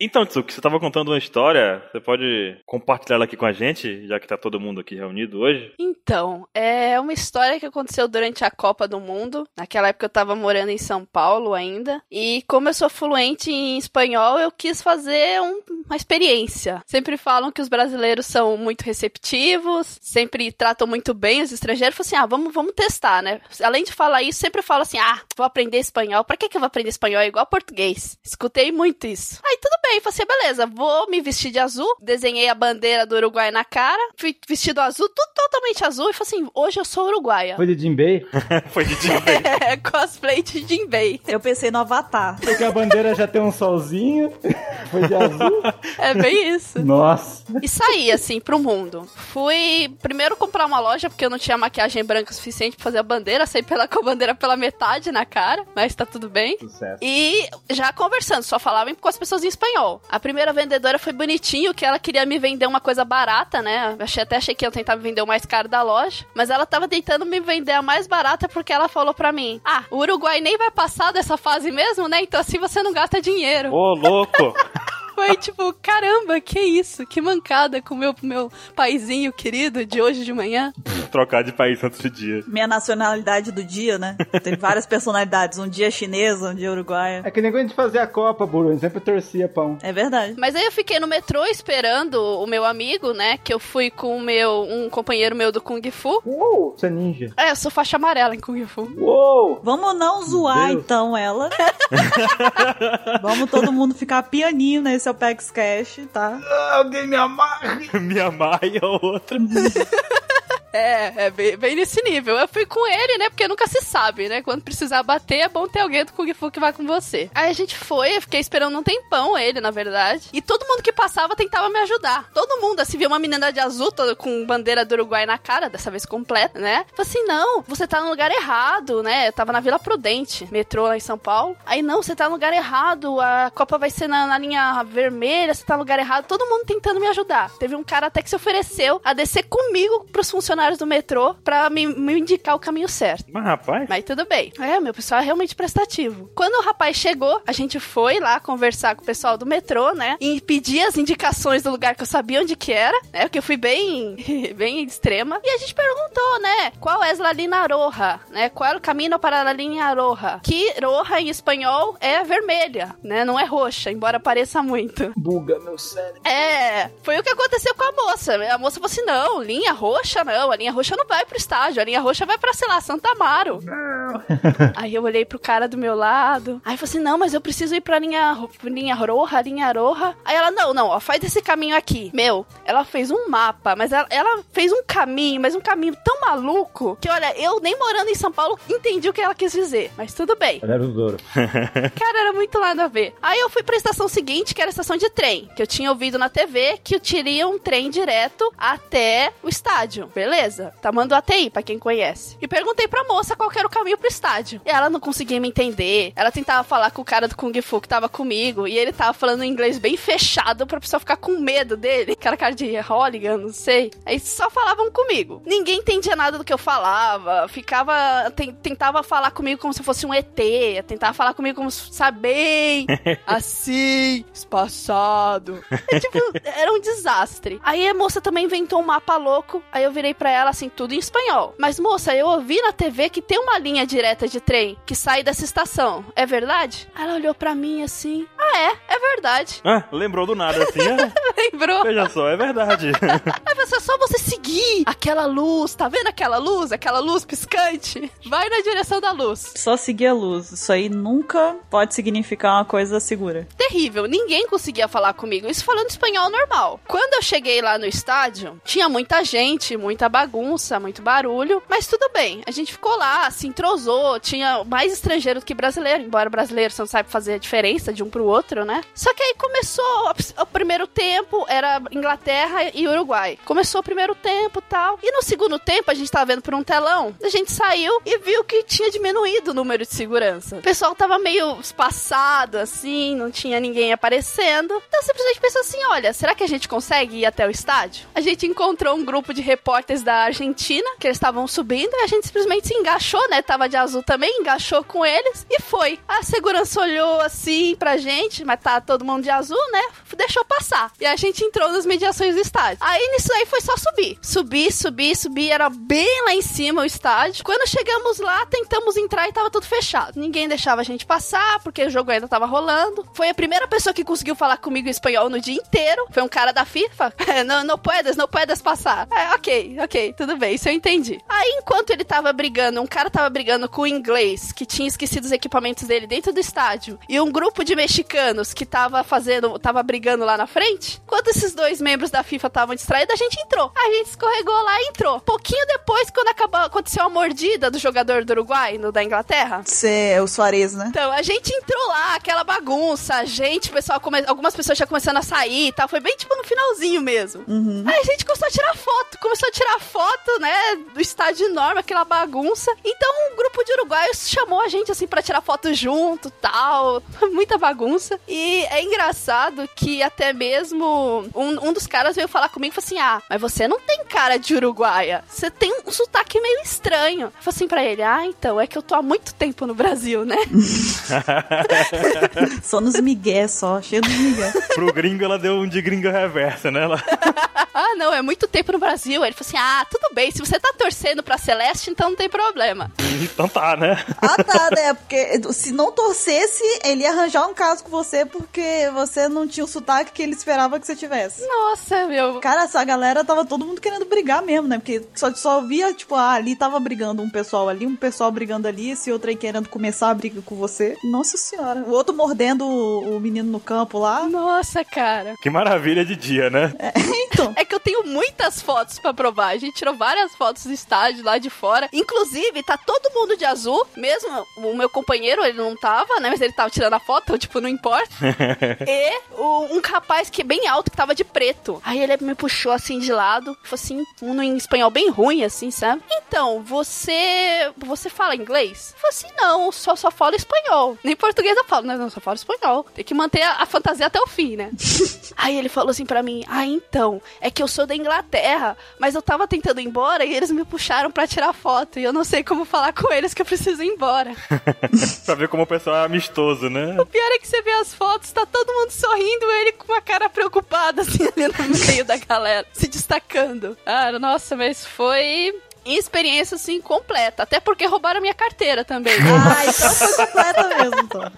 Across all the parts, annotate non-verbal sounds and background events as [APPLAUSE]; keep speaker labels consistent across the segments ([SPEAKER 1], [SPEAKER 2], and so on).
[SPEAKER 1] Então, Tsuki, você estava contando uma história, você pode compartilhar ela aqui com a gente, já que está todo mundo aqui reunido hoje?
[SPEAKER 2] Então, é uma história que aconteceu durante a Copa do Mundo. Naquela época eu estava morando em São Paulo ainda. E como eu sou fluente em espanhol, eu quis fazer um- uma experiência. Sempre falam que os brasileiros são muito receptivos, sempre tratam muito bem os estrangeiros. Falei assim: ah, vamos, vamos testar, né? Além de falar isso, sempre falo assim: ah, vou aprender espanhol. Pra que, que eu vou aprender espanhol? É igual português. Escutei muito isso. Aí tudo bem, falei assim: beleza, vou me vestir de azul. Desenhei a bandeira do Uruguai na cara, fui vestido azul, tudo totalmente azul. E falei assim: hoje eu sou uruguaia. [LAUGHS] É,
[SPEAKER 3] Foi de Jinbei?
[SPEAKER 1] [LAUGHS] Foi de Jinbei.
[SPEAKER 2] Cosplay de Jinbei.
[SPEAKER 4] Eu pensei no Avatar.
[SPEAKER 3] Porque a bandeira já tem um solzinho. Foi de azul.
[SPEAKER 2] É bem isso.
[SPEAKER 3] Nossa.
[SPEAKER 2] E saí, assim, pro mundo. Fui primeiro comprar uma loja, porque eu não tinha maquiagem branca suficiente pra fazer a bandeira. Saí pela, [LAUGHS] com a bandeira pela metade na cara, mas tá tudo bem.
[SPEAKER 3] Sucesso.
[SPEAKER 2] E já conversando, só falava em- com as pessoas em espanhol. A primeira vendedora foi bonitinho, que ela queria me vender uma coisa barata, né? Achei, até achei que ia tentar me vender o mais caro da loja. Mas ela tava tentando me vender a mais barata porque ela falou pra mim: Ah, o Uruguai nem vai passar dessa fase mesmo, né? Então assim você não gasta dinheiro.
[SPEAKER 1] Ô, louco!
[SPEAKER 2] Foi tipo, caramba, que isso? Que mancada com o meu, meu paizinho querido de hoje de manhã.
[SPEAKER 1] Trocar de país antes do dia.
[SPEAKER 4] Minha nacionalidade do dia, né? Tem várias personalidades. Um dia é chinesa, um dia é uruguaia.
[SPEAKER 3] É que nem quando a gente fazia a Copa, Buru. Sempre torcia pra um.
[SPEAKER 4] É verdade.
[SPEAKER 2] Mas aí eu fiquei no metrô esperando o meu amigo, né? Que eu fui com o meu, um companheiro meu do Kung Fu.
[SPEAKER 3] Uou! Você é ninja.
[SPEAKER 2] É, eu sou faixa amarela em Kung Fu.
[SPEAKER 3] Uou!
[SPEAKER 4] Vamos não zoar
[SPEAKER 3] Deus.
[SPEAKER 4] então ela. Vamos todo mundo ficar pianinho nesse Apex Cash, tá?
[SPEAKER 3] Alguém me amarre!
[SPEAKER 1] [LAUGHS] Me amar e a outra.
[SPEAKER 2] É, é bem, bem nesse nível. Eu fui com ele, né? Porque nunca se sabe, né? Quando precisar bater, é bom ter alguém do Kung Fu que vai com você. Aí a gente foi, eu fiquei esperando um tempão ele, na verdade. E todo mundo que passava tentava me ajudar. Todo mundo, assim, viu uma menina de azul toda com bandeira do Uruguai na cara, dessa vez completa, né? Falei assim: não, você tá no lugar errado, né? Eu tava na Vila Prudente, metrô lá em São Paulo. Aí, não, você tá no lugar errado, a Copa vai ser na, na linha vermelha, você tá no lugar errado. Todo mundo tentando me ajudar. Teve um cara até que se ofereceu a descer comigo pros funcionários do metrô pra me, me indicar o caminho certo.
[SPEAKER 1] Mas, rapaz,
[SPEAKER 2] Mas tudo bem. É, meu pessoal é realmente prestativo. Quando o rapaz chegou, a gente foi lá conversar com o pessoal do metrô, né? E pedir as indicações do lugar que eu sabia onde que era, né? Porque eu fui bem, [LAUGHS] bem extrema. E a gente perguntou, né? Qual é a linha roja, né? Qual é o caminho para a linha roja? Que roja em espanhol é vermelha, né? Não é roxa, embora pareça muito.
[SPEAKER 3] Buga meu cérebro.
[SPEAKER 2] É, foi o que aconteceu com a moça. A moça falou assim: não, linha roxa não, a linha roxa não vai pro estádio, a linha roxa vai pra, sei lá, Santa Amaro. aí eu olhei pro cara do meu lado, aí eu falei assim: não, mas eu preciso ir pra linha, ro- linha roja, linha roja. Aí ela: não, não, ó, faz esse caminho aqui. Meu, ela fez um mapa, mas ela, ela fez um caminho, mas um caminho tão maluco que, olha, eu nem morando em São Paulo entendi o que ela quis dizer, mas tudo bem.
[SPEAKER 3] Era o Zoro.
[SPEAKER 2] Cara, era muito nada a ver. Aí eu fui pra estação seguinte, que era a estação de trem, que eu tinha ouvido na TV que eu teria um trem direto até o estádio. Beleza? tá, Tamanho do ATI, pra quem conhece. E perguntei pra moça qual que era o caminho pro estádio. E ela não conseguia me entender. Ela tentava falar com o cara do Kung Fu que tava comigo, e ele tava falando em inglês bem fechado pra pessoa ficar com medo dele. Aquela cara de Holligan, não sei. Aí só falavam comigo. Ninguém entendia nada do que eu falava. Ficava. ten- tentava falar comigo como se eu fosse um ET. Tentava falar comigo como se sabe bem. assim, espaçado. É, tipo, era um desastre. Aí a moça também inventou um mapa louco. Aí eu virei pra ela assim, tudo em espanhol. Mas moça, eu ouvi na TV que tem uma linha direta de trem que sai dessa estação. É verdade? Aí Ela olhou pra mim assim. Ah, é, é verdade. [LAUGHS]
[SPEAKER 1] ah, lembrou do nada assim. [LAUGHS] ah,
[SPEAKER 2] Lembrou?
[SPEAKER 1] veja só, é [LAUGHS] verdade.
[SPEAKER 2] Aí você é só você seguir aquela luz, tá vendo aquela luz? Aquela luz piscante? Vai na direção da luz.
[SPEAKER 4] Só seguir a luz. Isso aí nunca pode significar uma coisa segura.
[SPEAKER 2] Terrível, ninguém conseguia falar comigo, isso falando espanhol normal. Quando eu cheguei lá no estádio, tinha muita gente, muita bagunça, muito barulho, mas tudo bem. A gente ficou lá, se entrosou, tinha mais estrangeiro do que brasileiro, embora brasileiro você não sabe fazer a diferença de um pro outro, né? Só que aí começou o- o primeiro tempo, era Inglaterra e Uruguai. Começou o primeiro tempo, tal. E no segundo tempo a gente tava vendo por um telão, a gente saiu e viu que tinha diminuído o número de segurança. O pessoal tava meio espaçado assim, não tinha tinha ninguém aparecendo. Então simplesmente pensou assim: olha, será que a gente consegue ir até o estádio? A gente encontrou um grupo de repórteres da Argentina que eles estavam subindo e a gente simplesmente se engaixou, né? Tava de azul também, engaixou com eles e foi. A segurança olhou assim pra gente, mas tá todo mundo de azul, né? Deixou passar. E a gente entrou nas mediações do estádio. Aí nisso aí foi só subir. Subir, subir, subir. Era bem lá em cima o estádio. Quando chegamos lá, tentamos entrar e tava tudo fechado. Ninguém deixava a gente passar, porque o jogo ainda tava rolando. Foi a primeira pessoa que conseguiu falar comigo em espanhol no dia inteiro. Foi um cara da FIFA. [LAUGHS] não, não puedes, não puedes passar. É, ok, ok, tudo bem, isso eu entendi. Aí, enquanto ele tava brigando, um cara tava brigando com o inglês, que tinha esquecido os equipamentos dele dentro do estádio, e um grupo de mexicanos que tava fazendo, tava brigando lá na frente. Quando esses dois membros da FIFA estavam distraídos, a gente entrou. A gente escorregou lá e entrou. Pouquinho depois, quando acabou, aconteceu a mordida do jogador do Uruguai, no da Inglaterra.
[SPEAKER 4] Você é o Soares, né?
[SPEAKER 2] Então, a gente entrou lá, aquela bagunça, a gente, o pessoal, come... algumas pessoas já começando a sair e tal. Foi bem tipo no finalzinho mesmo.
[SPEAKER 4] Uhum.
[SPEAKER 2] Aí a gente começou a tirar foto, começou a tirar foto, né, do estádio enorme, aquela bagunça. Então um grupo de uruguaios chamou a gente assim pra tirar foto junto, tal, [LAUGHS] muita bagunça. E é engraçado que até mesmo um, um dos caras veio falar comigo e falou assim: "Ah, mas você não tem cara de uruguaia. Você tem um sotaque meio estranho". Eu falei assim pra ele: "Ah, então é que eu tô há muito tempo no Brasil, né?"
[SPEAKER 4] Só nos migué, só. Cheio dos migué.
[SPEAKER 1] Pro gringo ela deu um de gringa reversa, né? Ela...
[SPEAKER 2] ah, não, é muito tempo no Brasil. Aí ele falou assim: "Ah, tudo bem, se você tá torcendo pra Celeste, então não tem problema".
[SPEAKER 1] Então tá, né?
[SPEAKER 4] [LAUGHS] Ah, tá, né? Porque se não torcesse, ele ia arranjar um caso com você porque você não tinha o sotaque que ele esperava que você tivesse.
[SPEAKER 2] Nossa, meu.
[SPEAKER 4] Cara, essa galera tava todo mundo querendo brigar mesmo, né? Porque só, só via, tipo, ah, ali tava brigando um pessoal ali, um pessoal brigando ali, esse outro aí querendo começar a briga com você. Nossa senhora. O outro mordendo o, o menino no campo lá.
[SPEAKER 2] Nossa, cara.
[SPEAKER 1] Que maravilha de dia, né?
[SPEAKER 4] Então.
[SPEAKER 2] É que eu tenho muitas fotos pra provar. A gente tirou várias fotos do estádio lá de fora. Inclusive, tá todo mundo de azul. Mesmo o meu companheiro, ele não tava, né? Mas ele tava tirando a foto, então, tipo, não importa. e o- um rapaz que é bem alto, que tava de preto. Aí ele me puxou assim de lado. Falou assim, um em espanhol bem ruim, assim, sabe? Então, você. Você fala inglês? Eu falei assim, não, só, só falo espanhol. Nem português eu falo, né? Não, só falo espanhol. Tem que manter a- a fantasia até o fim, né? Aí ele falou assim pra mim: Ah, então, é que eu sou da Inglaterra, mas eu tava tentando ir embora e eles me puxaram pra tirar foto. E eu não sei como falar com eles que eu preciso ir [LAUGHS] embora.
[SPEAKER 1] pra ver como o pessoal é amistoso, né?
[SPEAKER 2] O pior é que você vê as fotos, tá todo mundo sorrindo, ele com uma cara preocupada, assim, [LAUGHS] ali no meio da galera, se destacando. Ah, nossa, mas foi. Experiência assim completa, até porque roubaram minha carteira [LAUGHS] também.
[SPEAKER 4] Ah, então foi completa mesmo, então.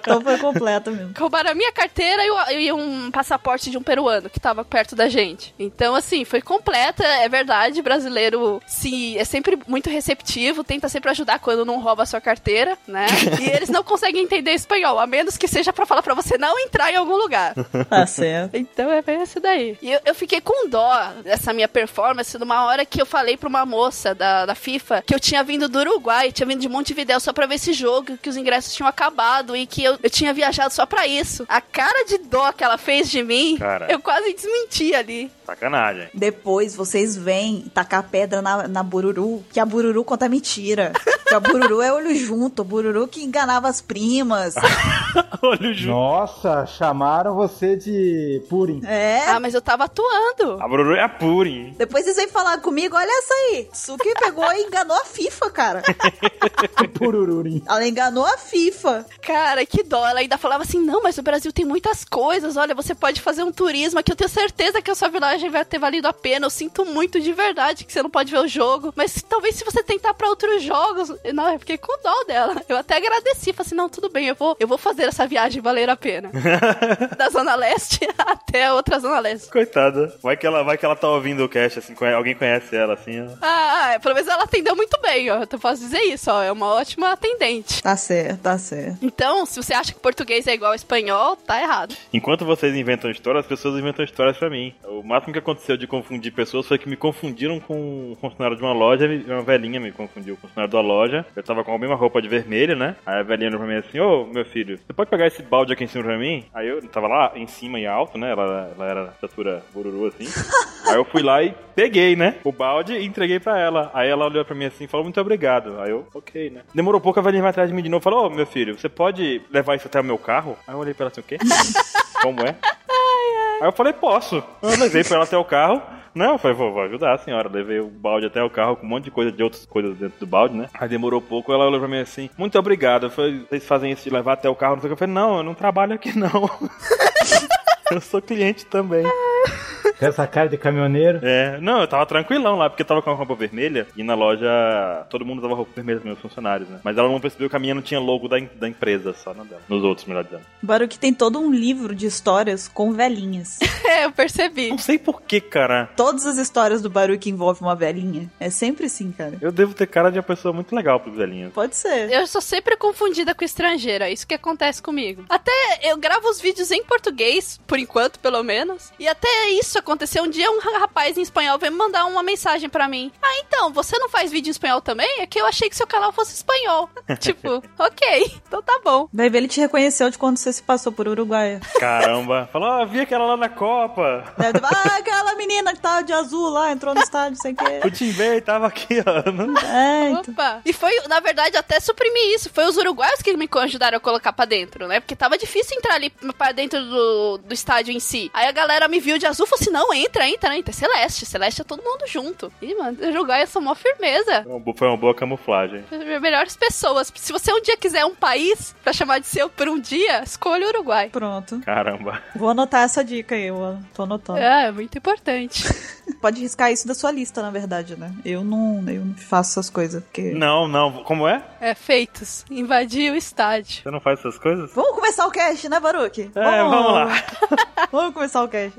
[SPEAKER 4] Então foi completa mesmo.
[SPEAKER 2] Roubaram a minha carteira e o- e um passaporte de um peruano que tava perto da gente. Então, assim, foi completa, é verdade. Brasileiro se, é sempre muito receptivo, tenta sempre ajudar quando não rouba a sua carteira, né? E eles não conseguem entender espanhol, a menos que seja pra falar pra você não entrar em algum lugar.
[SPEAKER 4] Tá certo.
[SPEAKER 2] Então é bem isso daí. E eu, eu fiquei com dó dessa minha performance numa hora que eu falei pra uma moça da, da FIFA que eu tinha vindo do Uruguai, tinha vindo de Montevidéu só pra ver esse jogo, que os ingressos tinham acabado e que eu, eu tinha viajado só pra isso. A cara de dó que ela fez de mim,
[SPEAKER 1] Cara.
[SPEAKER 2] eu quase desmenti ali.
[SPEAKER 1] Sacanagem.
[SPEAKER 4] Depois vocês vêm tacar pedra na, na Bururu, que a Bururu conta mentira. Que a Bururu é olho junto, a Bururu que enganava as primas.
[SPEAKER 1] Olho junto.
[SPEAKER 3] Nossa, chamaram você de Purim.
[SPEAKER 4] É.
[SPEAKER 2] Ah, mas eu tava atuando.
[SPEAKER 1] A Bruru é a Purim.
[SPEAKER 4] Depois vocês vêm falar comigo, olha essa aí. Suki pegou e enganou a FIFA, cara.
[SPEAKER 3] [LAUGHS] Purururim.
[SPEAKER 4] Ela enganou a FIFA.
[SPEAKER 2] Cara, que dó. Ela ainda falava assim: não, mas o Brasil tem muitas coisas. Olha, você pode fazer um turismo aqui. Eu tenho certeza que a sua viagem vai ter valido a pena. Eu sinto muito de verdade que você não pode ver o jogo. Mas talvez se você tentar pra outros jogos. Não, eu fiquei com dó dela. Eu até agradeci. Falei assim: não, tudo bem, eu vou, eu vou fazer essa viagem valer a pena. da Zona Leste [LAUGHS] até a outra Zona Leste.
[SPEAKER 1] Coitada. Vai que, ela, vai que ela tá ouvindo o cast, assim, conhe- alguém conhece ela, assim. ó.
[SPEAKER 2] Ah, é, pelo menos ela atendeu muito bem, ó. Eu posso dizer isso, ó. É uma ótima atendente.
[SPEAKER 4] Tá certo, tá certo.
[SPEAKER 2] Então, se você acha que português é igual ao espanhol, tá errado. [LAUGHS]
[SPEAKER 1] Enquanto vocês inventam história, as pessoas inventam histórias pra mim. O máximo que aconteceu de confundir pessoas foi que me confundiram com um funcionário de uma loja, me- uma velhinha me confundiu com o funcionário da loja. loja. Eu tava com a mesma roupa de vermelho, né? Aí a velhinha olhou pra mim assim, ô meu filho, você pode pegar esse balde aqui em cima pra mim? Aí eu tava lá em cima e alto, né? Ela, ela era estatura bururu assim. Aí eu fui lá e peguei, né? O balde e entreguei pra ela. Aí ela olhou pra mim assim e falou, muito obrigado. Aí eu, ok, né? Demorou pouco, a velhinha vai atrás de mim de novo e falou, ô meu filho, você pode levar isso até o meu carro? Aí eu olhei pra ela assim, o quê? Como é? Aí eu falei, posso. Eu levei pra ela até o carro. Não, eu falei, vou, vou ajudar a senhora. Levei o balde até o carro com um monte de coisa de outras coisas dentro do balde, né? Aí demorou pouco, ela olhou pra mim assim, muito obrigado. Eu falei, vocês fazem isso de levar até o carro, não sei o que. Eu falei, não, eu não trabalho aqui não. [LAUGHS] eu sou cliente também.
[SPEAKER 3] Com essa cara de caminhoneiro.
[SPEAKER 1] É, não, eu tava tranquilão lá, porque eu tava com a roupa vermelha e na loja todo mundo tava roupa vermelha, os meus funcionários, né? Mas ela não percebeu que a minha não tinha logo da, em- da empresa, só na dela. Nos outros, melhor dizendo.
[SPEAKER 4] Baruque tem todo um livro de histórias com velhinhas.
[SPEAKER 2] É, eu percebi.
[SPEAKER 1] Não sei porquê, cara.
[SPEAKER 4] Todas as histórias do Baruque envolvem uma velhinha. É sempre assim, cara.
[SPEAKER 1] Eu devo ter cara de uma pessoa muito legal pro velhinho.
[SPEAKER 4] Pode ser.
[SPEAKER 2] Eu sou sempre confundida com estrangeira, é isso que acontece comigo. Até eu gravo os vídeos em português, por enquanto, pelo menos. E até isso aconteceu. Um dia um rapaz em espanhol veio me mandar uma mensagem pra mim. Ah, então, você não faz vídeo em espanhol também? É que eu achei que seu canal fosse espanhol. [LAUGHS] tipo, ok, então tá bom.
[SPEAKER 4] Daí ele te reconheceu de quando você se passou por Uruguaia.
[SPEAKER 1] Caramba. [LAUGHS] Falou, ah, vi aquela lá na Copa.
[SPEAKER 4] Deve- ah, aquela menina que tava de azul lá, entrou no estádio, sei o
[SPEAKER 1] O
[SPEAKER 4] quê.
[SPEAKER 1] Tim Bay tava aqui, ó.
[SPEAKER 4] É, então.
[SPEAKER 2] Opa! E foi, na verdade, até suprimir isso. Foi os uruguaios que me ajudaram a colocar pra dentro, né? Porque tava difícil entrar ali pra dentro do, do estádio em si. Aí a galera me viu de azul e falou assim: não, entra, entra, entra. É Celeste, Celeste é todo mundo junto. Ih, mano, os uruguaios são mó firmeza.
[SPEAKER 1] Foi uma boa camuflagem.
[SPEAKER 2] Melhores pessoas. Se você um dia quiser um país pra chamar de seu por um dia, escolha o Uruguai.
[SPEAKER 4] Pronto.
[SPEAKER 1] Caramba.
[SPEAKER 4] Vou anotar essa dica aí, eu tô anotando.
[SPEAKER 2] É, é muito importante.
[SPEAKER 4] Pode riscar isso da sua lista, na verdade, né? Eu não, eu não faço essas coisas, porque...
[SPEAKER 1] Não, não. Como é?
[SPEAKER 2] É, feitos. Invadir o estádio.
[SPEAKER 1] Você não faz essas coisas?
[SPEAKER 4] Vamos começar o cast, né, Baruque?
[SPEAKER 1] É, vamos lá.
[SPEAKER 4] Vamos [LAUGHS] começar o cast.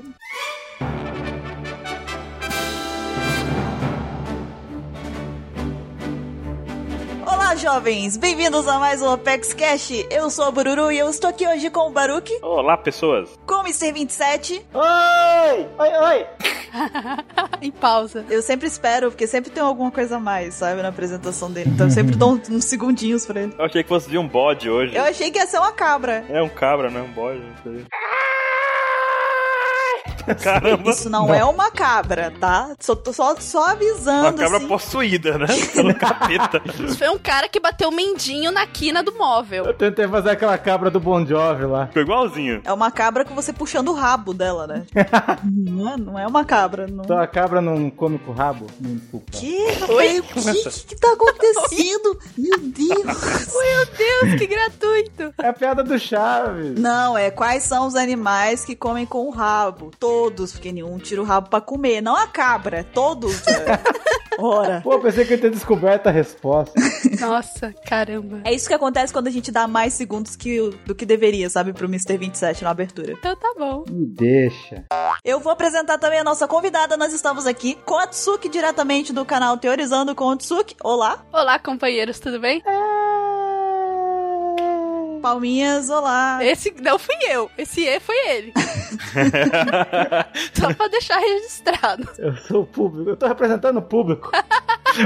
[SPEAKER 4] Olá, jovens! Bem-vindos a mais um Apex Cash. Eu sou a Bururu e eu estou aqui hoje com o Baruque,
[SPEAKER 1] Olá, pessoas.
[SPEAKER 4] com o Mr. 27.
[SPEAKER 3] Oi! Oi, oi!
[SPEAKER 2] em pausa.
[SPEAKER 4] Eu sempre espero, porque sempre tem alguma coisa a mais, sabe, na apresentação dele. Então eu sempre dou um- uns segundinhos pra ele.
[SPEAKER 1] Eu achei que fosse de um bode hoje.
[SPEAKER 4] Eu achei que ia ser uma cabra.
[SPEAKER 1] É um cabra, não é um bode. não sei. Caramba.
[SPEAKER 4] Isso não, é uma cabra, tá? Só, tô só, só
[SPEAKER 1] Uma
[SPEAKER 4] avisando,
[SPEAKER 1] cabra
[SPEAKER 4] assim.
[SPEAKER 1] possuída, né?
[SPEAKER 4] [LAUGHS]
[SPEAKER 1] Pelo capeta.
[SPEAKER 2] Isso foi um cara que bateu o mendinho na quina do móvel.
[SPEAKER 3] Eu tentei fazer aquela cabra do Bon Jovi lá.
[SPEAKER 1] Ficou igualzinho.
[SPEAKER 4] É uma cabra com você puxando o rabo dela, né? não, é, não é uma cabra, não.
[SPEAKER 3] Então a cabra não come com o rabo? Não, desculpa.
[SPEAKER 4] Que? Oi? O que, que tá acontecendo? Meu Deus!
[SPEAKER 2] Meu Deus, que gratuito!
[SPEAKER 3] É a piada do Chaves.
[SPEAKER 4] Não, é quais são os animais que comem com o rabo? Todos, porque nenhum tira o rabo pra comer. Não a cabra, é todos. né? Ora.
[SPEAKER 3] Pô, pensei que eu ia ter descoberto a resposta.
[SPEAKER 2] Nossa, caramba.
[SPEAKER 4] É isso que acontece quando a gente dá mais segundos que, o- do que deveria, sabe, pro Mr. 27 na abertura.
[SPEAKER 2] Então tá bom.
[SPEAKER 3] Me deixa.
[SPEAKER 4] Eu vou apresentar também a nossa convidada. Nós estamos aqui com a Tsuki, diretamente do canal Teorizando com o Tsuki. Olá.
[SPEAKER 2] Olá, companheiros, tudo bem?
[SPEAKER 4] Palminhas, olá.
[SPEAKER 2] Esse não fui eu, esse E foi ele. Só pra deixar registrado.
[SPEAKER 3] Eu sou o público. Eu tô representando o [LAUGHS] público.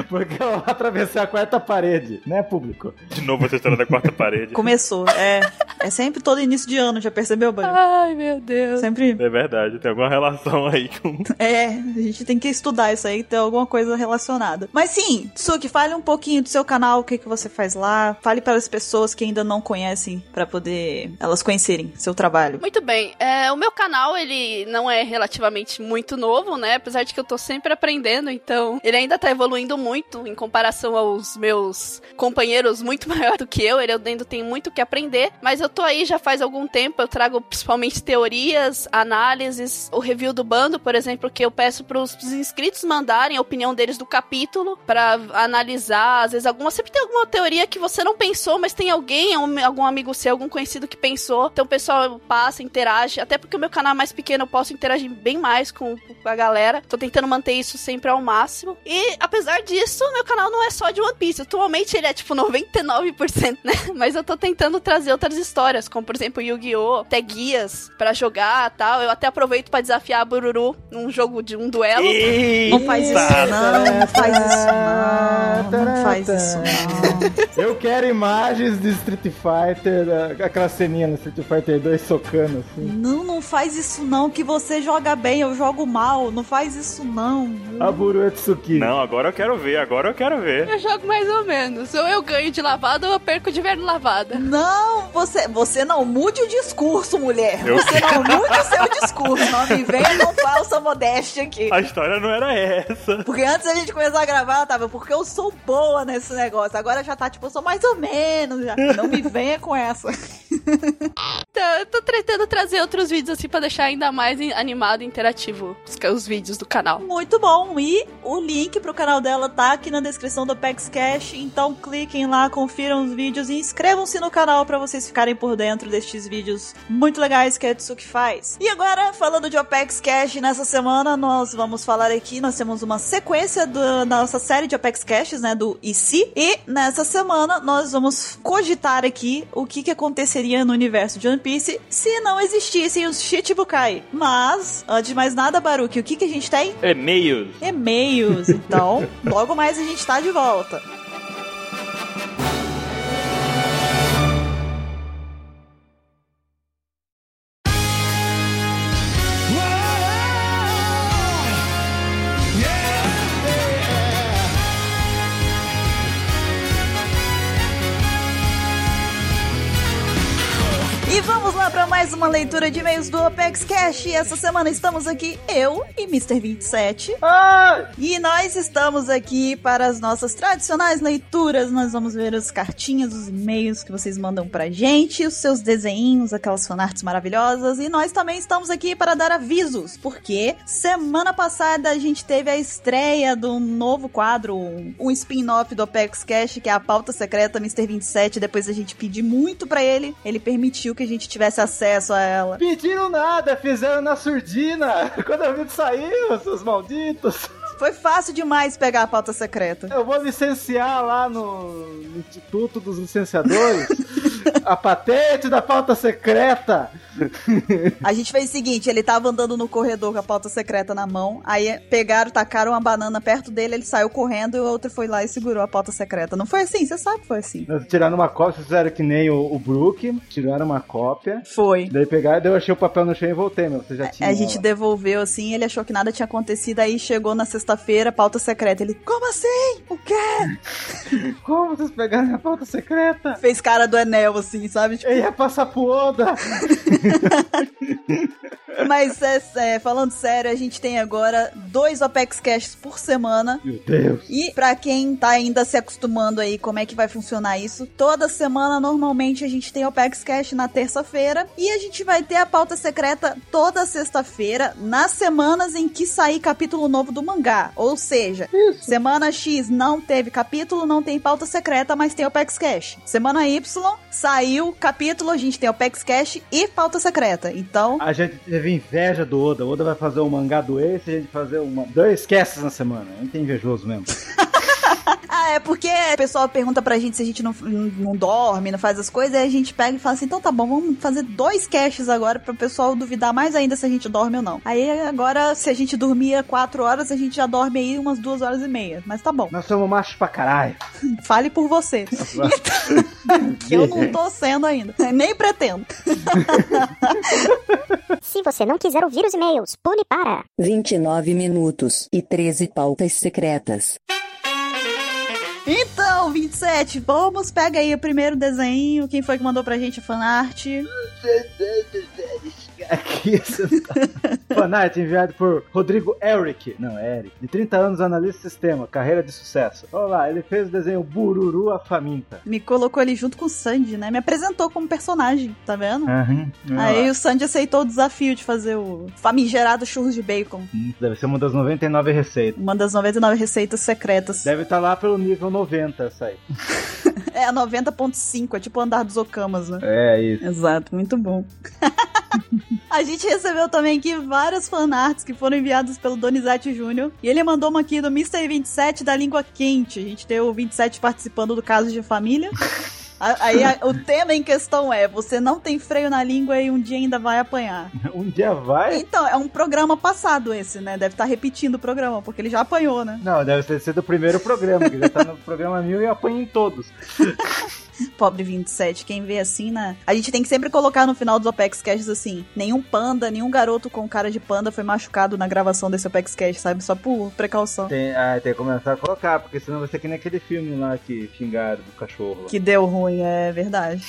[SPEAKER 3] Porque eu atravessei a quarta parede, né, público?
[SPEAKER 1] De novo essa história da quarta parede.
[SPEAKER 4] Começou, é. É sempre todo início de ano, já percebeu, Bani?
[SPEAKER 2] Ai, meu Deus.
[SPEAKER 4] Sempre.
[SPEAKER 1] É verdade, tem alguma relação aí com.
[SPEAKER 4] É, a gente tem que estudar isso aí, ter alguma coisa relacionada. Mas sim, Tsuki, fale um pouquinho do seu canal, o que, que você faz lá. Fale para as pessoas que ainda não conhecem, para poder elas conhecerem seu trabalho.
[SPEAKER 2] Muito bem, é, o meu canal ele não é relativamente muito novo, né? Apesar de que eu tô sempre aprendendo, então ele ainda tá evoluindo muito em comparação aos meus companheiros muito [LAUGHS] maior do que eu. Ele ainda tem muito o que aprender, mas eu tô aí já faz algum tempo. Eu trago principalmente teorias, análises, o review do bando, por exemplo, que eu peço pros inscritos mandarem a opinião deles do capítulo pra analisar. Às vezes alguma, sempre tem alguma teoria que você não pensou, mas tem alguém, um- algum amigo seu, algum conhecido que pensou. Então o pessoal passa, interage. Até porque o meu canal é mais pequeno, eu posso interagir bem mais com com a galera. Tô tentando manter isso sempre ao máximo. E apesar disso, meu canal não é só de One Piece. Atualmente ele é tipo [LAUGHS] 99%, né? Mas eu tô tentando trazer outras histórias, como por exemplo Yu-Gi-Oh!, até guias pra jogar tal. Eu até aproveito pra desafiar a Bururu num jogo de um duelo.
[SPEAKER 4] Não faz isso,
[SPEAKER 1] Eita.
[SPEAKER 4] não. Não faz isso, não. Não faz isso, não.
[SPEAKER 3] Eu quero imagens de Street Fighter, a- aquela ceninha no Street Fighter 2 socando assim.
[SPEAKER 4] Não, não faz isso, não. Que você joga bem, eu jogo mal. Não faz isso, não.
[SPEAKER 3] A Buru Tsukiri.
[SPEAKER 1] Não, agora eu quero ver, agora eu quero ver.
[SPEAKER 2] Eu jogo mais ou menos. Ou eu ganho de lavada ou eu perco de verno lavada.
[SPEAKER 4] Não, você, você não mude o discurso, mulher.
[SPEAKER 1] Eu-
[SPEAKER 4] Você não mude o seu discurso. Não me venha com falsa modéstia aqui.
[SPEAKER 1] A história não era essa.
[SPEAKER 4] Porque antes da gente começar a gravar, ela tava, porque eu sou boa nesse negócio. Agora já tá, tipo, eu sou mais ou menos. Já. Não me venha com essa.
[SPEAKER 2] Então, eu tô tentando trazer outros vídeos assim pra deixar ainda mais em- animado e interativo os, ca- os vídeos do canal.
[SPEAKER 4] Muito bom. E o link pro canal dela tá aqui na descrição do Pex Cash. Então cliquem lá, confiram os vídeos e inscrevam-se no canal pra vocês ficarem por dentro destes vídeos muito legais que a Tsuki faz. E agora, falando de Opex Cash, nessa semana nós vamos falar aqui, nós temos uma sequência do- da nossa série de Opex Caches, né, do IC. E nessa semana nós vamos cogitar aqui o que, que aconteceria no universo de One Piece se não existissem os Shichibukai. Mas, antes de mais nada, Baruki, o que, que a gente tem?
[SPEAKER 1] É, E-mails.
[SPEAKER 4] e-mails. Então, logo mais a gente tá de volta. E vamos lá para mais uma leitura de e-mails do Opex Cash. E essa semana estamos aqui, eu e Mr. 27. E nós estamos aqui para as nossas tradicionais leituras. Nós vamos ver as cartinhas, os e-mails que vocês mandam pra gente, os seus desenhinhos, aquelas fanarts maravilhosas. E nós também estamos aqui para dar avisos, porque semana passada a gente teve a estreia de um novo quadro, um, um spin-off do Apex Cash, que é a pauta secreta Mr. 27. Depois da gente pedir muito pra ele, ele permitiu que a gente tivesse acesso a ela.
[SPEAKER 3] Pediram nada, fizeram na surdina. [LAUGHS] Quando o vídeo saiu, seus malditos.
[SPEAKER 4] Foi fácil demais pegar a pauta secreta.
[SPEAKER 3] Eu vou licenciar lá no no Instituto dos Licenciadores a patente da pauta secreta.
[SPEAKER 4] A gente fez o seguinte, ele tava andando no corredor com a pauta secreta na mão, aí pegaram, tacaram uma banana perto dele, ele saiu correndo e o outro foi lá e segurou a pauta secreta. Não foi assim, você sabe que foi assim.
[SPEAKER 3] Nós tiraram uma cópia, vocês fizeram que nem o, o Brook, tiraram uma cópia.
[SPEAKER 4] Foi.
[SPEAKER 3] Daí pegaram, daí eu achei o papel no chão e voltei, meu. Você já tinha.
[SPEAKER 4] A gente
[SPEAKER 3] ela.
[SPEAKER 4] devolveu assim, ele achou que nada tinha acontecido, aí chegou na sexta-feira, pauta secreta. Ele, como assim? O quê?
[SPEAKER 3] Como vocês pegaram minha pauta secreta?
[SPEAKER 4] Fez cara do Enel, assim, sabe? Tipo,
[SPEAKER 3] Eu ia passar pro Oda.
[SPEAKER 4] Mas é, é, falando sério, a gente tem agora dois Opex Cash por semana.
[SPEAKER 3] Meu Deus.
[SPEAKER 4] E pra quem tá ainda se acostumando aí, como é que vai funcionar isso? Toda semana, normalmente, a gente tem o Opex Cash na terça-feira. E a gente vai ter a pauta secreta toda sexta-feira, nas semanas em que sair capítulo novo do mangá. Ou seja, semana X não teve capítulo, não tem pauta secreta, mas tem o Opex Cash. Semana Y saiu capítulo, a gente tem o Opex Cash e pauta secreta. Então,
[SPEAKER 3] A gente teve inveja do Oda. O Oda vai fazer um mangá do Ace, a gente fazer uma. Dois castes na semana. A gente é invejoso mesmo.
[SPEAKER 4] Ah, é porque o pessoal pergunta pra gente se a gente não, não- não dorme, não faz as coisas, aí a gente pega e fala assim, então tá bom, vamos fazer dois caches agora pro pessoal duvidar mais ainda se a gente dorme ou não. Aí agora, se a gente dormia quatro horas, a gente já dorme aí umas duas horas e meia. Mas tá bom,
[SPEAKER 3] Nós somos machos pra caralho.
[SPEAKER 4] fale por você. que eu não tô sendo ainda. Nem pretendo.
[SPEAKER 5] Se você não quiser ouvir os e-mails, pule para.
[SPEAKER 6] 29 minutos e 13 pautas secretas.
[SPEAKER 4] Então, 27, vamos, pega aí o primeiro desenho. Quem foi que mandou pra gente a fanart?
[SPEAKER 3] Aqui, [LAUGHS] você tá- Fanart enviado por Rodrigo Eric. Não, é Eric. De 30 anos, analista de sistema, carreira de sucesso. Olha lá, ele fez o desenho Bururu a Faminta.
[SPEAKER 4] Me colocou ali junto com o Sandy, né? Me apresentou como personagem, tá vendo?
[SPEAKER 3] Aham.
[SPEAKER 4] Aí o Sandy aceitou o desafio de fazer o famigerado churros de bacon.
[SPEAKER 3] Hum, Deve ser uma das 99 receitas. tá
[SPEAKER 4] Uma das 99 receitas secretas.
[SPEAKER 3] Deve estar lá pelo nível 90 essa aí.
[SPEAKER 4] [LAUGHS] É 90.5, é tipo o andar dos Okamas, né?
[SPEAKER 3] É isso.
[SPEAKER 4] Exato, muito bom. [LAUGHS] A gente recebeu também aqui várias fanarts que foram enviadas pelo Donizete Júnior. E ele mandou uma aqui do Mr. 27 da língua quente. A gente tem o 27 participando do caso de família. A- Aí a- o tema em questão é: você não tem freio na língua e um dia ainda vai apanhar.
[SPEAKER 3] [LAUGHS] Um dia vai.
[SPEAKER 4] Então, é um programa passado esse, né? Deve estar repetindo o programa, porque ele já apanhou, né?
[SPEAKER 3] Não, deve ter sido o primeiro programa, que já tá no programa mil e apanha em todos.
[SPEAKER 4] Pobre 27, quem vê assim, né? A gente tem que sempre colocar no final dos Opex Casts assim: nenhum panda, nenhum garoto com cara de panda foi machucado na gravação desse Opex Cast, sabe? Só por precaução.
[SPEAKER 3] Tem, ah, tem que começar a colocar, porque senão vai ser que nem aquele filme lá que xingaram do cachorro. lá.
[SPEAKER 4] Que deu ruim, é [LAUGHS] verdade.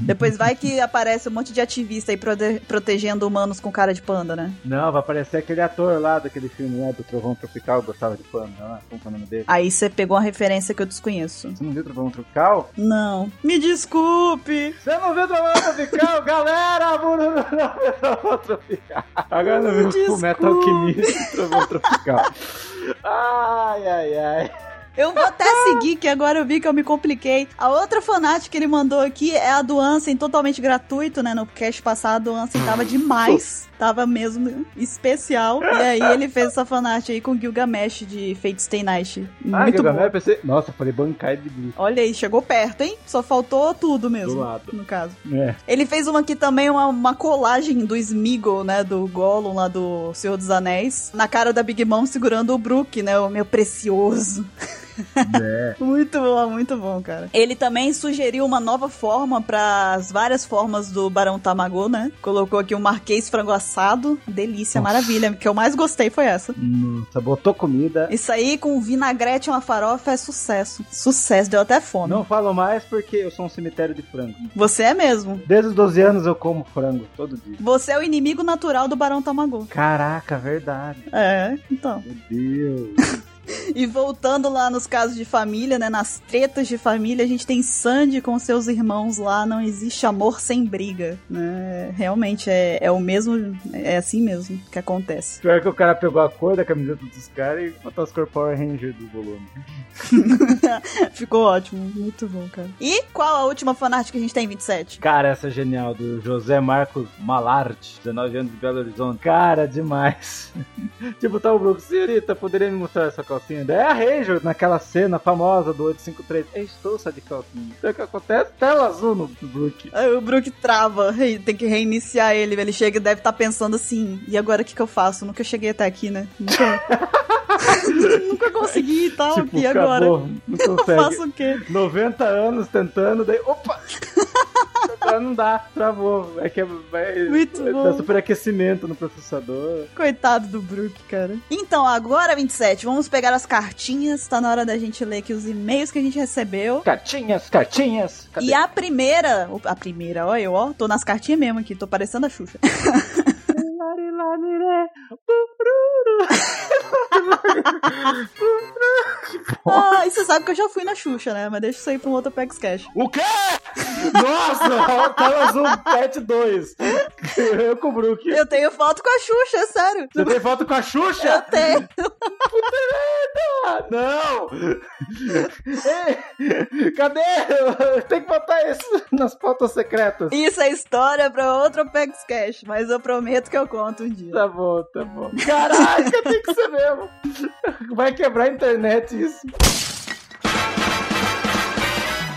[SPEAKER 4] Depois vai que aparece um monte de ativista aí prote- protegendo humanos com cara de panda, né?
[SPEAKER 3] Não, vai aparecer aquele ator lá daquele filme lá do Trovão Tropical, gostava de pano, lá, como que é o nome dele?
[SPEAKER 4] Aí você pegou uma referência que eu desconheço.
[SPEAKER 3] Você não viu Trovão Tropical?
[SPEAKER 4] Não. Me desculpe!
[SPEAKER 3] Você não viu Trovão Tropical, [LAUGHS] galera? Bururu, não viu Trovão Tropical. Agora não viu
[SPEAKER 4] Desculpa.
[SPEAKER 3] o Metal Alquimista Trovão Tropical. Ai, ai, ai.
[SPEAKER 4] Eu vou até seguir, que agora eu vi que eu me compliquei. A outra fanática que ele mandou aqui é a do Ansem, totalmente gratuito, né? No cast passado, o Ansem tava demais. Tava mesmo especial. E aí ele fez essa fanática aí com o Gilgamesh de Fate Stay Night. Muito
[SPEAKER 3] Ai, Gilgamesh,
[SPEAKER 4] bom.
[SPEAKER 3] eu pensei... Nossa, eu falei bancai de bicho
[SPEAKER 4] Olha aí, chegou perto, hein? Só faltou tudo
[SPEAKER 3] do
[SPEAKER 4] mesmo.
[SPEAKER 3] lado.
[SPEAKER 4] No caso.
[SPEAKER 3] É.
[SPEAKER 4] Ele fez uma aqui também, uma, uma colagem do Smeagol, né? Do Gollum lá do Senhor dos Anéis. Na cara da Big Mom segurando o Brook, né? O meu precioso. [LAUGHS] Muito bom, muito bom, cara. Ele também sugeriu uma nova forma para as várias formas do Barão Tamagô, né? Colocou aqui o Marquês Frango Assado. Delícia, maravilha. O que eu mais gostei foi essa.
[SPEAKER 3] Nossa, botou comida.
[SPEAKER 4] Isso aí com vinagrete e uma farofa é sucesso. Sucesso, deu até fome.
[SPEAKER 3] Não falo mais porque eu sou um cemitério de frango.
[SPEAKER 4] Você é mesmo.
[SPEAKER 3] Desde os 12 anos eu como frango, todo dia.
[SPEAKER 4] Você é o inimigo natural do Barão Tamagô.
[SPEAKER 3] Caraca, verdade.
[SPEAKER 4] É, então.
[SPEAKER 3] Meu Deus.
[SPEAKER 4] E voltando lá nos casos de família, né? Nas tretas de família, a gente tem Sandy com seus irmãos lá. Não existe amor sem briga, né? Realmente é, é o mesmo, é assim mesmo que acontece. [LAUGHS]
[SPEAKER 3] Pior que o cara pegou a cor da camiseta dos caras e botou as cor Power Ranger do volume.
[SPEAKER 4] Ficou ótimo, muito bom, cara. E qual a última fanart que a gente tem, 27?
[SPEAKER 3] Cara, essa é genial, do José Marcos Malarte, 19 anos de Belo Horizonte. Cara, demais. [LAUGHS] tipo, tá o Brooks, senhorita, poderia me mostrar essa calcinha? Daí a Ranger, naquela cena famosa do 853, "Eu estou só de calcinha. Sabe o que acontece? Tela azul no Brook.
[SPEAKER 4] Aí o Brook trava, [LAUGHS] re- tem que reiniciar ele. Ele chega e deve estar pensando assim: e agora o que, que eu faço? Nunca cheguei até aqui, né? Nunca, [LAUGHS] Nunca consegui e tal.
[SPEAKER 3] Tipo,
[SPEAKER 4] Ah, e agora?
[SPEAKER 3] acabou, não
[SPEAKER 4] Eu
[SPEAKER 3] consegue.
[SPEAKER 4] faço o quê?
[SPEAKER 3] 90 anos tentando, daí,
[SPEAKER 4] [LAUGHS]
[SPEAKER 3] opa! Agora não dá, travou. É que é, vai,
[SPEAKER 4] Muito
[SPEAKER 3] dá
[SPEAKER 4] bom.
[SPEAKER 3] superaquecimento no processador.
[SPEAKER 4] Coitado do Brook, cara. Então, agora, 27, vamos pegar as cartinhas. Tá na hora da gente ler aqui os e-mails que a gente recebeu.
[SPEAKER 3] Cartinhas, cartinhas. Cadê?
[SPEAKER 4] E a primeira. A primeira, ó, eu, ó. Tô nas cartinhas mesmo aqui, tô parecendo a Xuxa. ah, e você sabe que eu já fui na Xuxa, né? Mas deixa isso aí pra um outro Pex Cash.
[SPEAKER 3] O quê? Nossa, tela azul pet 2. Eu com o Brook.
[SPEAKER 4] Eu tenho foto com a Xuxa, é sério.
[SPEAKER 3] Você tem foto com a
[SPEAKER 4] Eu
[SPEAKER 3] Xuxa?
[SPEAKER 4] tenho.
[SPEAKER 3] Ah, não! Ei, cadê? Tem que botar isso nas pautas secretas.
[SPEAKER 4] Isso é história pra outro Pex Cash, mas eu prometo que eu conto um dia.
[SPEAKER 3] Tá bom, tá bom. Caraca, tem que ser mesmo. Vai quebrar a internet isso.
[SPEAKER 4] [LAUGHS]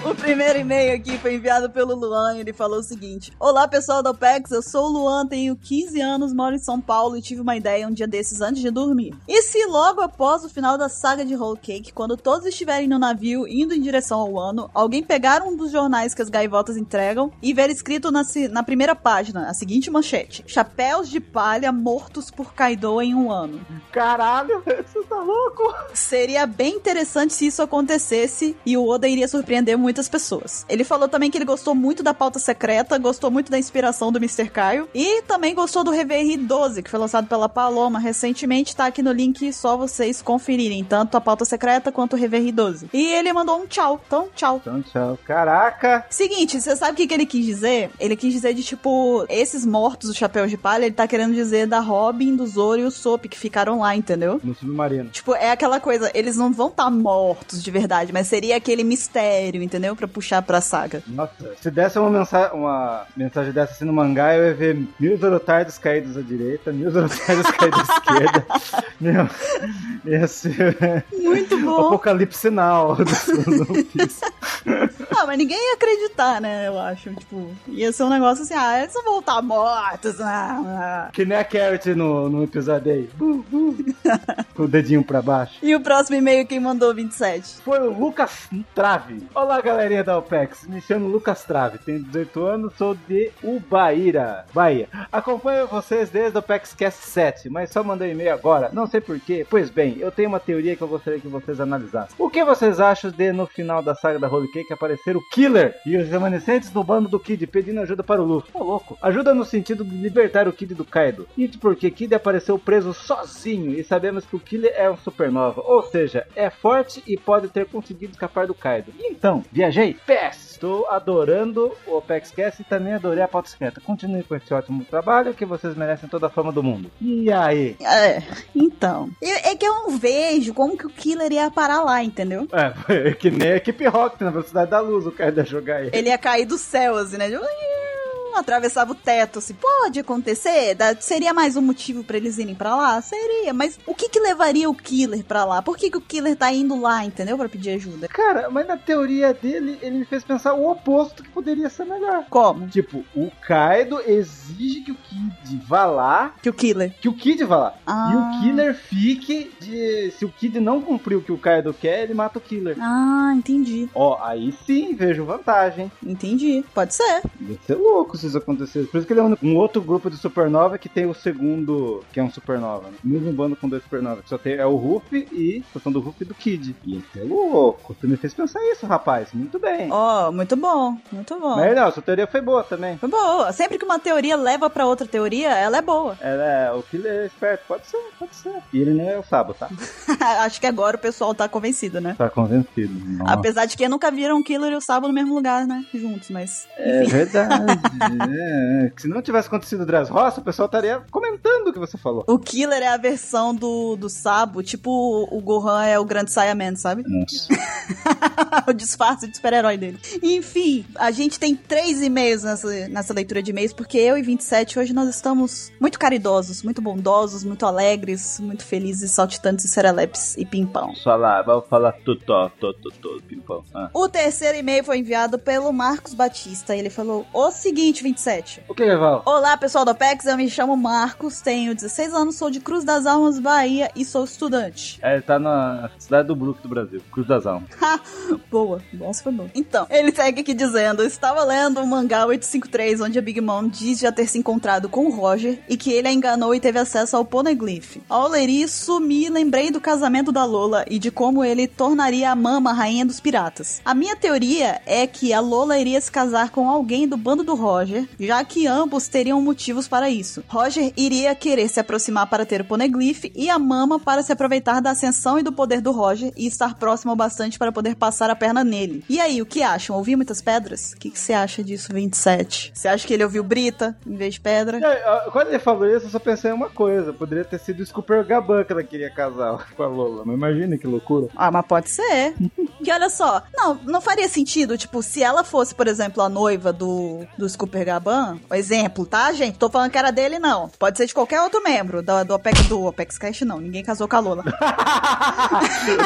[SPEAKER 4] O primeiro e-mail aqui foi enviado pelo Luan e ele falou o seguinte: Olá pessoal da OPEX, eu sou o Luan, tenho 15 anos, moro em São Paulo e tive uma ideia um dia desses antes de dormir. E se logo após o final da saga de Whole Cake, quando todos estiverem no navio indo em direção ao ano, alguém pegar um dos jornais que as gaivotas entregam e ver escrito na, se- na primeira página a seguinte manchete: Chapéus de palha mortos por Kaido em um ano.
[SPEAKER 3] Caralho, você tá louco?
[SPEAKER 4] Seria bem interessante se isso acontecesse e o Oda iria surpreender muitas pessoas. Ele falou também que ele gostou muito da pauta secreta, gostou muito da inspiração do Mr. Caio e também gostou do Reverie 12, que foi lançado pela Paloma recentemente, tá aqui no link só vocês conferirem, tanto a pauta secreta quanto o Reverie 12. E ele mandou um tchau, então tchau.
[SPEAKER 3] Então, tchau. Caraca.
[SPEAKER 4] Seguinte, você sabe o que, que ele quis dizer? Ele quis dizer de tipo, esses mortos do chapéu de palha, ele tá querendo dizer da Robin, do Zoro e o Sop que ficaram lá, entendeu?
[SPEAKER 3] No submarino.
[SPEAKER 4] tá Tipo, é aquela coisa, eles não vão estar mortos de verdade, mas seria aquele mistério, entendeu? Pra puxar pra saga.
[SPEAKER 3] Nossa, se desse uma, mensa uma mensagem dessa assim no mangá, eu ia ver mil Zorotardos caídos à direita, mil Zorotardos caídos à esquerda. Meu, ia ser
[SPEAKER 4] Muito
[SPEAKER 3] o
[SPEAKER 4] bom.
[SPEAKER 3] apocalipse now. dos- dos One Piece.
[SPEAKER 4] Ah, mas ninguém ia acreditar, né? Eu acho. Tipo, ia ser um negócio assim, ah, eles vão voltar mortos. Ah, ah.
[SPEAKER 3] [LAUGHS] que nem a Carrot no, no episódio aí. Bu, bu. Com o dedinho pra baixo.
[SPEAKER 4] E o próximo e-mail quem mandou 27?
[SPEAKER 3] Foi o Lucas Trave. Olá, galerinha da OPEX. Me chamo Lucas Trave, tenho 18 anos, sou de Ubaíra, Bahia. Acompanho vocês desde o OPEX Cast 7, mas só mandei e-mail agora, não sei porquê. Pois bem, eu tenho uma teoria que eu gostaria que vocês analisassem. O que vocês acham de no final da saga da Holy Cake aparecer o Killer e os remanescentes do bando do Kid pedindo ajuda para o Luffy? Ô, louco. Ajuda no sentido de libertar o Kid do Kaido. Isso porque Kid apareceu preso sozinho e sabemos que o Killer é um supernova, ou seja, é forte e pode ter conseguido escapar do Kaido. Então, viajei? PS! Estou adorando o OpexCast e também adorei a pauta secreta. Continue com esse ótimo trabalho que vocês merecem toda a fama do mundo. E aí?
[SPEAKER 4] É, então. Eu- é que eu não vejo como que o Killer ia parar lá, entendeu?
[SPEAKER 3] É, é [LAUGHS] que nem a equipe Rocket na velocidade da luz, o Kaido ia jogar ele.
[SPEAKER 4] Ele ia cair do céu, assim, né? Tipo, Atravessava o teto, assim, pode acontecer? Dá- seria mais um motivo pra eles irem pra lá? Seria, mas o que que levaria o Killer pra lá? Por que que o Killer tá indo lá, entendeu? Pra pedir ajuda?
[SPEAKER 3] Cara, mas na teoria dele, ele me fez pensar o oposto que poderia ser melhor.
[SPEAKER 4] Como?
[SPEAKER 3] Tipo, o Kaido exige que o Kid vá lá,
[SPEAKER 4] Que o Killer.
[SPEAKER 3] que o Kid vá lá. E
[SPEAKER 4] Ah,
[SPEAKER 3] o Killer fique de. Se o Kid não cumprir o que o Kaido quer, ele mata o Killer.
[SPEAKER 4] Ah, entendi.
[SPEAKER 3] Ó, aí sim, vejo vantagem.
[SPEAKER 4] Entendi. Pode ser.
[SPEAKER 3] Deve ser louco se isso acontecer. Por isso que ele é um, um outro grupo de supernova que tem o segundo, que é um supernova. Né? Mesmo bando com dois supernova. Que só tem é o Ruffy e a questão do Ruffy e do Kid. Ia ser louco. Tu me fez pensar isso, rapaz. Muito bem.
[SPEAKER 4] Ó, muito bom. Muito bom.
[SPEAKER 3] É. Mas não, sua teoria foi boa também.
[SPEAKER 4] Foi Boa. Sempre que uma teoria leva pra outra teoria, ela é boa. [LAUGHS]
[SPEAKER 3] Ela é, o Killer é esperto, pode ser, pode ser. E ele não é o Sabo, tá?
[SPEAKER 4] Acho que agora o pessoal tá convencido, né?
[SPEAKER 3] Tá convencido.
[SPEAKER 4] Apesar de que nunca viram o Killer e o Sabo no mesmo lugar, né? Juntos, mas.
[SPEAKER 3] É verdade. é. Que Se não tivesse acontecido o Dress Roça, o pessoal estaria comentando o que você falou.
[SPEAKER 4] O Killer é a versão do, do Sabo, tipo o Gohan é o grande Saiyaman, sabe? [LAUGHS]
[SPEAKER 3] Nossa.
[SPEAKER 4] o disfarce de super-herói dele. Enfim, a gente tem três e-mails nessa, nessa leitura de e-mails, porque eu e 27 hoje nós estamos muito caridosos, muito bondosos, muito alegres, muito felizes, saltitantes e serelepes e pimpão.
[SPEAKER 3] Só lá, vamos falar tutó, totó, totó, pimpão. Ah.
[SPEAKER 4] O terceiro e-mail foi enviado pelo Marcos Batista. Ele falou o seguinte, 27.
[SPEAKER 3] O que, Val?
[SPEAKER 4] Olá, pessoal do Apex, eu me chamo Marcos, tenho 16 anos, sou de Cruz das Almas, Bahia e sou estudante.
[SPEAKER 3] É, ele tá na cidade do Brook do Brasil, Cruz das Almas.
[SPEAKER 4] [LAUGHS] Boa, bom se foi bom. Então, ele segue aqui dizendo: Estava lendo o mangá 853, onde a Big Mom diz já ter se encontrado com o Roger e que ele a enganou e teve acesso ao Poneglyph. Ao ler isso, me lembrei do casamento da Lola e de como ele tornaria a Mama a rainha dos piratas. A minha teoria é que a Lola iria se casar com alguém do bando do Roger, já que ambos teriam motivos para isso. Roger iria querer se aproximar para ter o Poneglyph e a Mama para se aproveitar da ascensão e do poder do Roger e estar próximo o bastante para poder passar a perna nele. E aí, o que acham? Ouvi muitas pedras? O que que você acha disso, 27? Você acha que ele ouviu Brita em vez de pedra?
[SPEAKER 3] É, Quando ele falou isso, eu só pensei em uma coisa. Poderia ter sido o Scooper Gaban que ela queria casar [LAUGHS] com a Lola. Mas imagina que loucura.
[SPEAKER 4] Ah, mas pode ser. e olha só, não, não faria sentido, tipo, se ela fosse, por exemplo, a noiva do, do Scooper Gaban, um exemplo, tá, gente? Tô falando que era dele, não. Pode ser de qualquer outro membro do, do OPEC, do OPEX Cash, não. Ninguém casou com a Lola. [LAUGHS]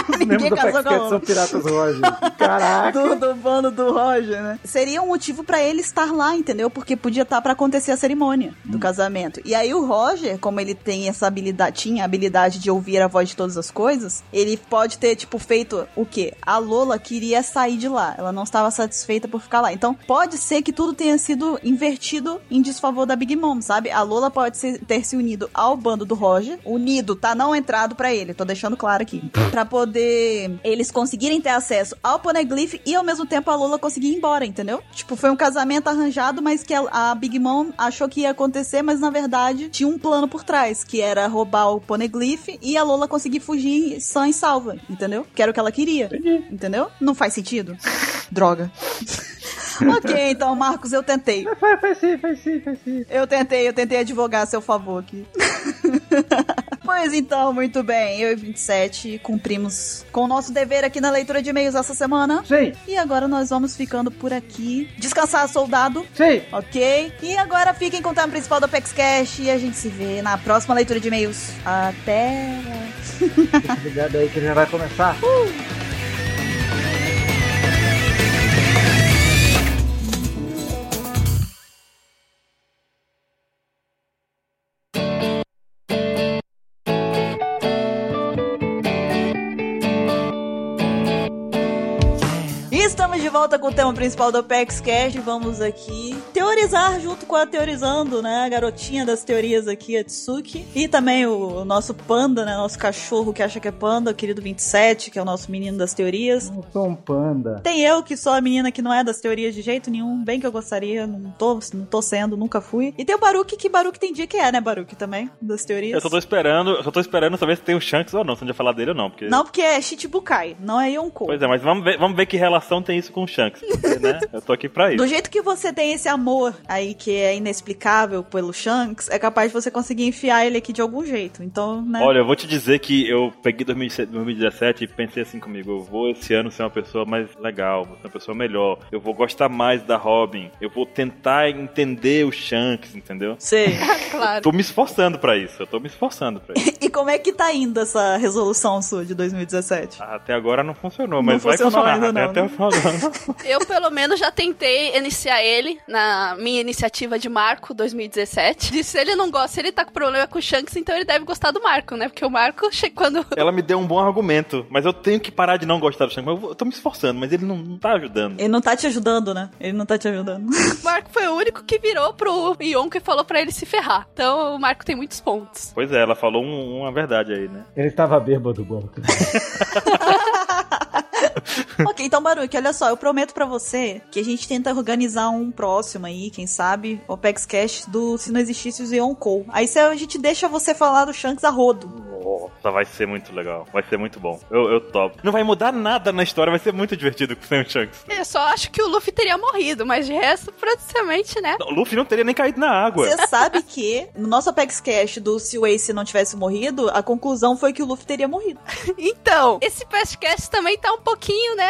[SPEAKER 3] Os membros do
[SPEAKER 4] casou
[SPEAKER 3] Pax
[SPEAKER 4] com a
[SPEAKER 3] Cat
[SPEAKER 4] Lola.
[SPEAKER 3] são piratas Roger.
[SPEAKER 4] [LAUGHS]
[SPEAKER 3] Caraca.
[SPEAKER 4] do, do bando do Roger, né? Seria um motivo pra ele estar lá, entendeu? Porque podia estar pra acontecer a cerimônia do casamento. E aí o Roger, como ele tem essa habilidade, tinha a habilidade de ouvir a voz de todas as coisas, ele pode ter, tipo, feito o quê? A Lola queria sair de lá. Ela não estava satisfeita por ficar lá. Então, pode ser que tudo tenha sido invertido em desfavor da Big Mom, sabe? A Lola pode ser- ter se unido ao bando do Roger. Unido, tá? Não entrado pra ele. Tô deixando claro aqui. Pra poder eles conseguirem ter acesso ao Poneglyph e ao mesmo tempo a Lola conseguir ir embora, entendeu? Tipo, foi um casamento arranjado, mas que a, a Big Mom achou que ia acontecer, mas na verdade tinha um plano por trás, que era roubar o Poneglyph e a Lola conseguir fugir sã e salva, entendeu? Que era o que ela queria. Entendeu? Não faz sentido? Droga. [LAUGHS] ok, então, Marcos, eu tentei.
[SPEAKER 3] Faz, faz sim, faz sim, faz sim.
[SPEAKER 4] Eu tentei, eu tentei advogar a seu favor aqui. Pois então, muito bem. Eu e 27 cumprimos com o nosso dever aqui na leitura de e-mails essa semana.
[SPEAKER 3] Sim,
[SPEAKER 4] E agora nós vamos ficando por aqui. Descansar, soldado. [LAUGHS]
[SPEAKER 3] sim.
[SPEAKER 4] Ok? E agora fiquem com o tema principal do Apex Cash e a gente se vê na próxima leitura de e-mails. Até!
[SPEAKER 3] Obrigado aí que já vai começar.
[SPEAKER 4] E Estamos de volta com o tema principal do Apex Cash. Vamos aqui teorizar junto com a Teorizando, né? A garotinha das teorias aqui, a Tsuki. E também o nosso panda, né? Nosso cachorro que acha que é panda, o querido 27, que é o nosso menino das teorias.
[SPEAKER 3] Eu sou um panda.
[SPEAKER 4] Tem eu, que sou a menina que não é das teorias de jeito nenhum, bem que eu gostaria, não tô, não tô sendo, nunca fui. E tem o Baruque, que Baruque tem dia que é, né, Baruque, também, das teorias.
[SPEAKER 1] Eu só tô esperando, eu só tô esperando saber se tem o Shanks ou não, se a gente vai falar dele ou não, porque...
[SPEAKER 4] Não, porque é Shichibukai, não é Yonkou.
[SPEAKER 1] Pois é, mas vamos ver, vamos ver que relação tem isso com o Shanks, porque,
[SPEAKER 4] [LAUGHS]
[SPEAKER 1] né? Eu tô aqui pra
[SPEAKER 4] Do
[SPEAKER 1] isso.
[SPEAKER 4] jeito que você tem esse amor aí que é inexplicável pelo Shanks, é capaz de você conseguir enfiar ele aqui de algum jeito. Então, né?
[SPEAKER 1] Olha, eu vou te dizer que eu peguei 2017 2017 e pensei assim comigo, eu vou esse ano ser uma pessoa mais legal, vou ser uma pessoa melhor, eu vou gostar mais da Robin, eu vou tentar entender o Shanks, entendeu?
[SPEAKER 4] Sei.
[SPEAKER 2] Claro.
[SPEAKER 1] Tô me esforçando pra isso, eu tô me esforçando pra isso.
[SPEAKER 4] [LAUGHS] E como é que tá indo essa resolução sua de 2017?
[SPEAKER 1] Ah, Até agora não funcionou, mas vai
[SPEAKER 4] funcionou
[SPEAKER 1] funcionar,
[SPEAKER 4] ainda
[SPEAKER 1] né?
[SPEAKER 4] não,
[SPEAKER 1] até
[SPEAKER 4] né?
[SPEAKER 1] o final do ano.
[SPEAKER 2] Eu, pelo menos, já tentei iniciar ele na minha iniciativa de Marco 2017. Disse se ele não gosta, se ele tá com problema com o Shanks, então ele deve gostar do Marco, né? Porque o Marco, che- [LAUGHS] quando
[SPEAKER 1] Ela me deu um bom argumento, mas eu tenho que parar de não gostar do Shanks. Mas eu vou- eu tô me esforçando, mas ele não, não tá ajudando.
[SPEAKER 4] Ele não tá te ajudando, né? Ele não tá te ajudando.
[SPEAKER 2] o Marco foi o único que virou pro Yonko e falou pra ele se ferrar. Então, o Marco tem muitos pontos.
[SPEAKER 1] Pois é, ela falou um- uma verdade aí, né?
[SPEAKER 3] Ele tava bêbado, bom.
[SPEAKER 4] [LAUGHS] ok, então, Baruque, olha só, eu prometo pra você que a gente tenta organizar um próximo aí, quem sabe, Opex Cash do Se Não Existisse o Yonkou. Aí cê- a gente deixa você falar do Shanks a rodo.
[SPEAKER 1] Nossa, vai ser muito legal. Vai ser muito bom. Eu, eu topo. Não vai mudar nada na história, vai ser muito divertido com o Sam Shanks.
[SPEAKER 2] Eu só acho que o Luffy teria morrido, mas de resto, praticamente, né?
[SPEAKER 1] Não, o Luffy não teria nem caído na água.
[SPEAKER 4] Você sabe que no nosso Apex Cash do Se o Ace não tivesse morrido, a conclusão foi que o Luffy teria [LAUGHS] morrido.
[SPEAKER 2] Então, esse podcast também tá um pouquinho, né?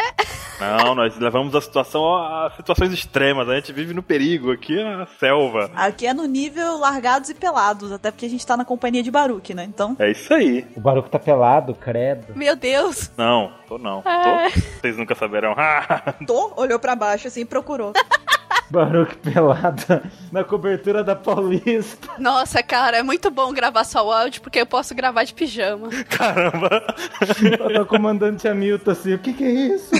[SPEAKER 1] Não, nós levamos a situação a a situações extremas. A gente vive no perigo aqui na selva.
[SPEAKER 4] Aqui é no nível largados e pelados, até porque a gente tá na companhia de Baruque, né? Então,
[SPEAKER 1] É isso aí.
[SPEAKER 3] O Baruco tá pelado, credo. [LAUGHS]
[SPEAKER 2] Meu Deus.
[SPEAKER 1] Não, tô não. Tô.
[SPEAKER 2] Ah.
[SPEAKER 1] Vocês nunca saberão. [LAUGHS]
[SPEAKER 4] Tô olhou pra baixo assim e procurou.
[SPEAKER 3] Baruco pelado na cobertura da Paulista.
[SPEAKER 2] Nossa, cara, é muito bom gravar só o áudio, porque eu posso gravar de pijama.
[SPEAKER 1] Caramba.
[SPEAKER 3] Tá o comandante Hamilton assim, o que que é isso?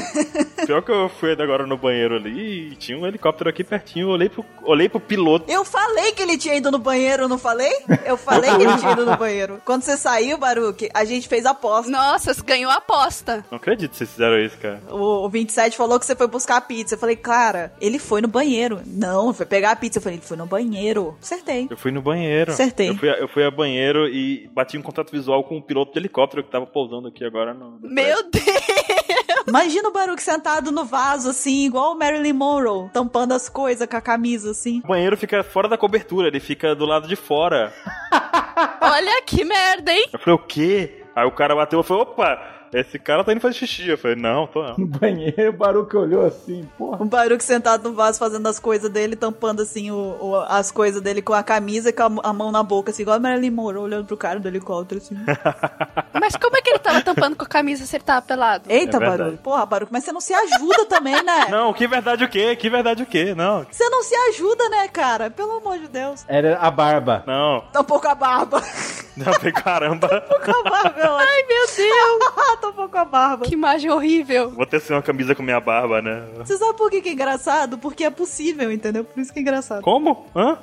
[SPEAKER 1] Pior que eu fui agora no banheiro ali e tinha um helicóptero aqui pertinho. Eu olhei pro, olhei pro piloto.
[SPEAKER 4] [LAUGHS] Eu falei que ele tinha ido no banheiro, não falei? Eu falei que ele tinha ido no banheiro. Quando você saiu, Baruque, a gente fez a aposta.
[SPEAKER 2] Nossa, você ganhou a aposta.
[SPEAKER 1] Não acredito que vocês fizeram isso, cara.
[SPEAKER 4] O o 27 falou que você foi buscar a pizza. Eu falei, cara, ele foi no banheiro. Não, foi pegar a pizza. Eu falei, ele foi no banheiro. Acertei.
[SPEAKER 1] Eu fui no banheiro.
[SPEAKER 4] Acertei.
[SPEAKER 1] Eu fui, a- eu fui a banheiro e bati um contato visual com o piloto de helicóptero que tava pousando aqui agora no.
[SPEAKER 2] Meu Deus.
[SPEAKER 4] Imagina o Baruque sentado no vaso, assim, igual o Marilyn Monroe, tampando as coisas com a camisa, assim.
[SPEAKER 1] O banheiro fica fora da cobertura, ele fica do lado de fora.
[SPEAKER 2] Olha que merda, hein?
[SPEAKER 1] Eu falei, o quê? Aí o cara bateu e falou, opa, esse cara tá indo fazer xixi. Eu falei, não, tô não.
[SPEAKER 3] No banheiro, o Baruco olhou assim, porra.
[SPEAKER 4] O Baruque sentado no vaso fazendo as coisas dele, tampando assim o, o- as coisas dele com a camisa e com a, a mão na boca, assim, igual a Marilyn Monroe olhando pro cara do
[SPEAKER 1] [LAUGHS]
[SPEAKER 4] helicóptero, assim.
[SPEAKER 2] Mas como é que ele tava tampando com a camisa se ele tava pelado?
[SPEAKER 4] Eita,
[SPEAKER 1] É verdade.
[SPEAKER 4] Baruque. Porra, Baruque, mas você não se ajuda também, né?
[SPEAKER 1] Não, que verdade o quê? Que verdade o quê? Não,
[SPEAKER 4] Você não se ajuda, né, cara? Pelo amor de Deus.
[SPEAKER 3] Era a barba. [LAUGHS]
[SPEAKER 1] não.
[SPEAKER 4] Tampou a barba. [LAUGHS]
[SPEAKER 1] Não, eu falei, caramba.
[SPEAKER 4] com a barba, eu acho.
[SPEAKER 2] Ai, meu Deus.
[SPEAKER 4] [LAUGHS] Tampou com a barba.
[SPEAKER 2] Que imagem horrível.
[SPEAKER 1] Vou ter assim uma camisa com minha barba, né?
[SPEAKER 4] Você sabe por que, que é engraçado? Porque é possível, entendeu? Por isso que é engraçado.
[SPEAKER 1] Como? Hã?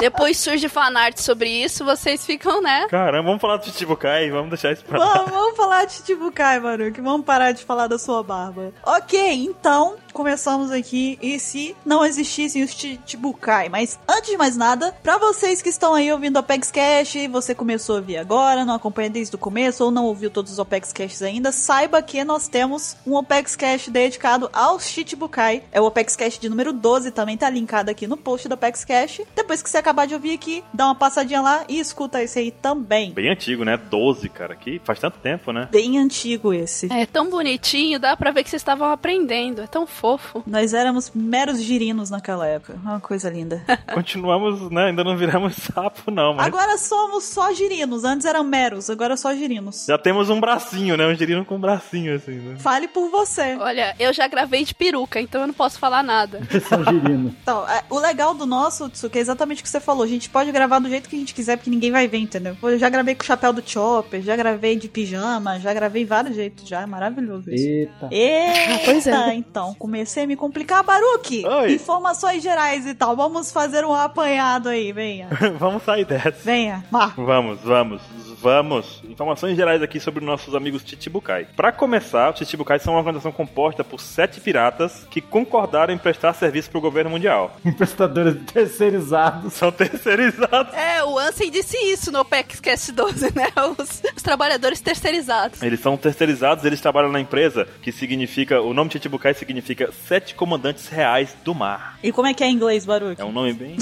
[SPEAKER 2] Depois surge fanart sobre isso, vocês ficam, né?
[SPEAKER 1] Caramba, vamos falar do Chichibukai, vamos deixar isso pra lá.
[SPEAKER 4] Vamos, vamos falar de Chichibukai, Baruque. Vamos parar de falar da sua barba. Ok, então, começamos aqui. E se não existissem os Chichibukai? Mas antes de mais nada, pra vocês que estão aí ouvindo o Apex Cash, e você começou a ouvir agora, não acompanha desde o começo ou não ouviu todos os Opex Caches ainda, saiba que nós temos um Opex Cash dedicado aos Chichibukai. É o Opex Cash de número 12, também tá linkado aqui no post do Apex Cash. Depois que você acabar de ouvir aqui, dá uma passadinha lá e escuta esse aí também.
[SPEAKER 1] Bem antigo, né? 12, cara. Que faz tanto tempo, né?
[SPEAKER 4] Bem antigo esse.
[SPEAKER 2] É tão bonitinho, dá pra ver que vocês estavam aprendendo. É tão fofo.
[SPEAKER 4] Nós éramos meros girinos naquela época. Uma coisa linda.
[SPEAKER 1] Continuamos, né? Ainda não viramos [LAUGHS] sapo, não, [LAUGHS] mas.
[SPEAKER 4] Agora somos só girinos. Antes eram meros, agora só girinos.
[SPEAKER 1] Já temos um bracinho, né? Um girino com um bracinho, assim, né? [LAUGHS]
[SPEAKER 4] Fale por você.
[SPEAKER 2] Olha, eu já gravei de peruca, então eu não posso falar nada.
[SPEAKER 3] É São girino.
[SPEAKER 4] Então, é, o legal do nosso, Tsuki, é exatamente o que você falou. A gente pode gravar do jeito que a gente quiser, porque ninguém vai ver, entendeu? Eu já gravei com o chapéu do Chopper, já gravei de pijama, já gravei vários jeitos já. É maravilhoso isso.
[SPEAKER 3] Eita.
[SPEAKER 4] Eita,
[SPEAKER 2] pois é.
[SPEAKER 4] então, comecei a me complicar, Baruque.
[SPEAKER 1] Oi.
[SPEAKER 4] Informações gerais e tal. Vamos fazer um apanhado aí, venha.
[SPEAKER 1] Vamos sair dessa.
[SPEAKER 4] venha, Marco.
[SPEAKER 1] Vamos, vamos, vamos. Informações gerais aqui sobre nossos amigos Chichibukai. Pra começar, os Chichibukai são uma organização composta por sete piratas que concordaram em prestar serviço pro governo mundial. [LAUGHS]
[SPEAKER 3] Emprestadores terceirizados.
[SPEAKER 1] São terceirizados.
[SPEAKER 2] É, o Ansem disse isso no OPEX Cast 12, né? Os, os trabalhadores terceirizados.
[SPEAKER 1] Eles são terceirizados, eles trabalham na empresa que significa, o nome Chichibukai significa Sete Comandantes Reais do Mar.
[SPEAKER 4] E como é que é em inglês, Baruque?
[SPEAKER 1] É um nome bem.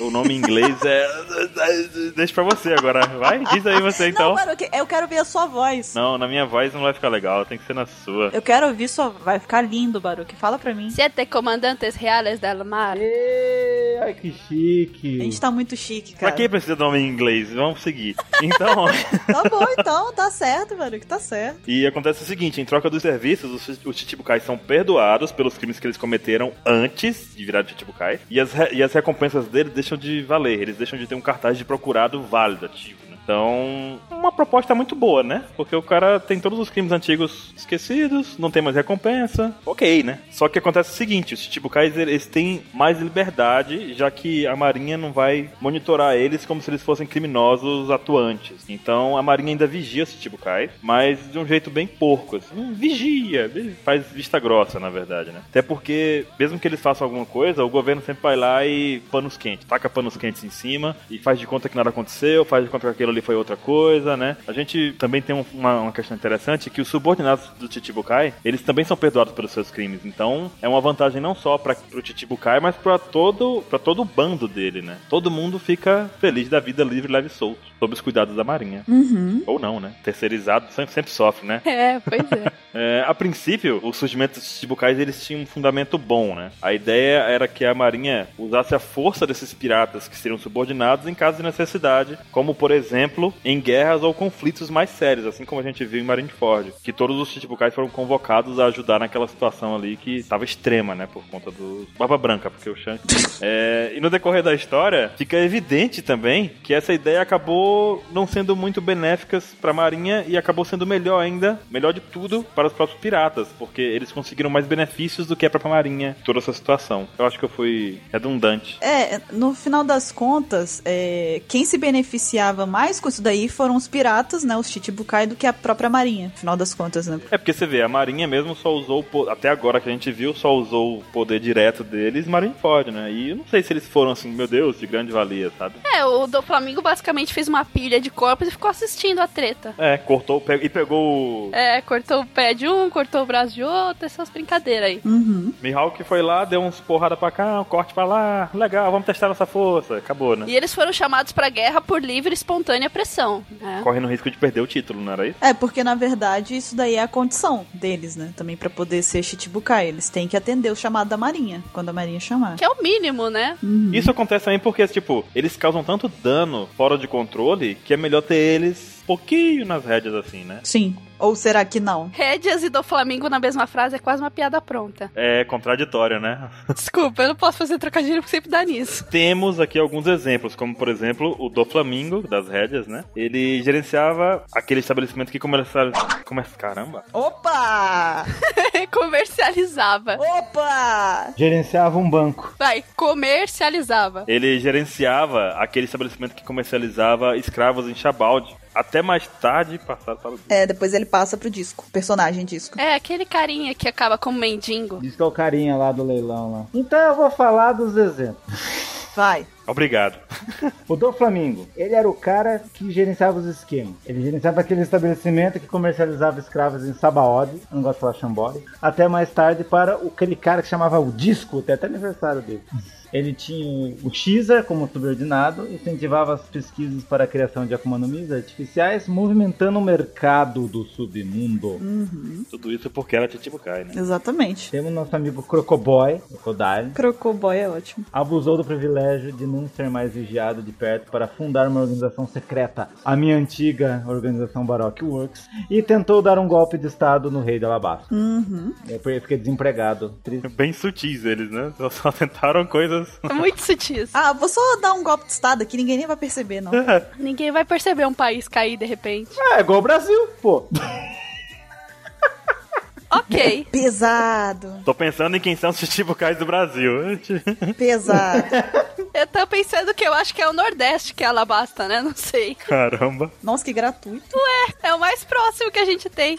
[SPEAKER 1] o nome em inglês é. [LAUGHS] Deixa pra você agora. Vai, diz aí você então.
[SPEAKER 4] Não, Baruque, eu quero ouvir a sua voz.
[SPEAKER 1] Não, na minha voz não vai ficar legal, tem que ser na sua.
[SPEAKER 4] Eu quero ouvir sua... Vai ficar lindo, Baruque. Fala pra mim.
[SPEAKER 2] Sete é comandantes reales del mar.
[SPEAKER 3] Ê, Ai, que chique.
[SPEAKER 4] A gente tá muito chique,
[SPEAKER 1] Pra
[SPEAKER 4] cara.
[SPEAKER 1] que precisa do nome em inglês? Vamos seguir. Então,
[SPEAKER 4] Tá bom, então. Tá certo, Baruque. Tá certo.
[SPEAKER 1] e acontece o seguinte: em troca dos serviços, os, os Chichibukais são perdoados pelos crimes que eles cometeram antes de virar Chichibukai. E as, re- e as recompensas deles deixam de valer, eles deixam de ter um cartaz de procurado válido, ativo. né? Então, uma proposta muito boa, né? Porque o cara tem todos os crimes antigos esquecidos, não tem mais recompensa. Ok, né? Só que acontece o seguinte, os Chichibukais eles têm mais liberdade, já que a Marinha não vai monitorar eles como se eles fossem criminosos atuantes. Então, a Marinha ainda vigia os Chichibukais, tipo, mas de um jeito bem porco, assim. Hum, Vigia, faz vista grossa, na verdade, né? Até porque, mesmo que eles façam alguma coisa, o governo sempre vai lá e panos quentes, taca panos quentes em cima e faz de conta que nada aconteceu, faz de conta que aquilo ali foi outra coisa, né? A gente também tem um- uma, uma questão interessante que os subordinados do Chichibukai, eles também são perdoados pelos seus crimes. Então, é uma vantagem não só para pro Chichibukai, mas para todo para todo o bando dele, né? Todo mundo fica feliz da vida livre, leve e solto, sob os cuidados da Marinha.
[SPEAKER 4] Uhum.
[SPEAKER 1] Ou não, né? Terceirizado sempre, sempre sofre, né?
[SPEAKER 2] É, pois é.
[SPEAKER 1] É, a princípio, o surgimento dos Chichibukais eles tinham um fundamento bom, né? A ideia era que a marinha usasse a força desses piratas que seriam subordinados em caso de necessidade, como por exemplo em guerras ou conflitos mais sérios, assim como a gente viu em Marineford, que todos os Chichibukais foram convocados a ajudar naquela situação ali que estava extrema, né? Por conta do Barba Branca, porque o Shanks é, e no decorrer da história, fica evidente também que essa ideia acabou não sendo muito benéficas para a Marinha e acabou sendo melhor ainda, melhor de tudo, para os próprios piratas, porque eles conseguiram mais benefícios do que a própria Marinha, toda essa situação. Eu acho que eu fui redundante.
[SPEAKER 4] É, no final das contas, é, quem se beneficiava mais com isso daí foram os piratas, né? Os Chichibukai do que a própria marinha. No final das contas, né?
[SPEAKER 1] É porque você vê, a Marinha mesmo só usou, o po- até agora que a gente viu, só usou o poder direto deles Marineford, né? E eu não sei se eles foram assim, meu Deus, de grande valia, sabe?
[SPEAKER 2] [LAUGHS] É, o do Flamengo basicamente fez uma pilha de corpos e ficou assistindo a treta.
[SPEAKER 1] É, cortou pe- e pegou o
[SPEAKER 2] É, cortou o pé de um, cortou o braço de outro, essas brincadeiras aí.
[SPEAKER 4] Uhum.
[SPEAKER 1] Mihawk foi lá, deu uns porrada pra cá, um corte pra lá, legal, vamos testar nossa força. Acabou, né?
[SPEAKER 2] E eles foram chamados pra guerra por livre e espontânea pressão, né?
[SPEAKER 1] Correndo risco de perder o título, não era isso?
[SPEAKER 4] É, porque na verdade isso daí é a condição deles, né? Também pra poder ser Chichibukai. Eles têm que atender o chamado da marinha, quando a marinha chamar.
[SPEAKER 2] Que é o mínimo, né?
[SPEAKER 1] Isso acontece também porque, tipo, eles causam tanto dano fora de controle que é melhor ter eles pouquinho nas rédeas, assim, né?
[SPEAKER 4] Sim. Ou será que não?
[SPEAKER 2] Rédeas e do Flamengo na mesma frase é quase uma piada pronta.
[SPEAKER 1] É contraditório, né?
[SPEAKER 2] Desculpa, eu não posso fazer trocadilho porque sempre dá nisso.
[SPEAKER 1] Temos aqui alguns exemplos, como por exemplo o do Flamingo, das rédeas, né? Ele gerenciava aquele estabelecimento que começaram. Come... Caramba!
[SPEAKER 4] Opa!
[SPEAKER 2] [LAUGHS] Comercializava.
[SPEAKER 4] Opa!
[SPEAKER 3] Gerenciava um banco.
[SPEAKER 2] Vai, comercializava.
[SPEAKER 1] Ele gerenciava aquele estabelecimento que comercializava escravos em Chabalde. Até mais tarde passaram para o
[SPEAKER 4] É, depois ele passa pro disco, personagem disco.
[SPEAKER 2] É, aquele carinha que acaba como mendigo.
[SPEAKER 3] Diz que é o carinha lá do leilão lá. Então eu vou falar dos exemplos.
[SPEAKER 4] Vai.
[SPEAKER 1] Obrigado.
[SPEAKER 3] O do Flamingo, ele era o cara que gerenciava os esquemas. Ele gerenciava aquele estabelecimento que comercializava escravos em Sabaody, eu não gosto de falar Chambori, até mais tarde para o- aquele cara que chamava o Disco, tem até aniversário dele. Ele tinha o Xer como subordinado, incentivava as pesquisas para a criação de Akuma no Mis artificiais, movimentando o mercado do submundo.
[SPEAKER 4] Uhum.
[SPEAKER 1] Tudo isso porque era Chichibukai, né?
[SPEAKER 4] Exatamente.
[SPEAKER 3] Temos nosso amigo Crocoboy, o Kodai,
[SPEAKER 4] Crocoboy é ótimo.
[SPEAKER 3] abusou do privilégio de não ser mais vigiado de perto para fundar uma organização secreta, a minha antiga organização Baroque Works, e tentou dar um golpe de estado no rei de Alabasta.
[SPEAKER 4] Uhum.
[SPEAKER 3] Depois eu fiquei desempregado, triste.
[SPEAKER 1] Bem sutis eles, né? Só- Só tentaram coisas.
[SPEAKER 2] É [LAUGHS] muito sutis.
[SPEAKER 4] Ah, vou só dar um golpe de estado aqui, ninguém nem vai perceber, [LAUGHS] não.
[SPEAKER 2] Ninguém vai perceber um país cair de repente.
[SPEAKER 3] É, igual o Brasil, pô.
[SPEAKER 2] Ok.
[SPEAKER 4] Pesado,
[SPEAKER 1] Tô pensando em quem são os Chichibukais do Brasil. [LAUGHS]
[SPEAKER 4] pesado.
[SPEAKER 2] Eu tô pensando que eu acho que é o Nordeste que é Alabasta, né? Não sei.
[SPEAKER 1] Caramba.
[SPEAKER 4] Nossa, que gratuito.
[SPEAKER 2] É o mais próximo que a gente tem.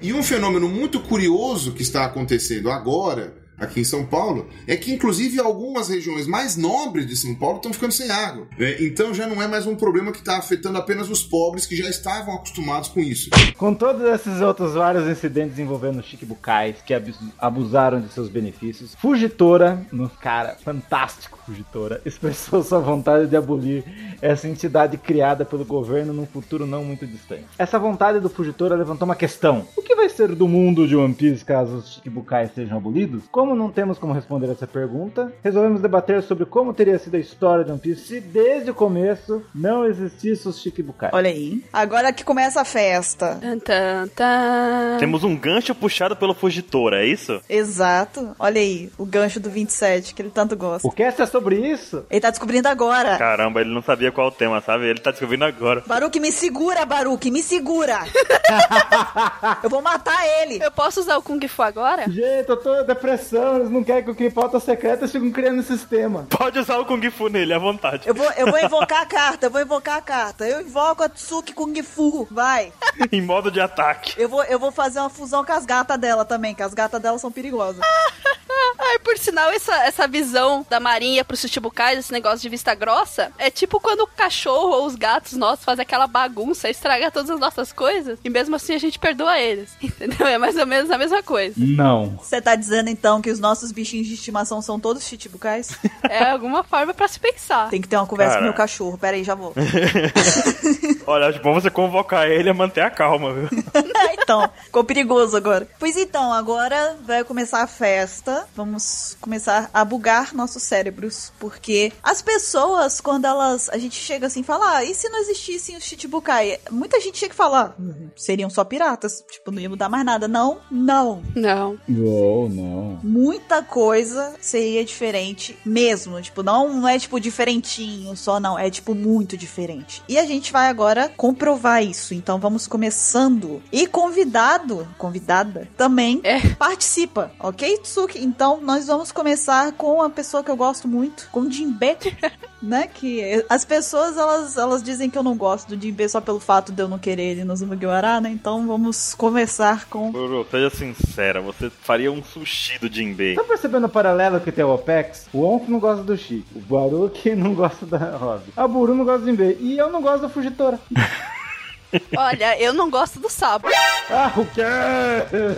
[SPEAKER 7] E um fenômeno muito curioso que está acontecendo agora, aqui em São Paulo, é que inclusive algumas regiões mais nobres de São Paulo estão ficando sem água. É, então já não é mais um problema que está afetando apenas os pobres que já estavam acostumados com isso.
[SPEAKER 3] Com todos esses outros vários incidentes envolvendo chiquibucais que abus- abusaram de seus benefícios, Fugitora, um cara fantástico Fugitora, [LAUGHS] expressou sua vontade de abolir essa entidade criada pelo governo num futuro não muito distante. Essa vontade do Fugitora levantou uma questão. O que vai ser do mundo de One Piece caso os chiquibucais sejam abolidos? Como não temos como responder essa pergunta, resolvemos debater sobre como teria sido a história de One Piece se desde o começo não existisse os chiquibucais.
[SPEAKER 4] Olha aí. Agora que começa a festa.
[SPEAKER 2] Tan, tan, tan.
[SPEAKER 1] Temos um gancho puxado pelo Fugitora, é isso?
[SPEAKER 4] Exato. Olha aí, o gancho do 27, que ele tanto gosta.
[SPEAKER 3] O cast é sobre isso?
[SPEAKER 4] Ele tá descobrindo agora.
[SPEAKER 1] Caramba, ele não sabia qual o tema, sabe? Ele tá descobrindo agora.
[SPEAKER 4] Baruque, me segura, Baruque, me [LAUGHS] segura. Eu vou matar ele.
[SPEAKER 2] Eu posso usar o Kung Fu agora?
[SPEAKER 3] Gente, eu tô em depressão, eles não querem que eu crie pauta secreta, eles ficam criando esse sistema.
[SPEAKER 1] [LAUGHS] Pode usar o Kung Fu nele, à vontade.
[SPEAKER 4] Eu vou, eu vou invocar a carta, eu vou invocar a carta. Eu invoco a Tsuki Kung Fu, vai.
[SPEAKER 1] [LAUGHS] em modo de ataque.
[SPEAKER 4] Eu vou, eu vou fazer uma fusão com as gatas dela também, que as gatas dela são perigosas.
[SPEAKER 2] Ai, por sinal, essa, essa visão da marinha pros chichibucais, esse negócio de vista grossa, é tipo quando o cachorro ou os gatos nossos fazem aquela bagunça, estraga todas as nossas coisas, e mesmo assim a gente perdoa eles, [LAUGHS] entendeu? É mais ou menos a mesma coisa.
[SPEAKER 3] Não.
[SPEAKER 4] Você tá dizendo então que os nossos bichinhos de estimação são todos chichibucais?
[SPEAKER 2] É alguma forma pra se pensar.
[SPEAKER 4] Tem que ter uma conversa
[SPEAKER 1] Cara.
[SPEAKER 4] com meu cachorro. Pera aí, já vou. [LAUGHS]
[SPEAKER 1] Olha, acho bom você convocar ele a manter a calma,
[SPEAKER 3] [LAUGHS]
[SPEAKER 1] viu?
[SPEAKER 4] então, ficou perigoso agora. Pois então, agora vai começar a festa. Vamos começar a bugar nossos cérebros. Porque as pessoas, quando elas. A gente chega assim e fala: ah, e se não existissem os Chichibukai? Muita gente chega e fala: "Hum, seriam só piratas. Tipo, não ia mudar mais nada. Não, não.
[SPEAKER 2] Não.
[SPEAKER 3] Uou, não.
[SPEAKER 4] Muita coisa seria diferente mesmo. Tipo, não, não é tipo diferentinho só, não. É tipo muito diferente. E a gente vai agora comprovar isso. Então vamos começando. E convidado, convidada, também
[SPEAKER 2] É.
[SPEAKER 4] participa, ok, Tsuki? Então nós vamos começar com uma pessoa que eu gosto muito, com o Jinbe. né? Que as pessoas elas, elas dizem que eu não gosto do Jinbe só pelo fato de eu não querer ele nos Mugiwara, né? Então vamos começar com.
[SPEAKER 1] Bururu, seja sincera, você faria um sushi do
[SPEAKER 3] [LAUGHS]
[SPEAKER 1] Jinbei.
[SPEAKER 3] Tá percebendo o paralelo que tem o Opex? O Onk não gosta do Chi, o Baruki não gosta da Rob, a Buru não gosta do Jinbei, e eu não gosto da Fugitora.
[SPEAKER 2] Olha, eu não gosto do sapo.
[SPEAKER 3] Ah, o quê?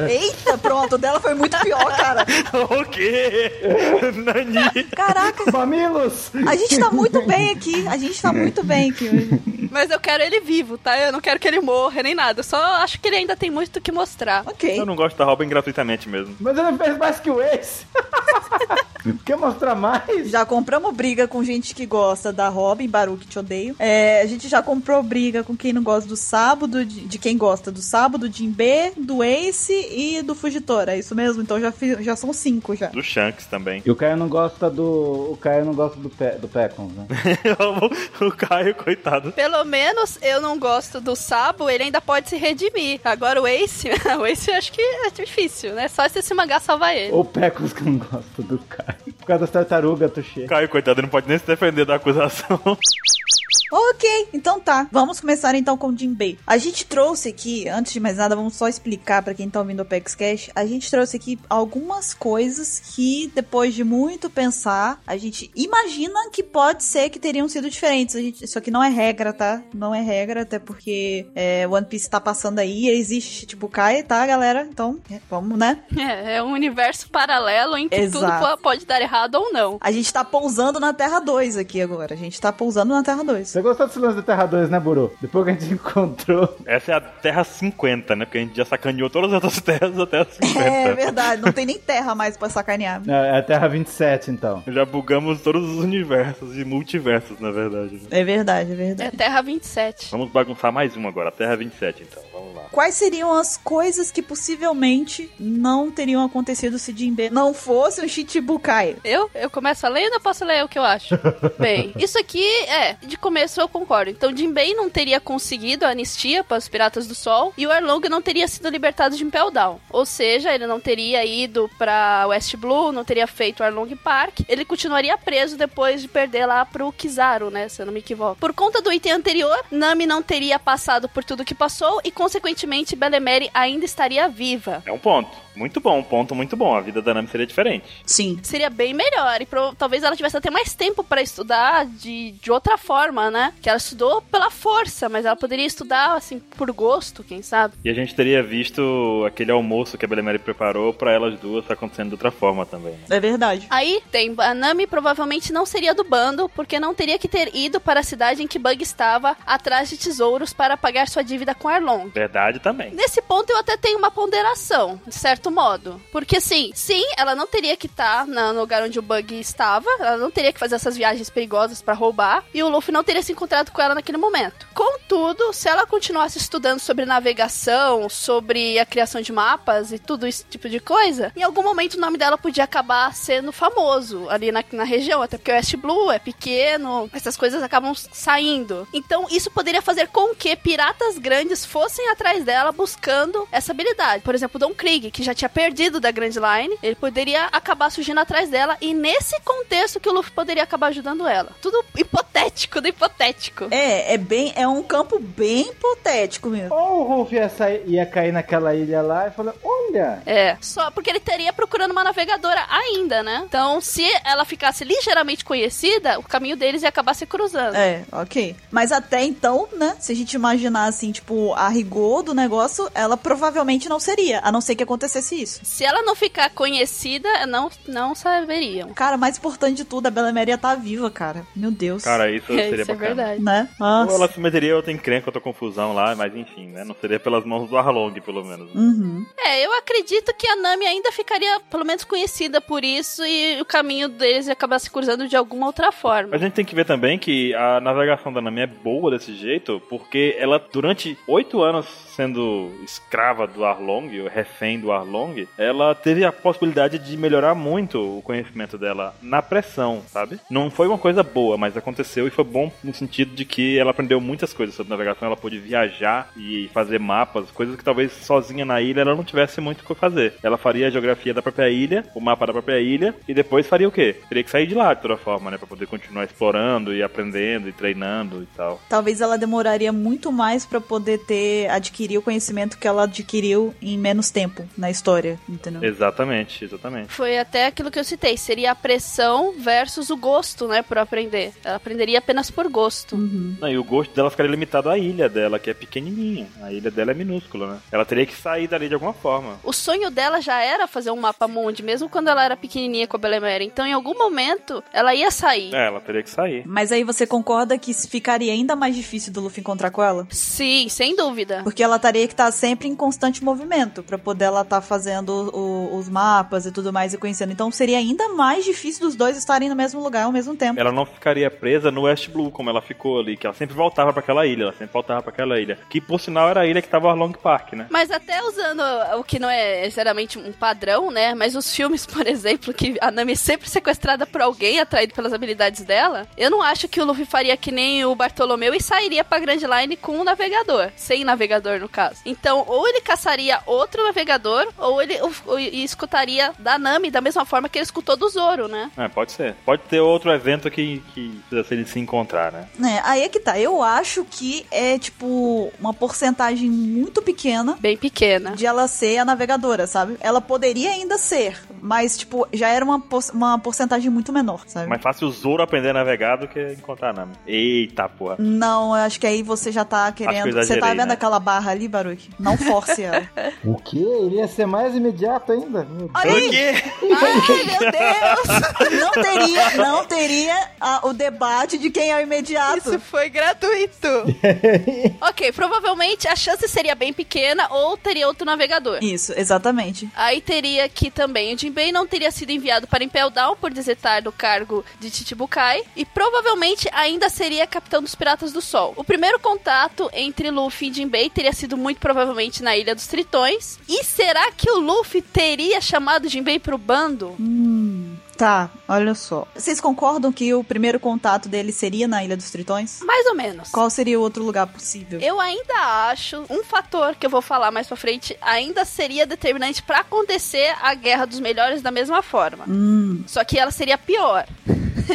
[SPEAKER 4] Eita, pronto, o dela foi muito pior, cara.
[SPEAKER 1] o quê? [LAUGHS] Nani!
[SPEAKER 4] Caraca,
[SPEAKER 3] Mamilos!
[SPEAKER 4] a gente tá muito bem aqui. A gente tá muito bem aqui hoje.
[SPEAKER 2] Mas eu quero ele vivo, tá? Eu não quero que ele morra nem nada. Eu só acho que ele ainda tem muito o que mostrar.
[SPEAKER 4] Ok.
[SPEAKER 1] Eu não gosto da Robin gratuitamente mesmo.
[SPEAKER 3] Mas ele fez mais que o [LAUGHS] Ace. Quer mostrar mais?
[SPEAKER 4] Já compramos briga com gente que gosta da Robin, Baruque, te odeio. É, a gente já comprou briga com quem não gosta do sábado, de, de quem gosta do sábado, de B, do Ace e do Fugitora. É isso mesmo? Então já, fi- já são cinco já.
[SPEAKER 1] Do Shanks também. [LAUGHS]
[SPEAKER 3] E o Caio não gosta do... o Caio não gosta do, Pe... do Pecons, né?
[SPEAKER 1] Eu amo o Caio, coitado.
[SPEAKER 2] Pelo menos eu não gosto do Sabo, ele ainda pode se redimir. Agora o Ace, [LAUGHS] o Ace eu acho que é difícil, né? Só se esse mangá salvar ele.
[SPEAKER 3] Ou Pecons que não gosta do Caio. Por causa das tartarugas, Tuxê.
[SPEAKER 1] Caio, coitado, ele não pode nem se defender da acusação.
[SPEAKER 4] Ok, então tá. Vamos começar então com o Jinbei. A gente trouxe aqui, antes de mais nada, vamos só explicar pra quem tá ouvindo o Apex Cash. A gente trouxe aqui algumas coisas que, depois de muito pensar, a gente imagina que pode ser que teriam sido diferentes. A gente, isso aqui não é regra, tá? Não é regra, até porque é, One Piece tá passando aí, existe tipo Kai, tá, galera? Então, é, vamos, né?
[SPEAKER 2] [LAUGHS] É, é um universo paralelo em que tudo
[SPEAKER 4] Exato.
[SPEAKER 2] po- pode dar errado ou não.
[SPEAKER 4] A gente tá pousando na Terra 2 aqui agora. A gente tá pousando na Terra 2.
[SPEAKER 3] Você gostou desse lance da Terra 2, né, Buru? Depois que a gente [LAUGHS] encontrou.
[SPEAKER 1] [LAUGHS] Essa é a Terra 50, né? Porque a gente já sacaneou todas as outras terras até a
[SPEAKER 4] É
[SPEAKER 1] 50.
[SPEAKER 4] verdade, não tem nem terra mais pra sacanear.
[SPEAKER 3] Não, É a Terra 27, então.
[SPEAKER 1] [LAUGHS]
[SPEAKER 2] É,
[SPEAKER 1] já bugamos todos os universos e multiversos, na verdade. né?
[SPEAKER 4] É verdade, é
[SPEAKER 2] É
[SPEAKER 4] verdade.
[SPEAKER 2] Terra 27.
[SPEAKER 1] Vamos bagunçar mais um agora, a Terra 27, então. Vamos lá.
[SPEAKER 4] É. Quais seriam as coisas que possivelmente não teriam acontecido se Jinbe não fosse um Shichibukai?
[SPEAKER 2] Eu? Eu começo a ler ou ainda posso ler o que eu acho? Bem, isso aqui é, de começo eu concordo. Então, Jinbei não teria conseguido a anistia para os Piratas do Sol e o Arlong não teria sido libertado de Impel Down. Ou seja, ele não teria ido pra West Blue, não teria feito o Arlong Park. Ele continuaria preso depois de perder lá pro Kizaru, né? Se eu não me equivoco. Por conta do item anterior, Nami não teria passado por tudo que passou e, consequentemente, Belemere ainda estaria viva.
[SPEAKER 1] É um ponto. Muito bom, um ponto muito bom. A vida da Nami seria diferente.
[SPEAKER 4] Sim.
[SPEAKER 2] seria bem melhor. E pro- talvez ela tivesse até mais tempo pra estudar de, de outra forma, né? Que ela estudou pela força, mas ela poderia estudar, assim, por gosto, quem sabe?
[SPEAKER 1] E a gente teria visto aquele almoço que a Belemere preparou pra elas duas acontecendo de outra forma também. né?
[SPEAKER 4] É verdade.
[SPEAKER 2] Aí tem a Nami provavelmente não seria do bando, porque não teria que ter ido para a cidade em que Bug estava atrás de tesouros para pagar sua dívida com Arlong.
[SPEAKER 1] Verdade também.
[SPEAKER 2] Nesse ponto eu até tenho uma ponderação, de certo modo. Porque assim, sim, ela não teria que estar no lugar onde o Bug estava, ela não teria que fazer essas viagens perigosas pra roubar, e o Luffy não teria se encontrado com ela naquele momento. Contudo, se ela continuasse estudando sobre navegação, sobre a criação de mapas e tudo esse tipo de coisa, em algum momento o nome dela podia acabar sendo famoso ali na, na região, até porque o West Blue é pequeno, essas coisas acabam saindo. Então isso poderia fazer com que piratas grandes fossem atrás dela buscando essa habilidade. Por exemplo, Don Krieg, que já tinha perdido da Grand Line, ele poderia acabar surgindo atrás dela e nesse contexto que o Luffy poderia acabar ajudando ela. Tudo hipotético do hipotético.
[SPEAKER 4] É, é bem, é um campo bem hipotético mesmo.
[SPEAKER 3] Ou o Ruff ia, sair- ia cair naquela ilha lá e falar: Olha,
[SPEAKER 2] É, só porque ele teria procurando uma navegadora ainda, né? Então, se ela ficasse ligeiramente conhecida, o caminho deles ia acabar se cruzando.
[SPEAKER 4] É, ok. Mas até então, né? Se a gente imaginar assim, tipo, a rigor do negócio, ela provavelmente não seria, a não ser que acontecesse isso.
[SPEAKER 2] Se ela não ficar conhecida, não, não saberiam.
[SPEAKER 4] Cara, mais importante de tudo, a Bela Maria tá viva, cara. Meu Deus.
[SPEAKER 1] Cara, isso
[SPEAKER 2] É,
[SPEAKER 1] seria
[SPEAKER 2] [LAUGHS] Isso é
[SPEAKER 1] bacana.
[SPEAKER 2] verdade.
[SPEAKER 4] né?
[SPEAKER 1] Ou
[SPEAKER 4] Nossa.
[SPEAKER 1] ela se meteria em outra encrenca, outra confusão lá, mas enfim, né? Não seria pelas mãos do Arlong, pelo menos.
[SPEAKER 4] Uhum.
[SPEAKER 2] É, eu acredito que a Nami ainda ficaria, pelo menos, conhecida por isso e o caminho deles ia acabar se cruzando de alguma outra forma.
[SPEAKER 1] A gente tem que ver também que a navegação da Nami é boa desse jeito, porque ela, durante oito anos sendo escrava do Arlong, ou refém do Arlong, ela teve a possibilidade de melhorar muito o conhecimento dela na pressão, sabe? Não foi uma coisa boa, mas aconteceu e foi bom no sentido de que ela aprendeu muitas coisas sobre navegação, ela pôde viajar e fazer mapas, coisas que talvez sozinha na ilha ela não tivesse muito o que fazer. Ela faria a geografia da própria ilha, o mapa da própria ilha, e depois faria o quê? Teria que sair de lá de toda forma, né? Pra poder continuar explorando e aprendendo e treinando e tal.
[SPEAKER 4] Talvez ela demoraria muito mais pra poder ter adquirir o conhecimento que ela adquiriu em menos tempo na história, entendeu?
[SPEAKER 1] Exatamente, exatamente.
[SPEAKER 2] Foi até aquilo que eu citei, seria a pressão versus o gosto, né, por aprender. Ela aprenderia apenas por gosto.
[SPEAKER 1] Não, e o gosto dela ficaria limitado à ilha dela, que é pequenininha. A ilha dela é minúscula, né? Ela teria que sair dali de alguma forma.
[SPEAKER 2] O sonho dela já era fazer um mapa mundi, mesmo quando ela era pequenininha com a Belemere. Então, em algum momento, ela ia sair.
[SPEAKER 1] É, ela teria que sair.
[SPEAKER 4] Mas aí você concorda que isso ficaria ainda mais difícil do Luffy encontrar com ela?
[SPEAKER 2] Sim, sem dúvida.
[SPEAKER 4] Porque ela teria que estar sempre em constante movimento pra poder ela estar fazendo o- os mapas e tudo mais e conhecendo. Então seria ainda mais difícil dos dois estarem no mesmo lugar ao mesmo tempo.
[SPEAKER 1] Ela não ficaria presa no West Blue, como ela ficou ali, que ela sempre voltava pra aquela ilha, ela sempre voltava pra aquela ilha. Que por sinal era a ilha que tava o Long Park, né?
[SPEAKER 2] Mas até usando o que não é necessariamente um padrão, né? Mas os filmes, [LAUGHS] por exemplo, que a Nami é sempre sequestrada por alguém, atraído pelas habilidades dela, eu não acho que o Luffy faria que nem o Bartolomeu e sairia pra Grand um Line com o navegador. Sem navegador, no caso. Então, ou ele caçaria outro navegador, ou ele o- o- e escutaria da Nami da mesma forma que ele escutou do Zoro, né?
[SPEAKER 1] É, pode ser. Pode ter outro evento que, que precisa eles se encontrar, né?
[SPEAKER 4] É, aí é que tá. Eu acho que é, tipo, uma porcentagem muito pequena
[SPEAKER 2] Bem pequena.
[SPEAKER 4] de ela ser a navegadora, sabe? Ela poderia ainda ser, mas, tipo, já era uma, por- uma porcentagem muito menor, sabe?
[SPEAKER 1] É Mais fácil o Zoro aprender a navegar do que encontrar a Nami. Eita porra.
[SPEAKER 4] Não, eu acho que aí você já tá
[SPEAKER 1] Acho que
[SPEAKER 4] querendo.
[SPEAKER 1] eu
[SPEAKER 4] Você tá
[SPEAKER 1] exagerei,
[SPEAKER 4] vendo
[SPEAKER 1] né?
[SPEAKER 4] aquela barra ali, Baruch? Não force ela. [LAUGHS]
[SPEAKER 3] O quê? Ele ia ser mais imediato ainda? Meu
[SPEAKER 4] Olha
[SPEAKER 1] O
[SPEAKER 4] aí!
[SPEAKER 1] quê?
[SPEAKER 4] [LAUGHS] Ai, meu Deus! Não teria, não teria ah, o debate de quem é o
[SPEAKER 2] [LAUGHS]
[SPEAKER 4] imediato.
[SPEAKER 2] Isso foi
[SPEAKER 4] [LAUGHS]
[SPEAKER 2] gratuito. ok, provavelmente a chance seria bem pequena ou teria outro navegador.
[SPEAKER 4] Isso, exatamente.
[SPEAKER 2] Aí teria que também o Jinbei não teria sido enviado para Impel Down por desertar do cargo de Chichibukai e provavelmente ainda seria capitão dos Piratas do Sol. O primeiro contato entre Luffy e Jinbei teria sido muito provavelmente na Ilha dos Tritões. E será que o Luffy teria chamado Jinbei pro bando?
[SPEAKER 4] Hum, tá, olha só. Vocês concordam que o primeiro contato dele seria na Ilha dos Tritões?
[SPEAKER 2] Mais ou menos.
[SPEAKER 4] Qual seria o outro lugar possível?
[SPEAKER 2] Eu ainda acho um fator que eu vou falar mais pra frente ainda seria determinante pra acontecer a guerra dos melhores da mesma forma.
[SPEAKER 4] Hum,
[SPEAKER 2] Só que ela seria pior. [LAUGHS]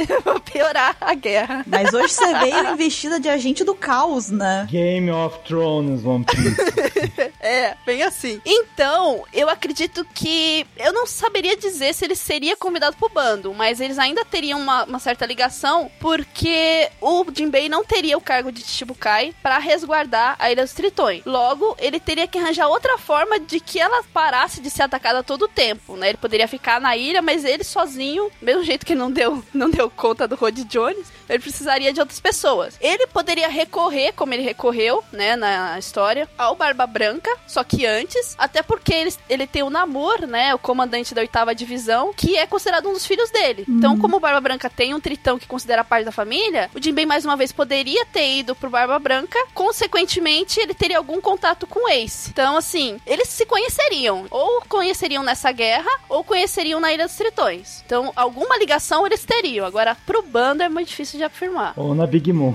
[SPEAKER 2] Eu vou piorar a guerra.
[SPEAKER 4] mas hoje você veio [LAUGHS] investida de agente do caos, né?
[SPEAKER 3] Game of Thrones, One Piece.
[SPEAKER 2] [LAUGHS] É, bem assim. Então, eu acredito que. Eu não saberia dizer se ele seria convidado pro bando, mas eles ainda teriam uma, uma certa ligação, porque o Jinbei não teria o cargo de Chichibukai pra resguardar a Ilha dos Tritões. Logo, ele teria que arranjar outra forma de que ela parasse de ser atacada a todo tempo, né? Ele poderia ficar na ilha, mas ele sozinho, mesmo jeito que ele não deu, não deu conta do Rod Jones, ele precisaria de outras pessoas. Ele poderia recorrer, como ele recorreu, né, na história, ao Barba Branca, só que antes, até porque ele, ele tem o Namor, né, o comandante da oitava divisão, que é considerado um dos filhos dele. Então, como o Barba Branca tem um tritão que considera parte da família, o Jinbei, mais uma vez, poderia ter ido pro Barba Branca, consequentemente, ele teria algum contato com o Ace. Então, assim, eles se conheceriam, ou conheceriam nessa guerra, ou conheceriam na Ilha dos Tritões. Então, alguma ligação eles teriam. Agora, pro bando é muito difícil de afirmar.
[SPEAKER 3] Ou na Big Moon.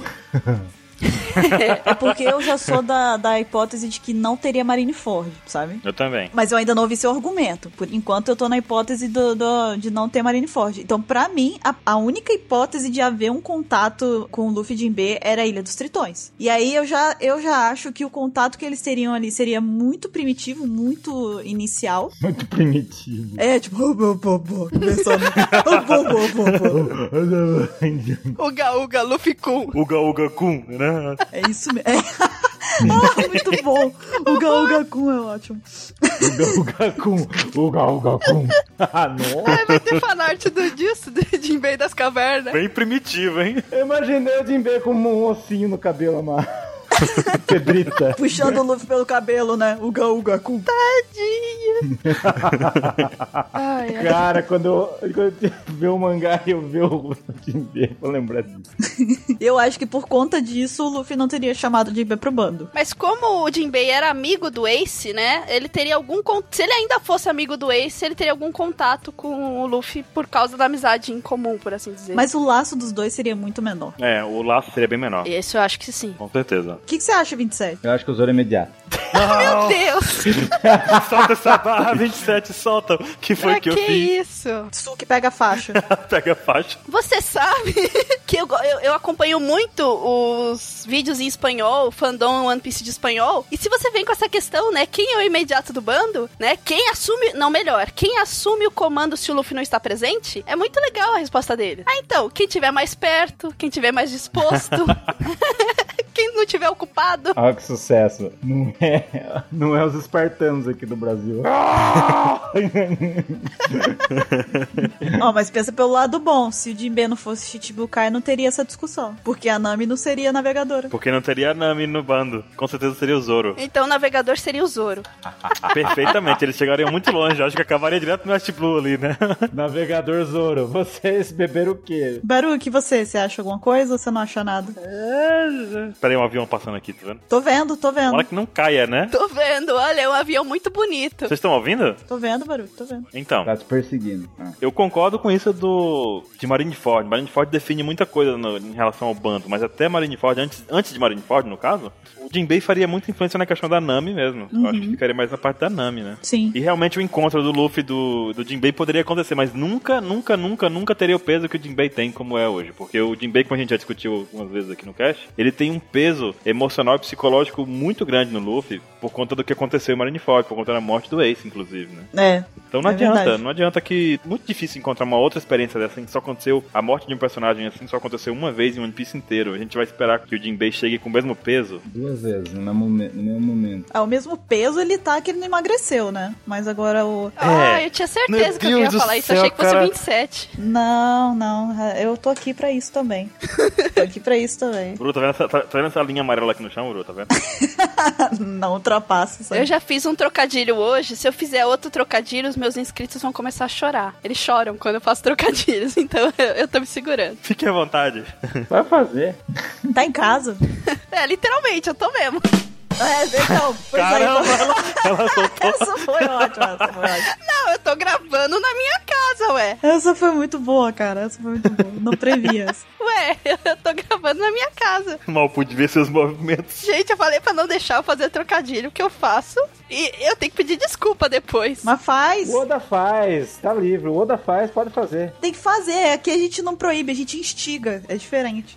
[SPEAKER 4] É porque eu já sou da, da hipótese de que não teria Marineford, sabe?
[SPEAKER 1] Eu também.
[SPEAKER 4] Mas eu ainda não ouvi seu argumento. Por enquanto, eu tô na hipótese do, do- de não ter Marineford. Então, pra mim, a, a única hipótese de haver um contato com o Luffy e Jinbe era a Ilha dos Tritões. E aí, eu já, eu já acho que o contato que eles teriam ali seria muito primitivo, muito inicial.
[SPEAKER 3] Muito primitivo.
[SPEAKER 4] É, tipo... [LAUGHS] "Oh, bo, bo, bo", [LAUGHS] começando. "Oh, bo, bo, bo, bo".
[SPEAKER 2] O Gaúga, Luffy Kun.
[SPEAKER 1] Uga Uga Kun, né?
[SPEAKER 4] É isso mesmo. É. [LAUGHS] Ah, muito bom. O Gaugakun é ótimo.
[SPEAKER 3] Uga Kun. Uga Uga Kun. Ah, nossa.
[SPEAKER 2] vai ter fanart do disso, do [LAUGHS] Jinbei das Cavernas.
[SPEAKER 1] Bem primitivo, hein?
[SPEAKER 3] Eu imaginei o Jinbei com um ossinho no cabelo, mano. Pedrita.
[SPEAKER 4] Puxando o Luffy pelo cabelo, né? O Gaugakun.
[SPEAKER 2] Ai, ai.
[SPEAKER 3] Cara, quando eu, quando eu ver o mangá e eu ver o Jinbei, eu vou lembrar disso.
[SPEAKER 4] Eu acho que por conta disso, o Luffy não teria chamado de Jinbe pro bando.
[SPEAKER 2] Mas como o Jinbei era amigo do Ace, né? Ele teria algum con- se ele ainda fosse amigo do Ace, ele teria algum contato com o Luffy por causa da amizade em comum, por assim dizer.
[SPEAKER 4] Mas o laço dos dois seria muito menor.
[SPEAKER 1] É, o laço seria bem menor.
[SPEAKER 2] Esse eu acho que sim.
[SPEAKER 1] Com certeza.
[SPEAKER 4] O que, que você acha, 27?
[SPEAKER 3] Eu acho que o Zoro é imediato.
[SPEAKER 2] Meu Deus!
[SPEAKER 1] [LAUGHS] solta essa barra 27, solta. Que foi
[SPEAKER 2] Pra
[SPEAKER 1] que eu fiz? [LAUGHS]
[SPEAKER 2] isso?
[SPEAKER 4] Suki pega a faixa.
[SPEAKER 1] Pega a faixa.
[SPEAKER 2] Você sabe [LAUGHS] que eu, go- eu, eu acompanho muito os vídeos em espanhol, o fandom One Piece de espanhol. E se você vem com essa questão, né? Quem é o imediato do bando, né? Quem assume. Não, melhor. Quem assume o comando se o Luffy não está presente? É muito legal a resposta dele. Ah, então. Quem tiver mais perto, quem tiver
[SPEAKER 1] [LAUGHS]
[SPEAKER 2] mais disposto. quem não tiver ocupado.
[SPEAKER 3] Olha que sucesso. Não é, [LAUGHS] não é os espartanos aqui do Brasil.
[SPEAKER 4] Ó, mas pensa pelo lado bom. Se o Jinbe não fosse Shichibukai, não teria essa discussão. Porque a Nami não seria navegadora.
[SPEAKER 1] Porque não teria a Nami no bando. Com certeza seria o Zoro.
[SPEAKER 2] Então o navegador seria o Zoro.
[SPEAKER 1] Perfeitamente, eles chegariam muito longe. Acho que acabaria direto no West Blue ali, né?
[SPEAKER 3] [LAUGHS] Navegador Zoro, vocês beberam o quê?
[SPEAKER 4] Baruque, e você? Você acha alguma coisa ou você não acha nada?
[SPEAKER 1] Peraí, um avião passando aqui, tá vendo?
[SPEAKER 4] Tô vendo, tô vendo.
[SPEAKER 1] Hora que não caia, né?
[SPEAKER 2] Tô vendo, olha, é um avião muito bonito.
[SPEAKER 1] Vocês estão ouvindo?
[SPEAKER 4] Tô vendo, vendo, Baru? Tô vendo.
[SPEAKER 1] Então,
[SPEAKER 3] Tá te perseguindo. Ah.
[SPEAKER 1] eu concordo com isso do de Marineford. Marineford define muita coisa no- em relação ao bando, mas até Marineford, antes, antes de Marineford, no caso, o Jinbei faria muita influência na questão da Nami mesmo. Eu acho que ficaria mais na parte da Nami, né?
[SPEAKER 4] Sim.
[SPEAKER 1] E realmente o encontro do Luffy e do, do Jinbei poderia acontecer, mas nunca, nunca, nunca, nunca teria o peso que o Jinbei tem como é hoje. Porque o Jinbei, como a gente já discutiu algumas vezes aqui no cast, ele tem um peso emocional e psicológico muito grande no Luffy por conta do que aconteceu em Marineford, por conta da morte do Ace, inclusive, né?
[SPEAKER 4] É.
[SPEAKER 1] Então não
[SPEAKER 4] É
[SPEAKER 1] adianta,
[SPEAKER 4] verdade.
[SPEAKER 1] não adianta que... Muito difícil encontrar uma outra experiência dessa em que só aconteceu... A morte de um personagem assim só aconteceu uma vez em One Piece inteiro. A gente vai esperar que o Jinbei chegue com o mesmo peso.
[SPEAKER 3] Duas vezes, no mesmo, me- no mesmo momento.
[SPEAKER 4] Ao mesmo peso ele tá que ele não emagreceu, né? Mas agora o.
[SPEAKER 2] Ah, eu tinha certeza
[SPEAKER 1] É. Meu
[SPEAKER 2] que alguém ia
[SPEAKER 1] Deus do
[SPEAKER 2] falar isso.
[SPEAKER 1] céu,
[SPEAKER 2] Achei que fosse
[SPEAKER 1] cara.
[SPEAKER 2] 27.
[SPEAKER 4] Não, não. Eu tô aqui pra isso também. tô aqui pra isso também. [LAUGHS]
[SPEAKER 1] Bru, tá vendo essa, tá- tá vendo essa linha amarela aqui no chão, Bru? Tá vendo? [LAUGHS]
[SPEAKER 4] não ultrapassa isso. aí.
[SPEAKER 2] Eu já fiz um trocadilho hoje. Se eu fizer outro trocadilho, os meus inscritos vão começar a chorar. Eles choram quando eu faço trocadilhos, [LAUGHS] então eu, eu tô me segurando.
[SPEAKER 1] Fique à vontade.
[SPEAKER 3] Vai fazer.
[SPEAKER 4] Tá em casa?
[SPEAKER 2] É, literalmente, eu tô mesmo.
[SPEAKER 4] É, então, pois
[SPEAKER 1] Caramba,
[SPEAKER 4] aí.
[SPEAKER 1] ela, ela soltou.
[SPEAKER 4] [LAUGHS] Essa foi ótima, essa foi ótima.
[SPEAKER 2] Não, eu tô gravando na minha casa, ué.
[SPEAKER 4] Essa foi muito boa, cara. Essa foi muito boa. Não previ essa.
[SPEAKER 2] Ué, [LAUGHS] eu tô gravando na minha casa.
[SPEAKER 1] Mal pude ver seus movimentos.
[SPEAKER 2] Gente, eu falei pra não deixar eu fazer trocadilho que eu faço e eu tenho que pedir desculpa depois.
[SPEAKER 4] Mas faz.
[SPEAKER 3] O Oda faz, tá livre. O Oda faz, pode fazer.
[SPEAKER 4] Tem que fazer. Aqui a gente não proíbe, a gente instiga. É diferente.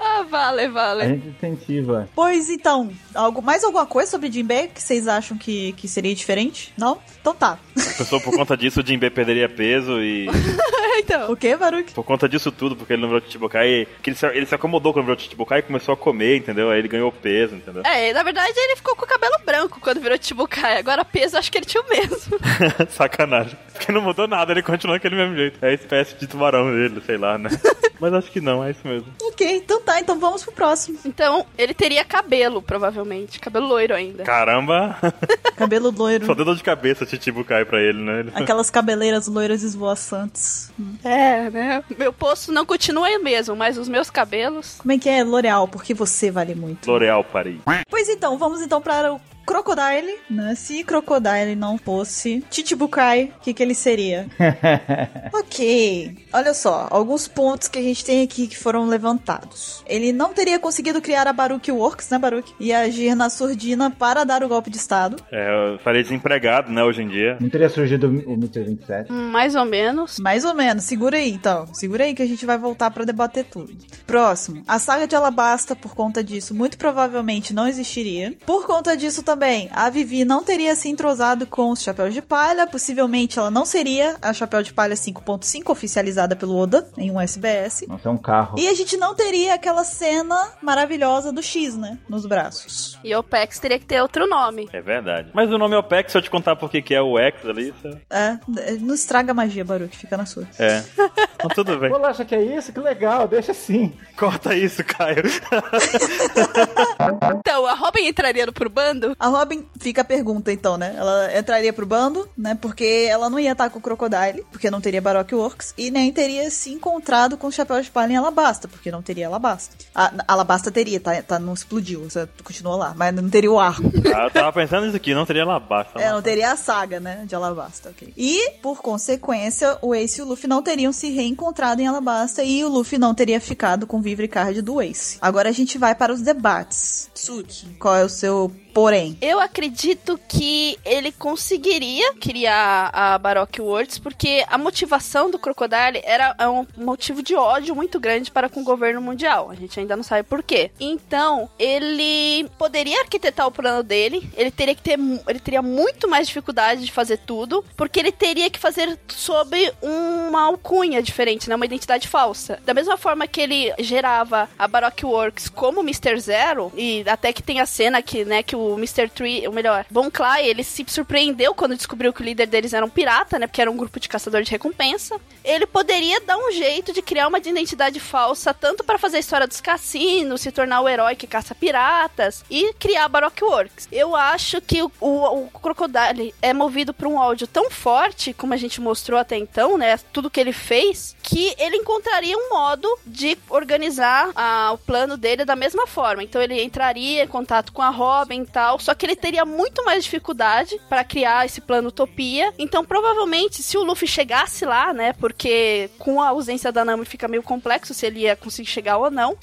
[SPEAKER 2] Ah, vale,
[SPEAKER 3] A
[SPEAKER 2] vale.
[SPEAKER 3] gente incentiva.
[SPEAKER 4] Pois então, algo, mais alguma coisa sobre Jinbei que vocês acham que, que seria diferente? Não? Então tá.
[SPEAKER 1] A pessoa, por conta disso, o Jinbei perderia peso e...
[SPEAKER 2] [LAUGHS] Então,
[SPEAKER 4] O que, Baruque?
[SPEAKER 1] Por conta disso tudo, porque ele não virou Chichibukai... Que ele, se, ele se acomodou quando virou Chichibukai e começou a comer, entendeu? Aí ele ganhou peso, [LAUGHS] entendeu?
[SPEAKER 2] é, na verdade ele ficou com o cabelo branco quando virou Tibucai. Agora peso, acho que ele tinha o mesmo. [LAUGHS]
[SPEAKER 1] Sacanagem. Porque não mudou nada, ele continua daquele mesmo jeito. É a espécie de tubarão dele, sei lá, [LAUGHS] né? Mas acho que não, é isso mesmo.
[SPEAKER 4] Ok, então tá. Então vamos pro próximo.
[SPEAKER 2] Então, ele teria cabelo, provavelmente. Cabelo loiro ainda.
[SPEAKER 1] Caramba! [LAUGHS]
[SPEAKER 4] Cabelo loiro.
[SPEAKER 1] Só deu dor de cabeça Chichibukai pra ele, né? Ele...
[SPEAKER 4] Aquelas cabeleiras loiras esvoaçantes. Hum.
[SPEAKER 2] É, né? Meu posto não continua o mesmo, mas os meus cabelos.
[SPEAKER 4] Como é que é? L'Oreal, porque você vale muito.
[SPEAKER 1] L'Oreal Paris.
[SPEAKER 4] Pois então, vamos então para o Crocodile. Né? Se Crocodile não fosse Chichibukai, o que, que ele seria? ok. Olha só, alguns pontos que a gente tem aqui que foram levantados. Ele não teria conseguido criar a Baruch Works, né, Baruch? E agir na surdina para dar o golpe de estado.
[SPEAKER 1] É, eu estaria desempregado, né, hoje em dia.
[SPEAKER 3] Não teria surgido o Mr. 27.
[SPEAKER 2] Hum, Mais ou menos.
[SPEAKER 4] Mais ou menos, segura aí então. Segura aí que a gente vai voltar pra debater tudo. Próximo. A saga de Alabasta, por conta disso, muito provavelmente não existiria. Por conta disso também, a Vivi não teria se entrosado com os chapéus de palha. Possivelmente ela não seria a chapéu de palha 5.5 oficializada pelo Oda em um SBS.
[SPEAKER 3] Nossa, é um carro.
[SPEAKER 4] E a gente não teria aquela cena maravilhosa do X, né? Nos braços.
[SPEAKER 2] E o Pex teria que ter outro nome.
[SPEAKER 1] É verdade. Mas o nome é OPEX, se eu te contar por que que é o X ali, você-
[SPEAKER 4] É, não estraga a magia, Baruch, fica na sua.
[SPEAKER 1] É. Então tudo bem.
[SPEAKER 3] Bolacha, que é isso? Que legal, deixa assim.
[SPEAKER 1] Corta isso, Caio.
[SPEAKER 2] Então, a Robin entraria no pro bando?
[SPEAKER 4] A Robin fica a pergunta, então, né? Ela entraria pro bando, né? Porque ela não ia estar com o Crocodile, porque não teria Baroque Works, e nem teria se encontrado com o Chapéu de Palha em Alabasta, porque não teria Alabasta. A, Alabasta teria, tá, tá? Não explodiu, você continua lá, mas não teria o arco.
[SPEAKER 1] [LAUGHS] Ah, eu tava pensando nisso aqui, não teria labaça.
[SPEAKER 4] É, não teria a saga, né? De Alabasta, ok. E, por consequência, o Ace e o Luffy não teriam se reencontrado em Alabasta e o Luffy não teria ficado com o Vivre Card do Ace. Agora a gente vai para os debates. Tsuki, qual é o seu porém?
[SPEAKER 2] Eu acredito que ele conseguiria criar a Baroque Words, porque a motivação do Crocodile era é um motivo de ódio muito grande para com o governo mundial. A gente ainda não sabe por quê. Então, ele poderia arquitetar o plano dele, ele teria que ter mu- ele teria muito mais dificuldade de fazer tudo, porque ele teria que fazer sobre uma alcunha diferente, né, uma identidade falsa. Da mesma forma que ele gerava a Baroque Works como Mr. Zero, e até que tem a cena que, né, que o Mr. Tree, ou melhor, Von Clay, ele se surpreendeu quando descobriu que o líder deles era um pirata, né, porque era um grupo de caçadores de recompensa. Ele poderia dar um jeito de criar uma identidade falsa, tanto para fazer a história dos cassinos, se tornar o herói que caça piratas e criar a Baroque Works. Eu acho que o, o, o Crocodile é movido por um ódio tão forte, como a gente mostrou até então, né? Tudo que ele fez, que ele encontraria um modo de organizar ah, o plano dele da mesma forma. Então ele entraria, contato com a Robin e tal, só que ele teria muito mais dificuldade para criar esse plano utopia. Então, provavelmente, se o Luffy chegasse lá, né, porque com a ausência da Nami fica meio complexo se ele ia conseguir chegar ou não.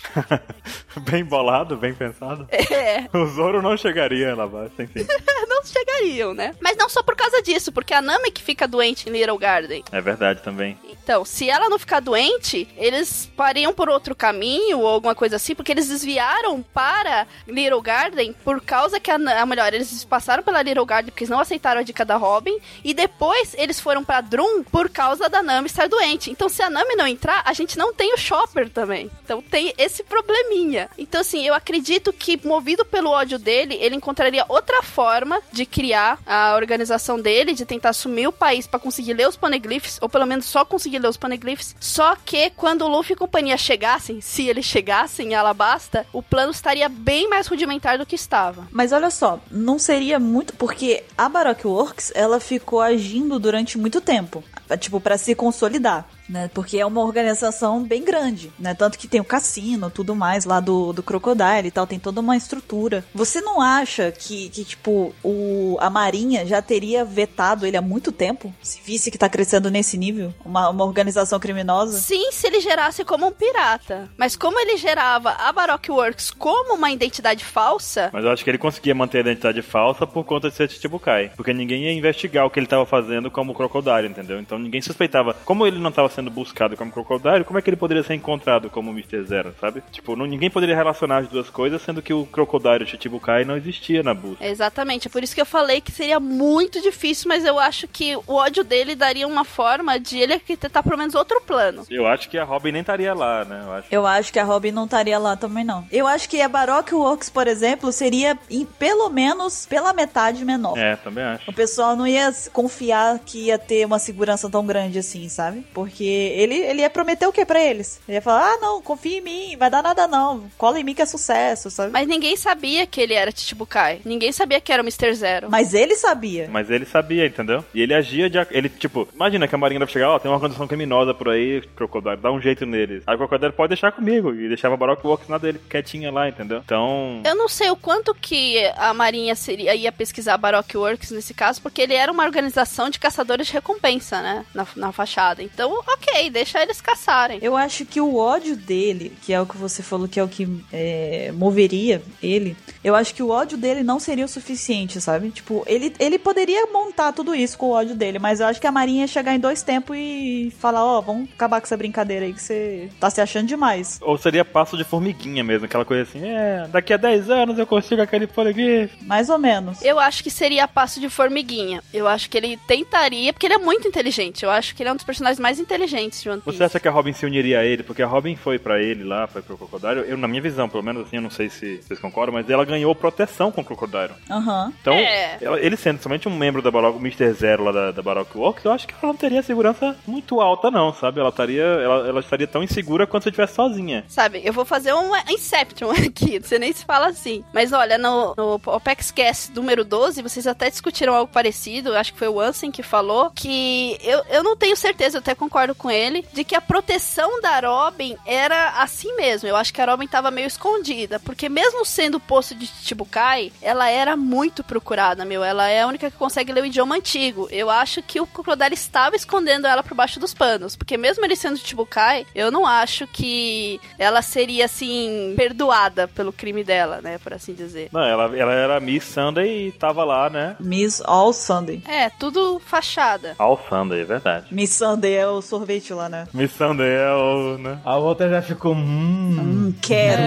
[SPEAKER 2] [LAUGHS]
[SPEAKER 1] Bem bolado, bem pensado.
[SPEAKER 2] É,
[SPEAKER 1] O Zoro não chegaria lá abaixo, enfim.
[SPEAKER 2] não chegariam, né? Mas não só por causa disso, porque é a Nami que fica doente em Little Garden.
[SPEAKER 1] É verdade também.
[SPEAKER 2] Então, se ela não ficar doente, eles pariam por outro caminho ou alguma coisa assim, porque eles desviaram para Little Garden por causa que a, Na- a melhor, eles passaram pela Little Garden porque eles não aceitaram a dica da Robin e depois eles foram pra Drum por causa da Nami estar doente. Então, se a Nami não entrar, a gente não tem o Chopper também. Então, tem esse probleminha. Então, assim, eu acredito que movido pelo ódio dele, ele encontraria outra forma de criar a organização dele, de tentar assumir o país pra conseguir ler os poneglyphs, ou pelo menos só conseguir ler os poneglyphs. Só que quando o Luffy e companhia chegassem, se eles chegassem em Alabasta, o plano estaria bem mais rudimentar do que estava.
[SPEAKER 4] Mas olha só, não seria muito porque a Baroque Works ela ficou agindo durante muito tempo, tipo pra se consolidar, né? Porque é uma organização bem grande, né? Tanto que tem o cassino, tudo mais lá do, do Crocodile e tal, tem toda uma estrutura. Você não acha que, que tipo o a Marinha já teria vetado ele há muito tempo? Se visse que tá crescendo nesse nível, uma, uma organização criminosa?
[SPEAKER 2] Sim, se ele gerasse como um pirata. Mas como ele gerava a Baroque Works como uma identidade falsa,
[SPEAKER 1] Mas eu acho que ele conseguia manter a identidade falsa por conta de ser Chichibukai. Porque ninguém ia investigar o que ele tava fazendo como Crocodile, entendeu? Então ninguém suspeitava. Como ele não tava sendo buscado como Crocodile, como é que ele poderia ser encontrado como Mr. Zero, sabe? Tipo, não- ninguém poderia relacionar as duas coisas, sendo que o Crocodile e o Chichibukai não existia na busca.
[SPEAKER 2] Exatamente, é por isso que eu falei que seria muito difícil, mas eu acho que o ódio dele daria uma forma de ele arquitetar pelo menos outro plano.
[SPEAKER 1] Eu acho que a Robin nem estaria lá, né? Eu acho.
[SPEAKER 4] Eu acho que a Robin não estaria lá também, não. Eu acho que a Baroque Works, por exemplo, seria em- pelo menos pela metade menor.
[SPEAKER 1] É, também acho.
[SPEAKER 4] O pessoal não ia s- confiar que ia ter uma segurança tão grande assim, sabe? Porque ele, ele ia prometer o que pra eles? Ele ia falar, ah, não, confia em mim, vai dar nada não, cola em mim que é sucesso, sabe? Mas,
[SPEAKER 2] Mas ninguém sabia que ele era Chichibukai. Ninguém sabia que era o Mr. Zero.
[SPEAKER 4] ele sabia.
[SPEAKER 1] Mas ele sabia, entendeu? E ele agia de. ac- Ele, tipo, imagina que a Marinha deve chegar, ó, tem uma organização criminosa por aí, Crocodile, dá um jeito neles. Aí o Crocodile pode deixar comigo. E deixava a Baroque Works na dele, quietinha lá, entendeu? Então.
[SPEAKER 2] Eu não sei o quanto que a Marinha seria, ia pesquisar a Baroque Works nesse caso, porque ele era uma organização de caçadores de recompensa, né? Na, na fachada. Então, ok, deixa eles caçarem.
[SPEAKER 4] Eu acho que o ódio dele, que é o que você falou que é o que é, moveria ele, eu acho que o ódio dele não seria o suficiente, sabe? Tipo, ele, ele poderia montar tudo isso com o ódio dele, mas eu acho que a Marinha ia chegar em dois tempos e falar: Ó, vamos acabar com essa brincadeira aí que você tá se achando demais.
[SPEAKER 1] Ou seria passo de formiguinha mesmo, aquela coisa assim, é, daqui a 10 anos eu consigo aquele poleglyph.
[SPEAKER 4] Mais ou menos.
[SPEAKER 2] Eu acho que seria passo de formiguinha. Eu acho que ele tentaria, porque ele é muito inteligente. Eu acho que ele é um dos personagens mais inteligentes de One Piece.
[SPEAKER 1] Você acha que a Robin se uniria a ele? Porque a Robin foi pra ele lá, foi pro Crocodile. Eu, na minha visão, pelo menos assim, eu não sei se vocês concordam, mas ela ganhou proteção com o Crocodile.
[SPEAKER 4] Aham.
[SPEAKER 1] Então,
[SPEAKER 2] É.
[SPEAKER 1] ela- ele sendo somente um membro da Baroque, o Mr. Zero lá da, da Baroque Works, eu acho que ela não teria segurança muito alta, não, sabe? Ela estaria, ela, ela estaria tão insegura quanto se eu estivesse sozinha.
[SPEAKER 2] Sabe, eu vou fazer um Inception [LAUGHS] aqui, você nem se fala assim. Mas olha, no, no OpexCast número 12, vocês até discutiram algo parecido, acho que foi o Ansem que falou, que eu, eu não tenho certeza, eu até concordo com ele, de que a proteção da Robin era assim mesmo. Eu acho que a Robin tava meio escondida, porque mesmo sendo poço de Chichibukai, ela era muito procurada, meu. Ela é a única que consegue ler o idioma antigo. Eu acho que o Crocodile estava escondendo ela por baixo dos panos, porque mesmo ele sendo Chichibukai, eu não acho que ela seria, assim, perdoada pelo crime dela, né, por assim dizer.
[SPEAKER 1] Não, ela, ela era Miss Sunday e tava lá, né?
[SPEAKER 4] Miss All Sunday.
[SPEAKER 2] É, tudo fachada.
[SPEAKER 1] All Sunday, é verdade.
[SPEAKER 4] Miss Sunday é o sorvete lá, né?
[SPEAKER 1] Miss Sunday é o, né?
[SPEAKER 3] A outra já ficou. Hum.
[SPEAKER 4] Hum, quero.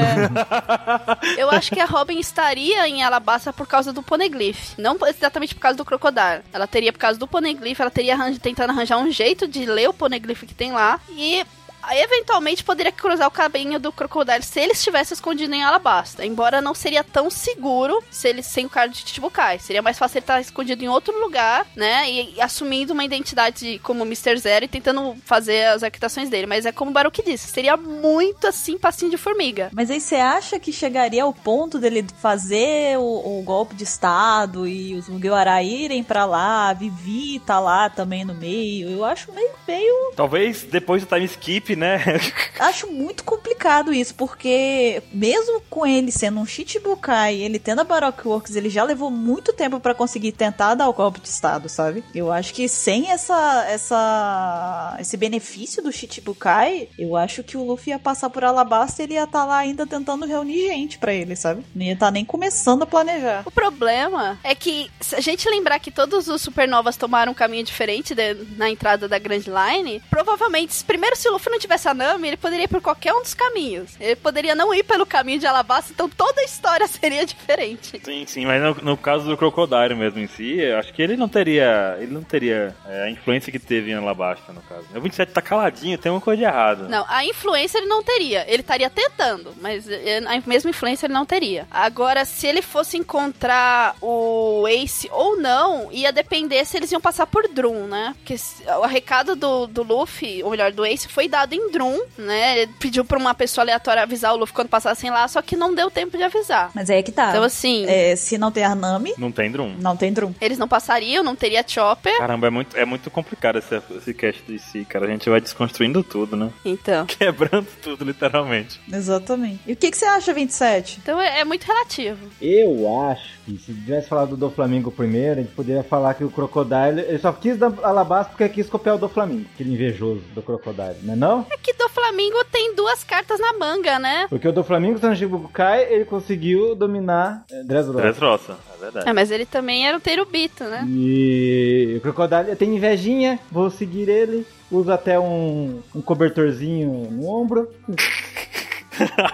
[SPEAKER 2] Eu acho que a Robin estaria em Alabasta por causa do Poneglyph. Não exatamente por causa do Crocodile. Ela teria por causa do Poneglyph, ela teria arran- tentando arranjar um jeito de ler o Poneglyph que tem lá. E aí, eventualmente poderia cruzar o caminho do Crocodile se ele estivesse escondido em Alabasta. Embora não seria tão seguro se ele sem o cara de Chichibukai. Seria mais fácil ele estar escondido em outro lugar, né? E, e assumindo uma identidade como Mr. Zero e tentando fazer as arquitações dele. Mas é como o Baruch disse, seria muito assim, passinho de formiga.
[SPEAKER 4] Mas aí você acha que chegaria ao ponto dele fazer o, o golpe de estado e os Mugiwara irem pra lá, a Vivi tá lá também no meio? Eu acho meio, meio...
[SPEAKER 1] Talvez depois do time skip, né? [LAUGHS]
[SPEAKER 4] Acho muito complicado isso, porque mesmo com ele sendo um Shichibukai, ele tendo a Baroque Works, ele já levou muito tempo pra conseguir tentar dar o golpe de estado, sabe? Eu acho que sem essa, essa esse benefício do Shichibukai, eu acho que o Luffy ia passar por Alabasta e ele ia estar lá ainda tentando reunir gente pra ele, sabe? Não ia estar nem começando a planejar.
[SPEAKER 2] O problema é que, se a gente lembrar que todos os supernovas tomaram um caminho diferente de- na entrada da Grand Line, provavelmente, se- primeiro, se o Luffy não tivesse a Nami, ele poderia ir por qualquer um dos caminhos. Ele poderia não ir pelo caminho de Alabasta, então toda a história [LAUGHS] seria diferente.
[SPEAKER 1] Sim, sim, mas no, no caso do Crocodile mesmo em si, eu acho que ele não teria. Ele não teria é, a influência que teve em Alabasta, no caso. O 27 tá caladinho, tem uma coisa de errado.
[SPEAKER 2] Não, a influência ele não teria. Ele estaria tentando, mas eh, a mesma influência ele não teria. Agora, se ele fosse encontrar o Ace ou não, ia depender se eles iam passar por Drum, né? Porque s- o recado do, do Luffy, ou melhor, do Ace, foi dado em Drum, né? Ele pediu pra uma pessoa aleatória avisar o Luffy quando passassem lá, só que não deu tempo de avisar.
[SPEAKER 4] Mas aí é que tá.
[SPEAKER 2] Então, assim,
[SPEAKER 4] É, se não tem a Nami,
[SPEAKER 1] Não tem drum.
[SPEAKER 4] não tem Drum.
[SPEAKER 2] eles não passariam, não teria Chopper.
[SPEAKER 1] Caramba, é muito, é muito complicado esse, esse cast de si, cara. A gente vai desconstruindo tudo, né?
[SPEAKER 2] Então.
[SPEAKER 1] [LAUGHS] Quebrando tudo, literalmente.
[SPEAKER 4] Exatamente. E o que, que você acha, 27?
[SPEAKER 2] Então é, é muito relativo.
[SPEAKER 3] Eu acho que se tivesse falado do Flamengo primeiro, a gente poderia falar que o Crocodile. Ele só quis dar alabasta porque quis copiar o do Flamengo. Aquele invejoso do Crocodile, não é não?
[SPEAKER 2] É que do Flamengo tem duas cartas na manga, né?
[SPEAKER 3] Porque o do Flamengo Sanjibukai, ele conseguiu dominar é, Dressrosa.
[SPEAKER 1] Dressrosa, é verdade.
[SPEAKER 2] É, mas ele também era um terubito, né?
[SPEAKER 3] E o Crocodile tem invejinha, vou seguir ele. Usa até um, um cobertorzinho no ombro.
[SPEAKER 1] [LAUGHS]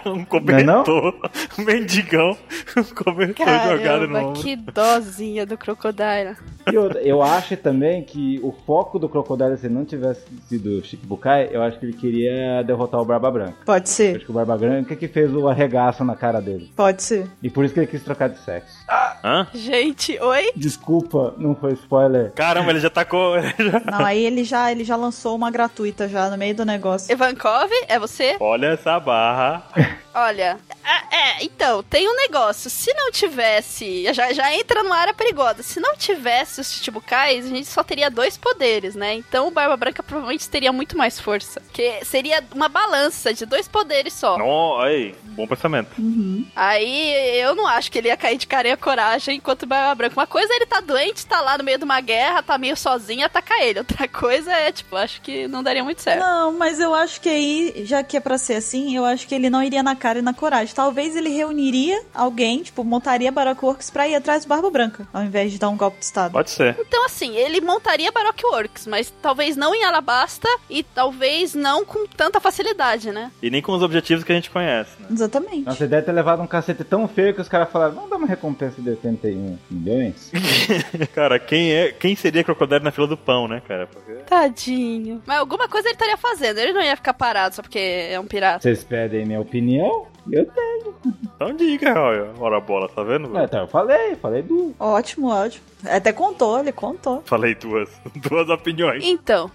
[SPEAKER 1] um
[SPEAKER 3] Não é
[SPEAKER 1] cobertor. Um mendigão. Um cobertor jogado no
[SPEAKER 2] Caramba,
[SPEAKER 1] ombro.
[SPEAKER 2] que dozinha do Crocodile.
[SPEAKER 3] E outra, eu acho também que o foco do Crocodile, se não tivesse sido Shikibukai, eu acho que ele queria derrotar o Barba Branca.
[SPEAKER 4] Pode
[SPEAKER 3] Eu
[SPEAKER 4] ser,
[SPEAKER 3] acho que o Barba Branca que fez o arregaço na cara dele.
[SPEAKER 4] pode ser.
[SPEAKER 3] E por isso que ele quis trocar de sexo.
[SPEAKER 1] Hã?
[SPEAKER 2] Gente, oi?
[SPEAKER 3] Desculpa, não foi spoiler.
[SPEAKER 1] Caramba, ele já tá [LAUGHS] tacou.
[SPEAKER 4] Não, aí ele já, ele já lançou uma gratuita já no meio do negócio.
[SPEAKER 2] Ivankov, é você?
[SPEAKER 1] Olha essa barra.
[SPEAKER 2] Olha, é, é, então, tem um negócio. Se não tivesse. Já, já entra numa área perigosa. Se não tivesse os Chichibukais, a gente só teria dois poderes, né? Então o Barba Branca provavelmente teria muito mais força. Que seria uma balança de dois poderes só.
[SPEAKER 1] Não, aí, bom pensamento.
[SPEAKER 2] Aí eu não acho que ele ia cair de carinha coragem enquanto o Barba Branca. Uma coisa é ele tá doente, tá lá no meio de uma guerra, tá meio sozinho, ataca ele. Outra coisa é, tipo, acho que não daria muito certo.
[SPEAKER 4] Não, mas eu acho que aí, já que é pra ser assim, eu acho que ele não iria na cara e na coragem. Talvez ele reuniria alguém, tipo, montaria Baroque Works pra ir atrás do Barba Branca, ao invés de dar um golpe de estado.
[SPEAKER 1] Pode ser.
[SPEAKER 2] Então, assim, ele montaria Baroque Works, mas talvez não em Alabasta e talvez não com tanta facilidade, né?
[SPEAKER 1] E nem com os objetivos que a gente conhece, né?
[SPEAKER 4] Exatamente.
[SPEAKER 3] Nossa, ele deve ter levado um cacete tão feio que os caras falaram, vamos dar uma recompensa de 81 milhões?
[SPEAKER 1] [LAUGHS] Cara, quem, é, quem seria crocodilo na fila do pão, né, cara? Porque...
[SPEAKER 2] Tadinho. Mas alguma coisa ele estaria fazendo, ele não ia ficar parado só porque é um pirata.
[SPEAKER 3] Vocês pedem minha opinião? Eu tenho.
[SPEAKER 1] Então diga, olha. Ora bola, tá vendo?
[SPEAKER 3] Ah, Então, eu falei, falei do...
[SPEAKER 4] Ótimo, ótimo. Até contou, ele contou.
[SPEAKER 1] Falei duas. [LAUGHS] Duas opiniões.
[SPEAKER 2] Então,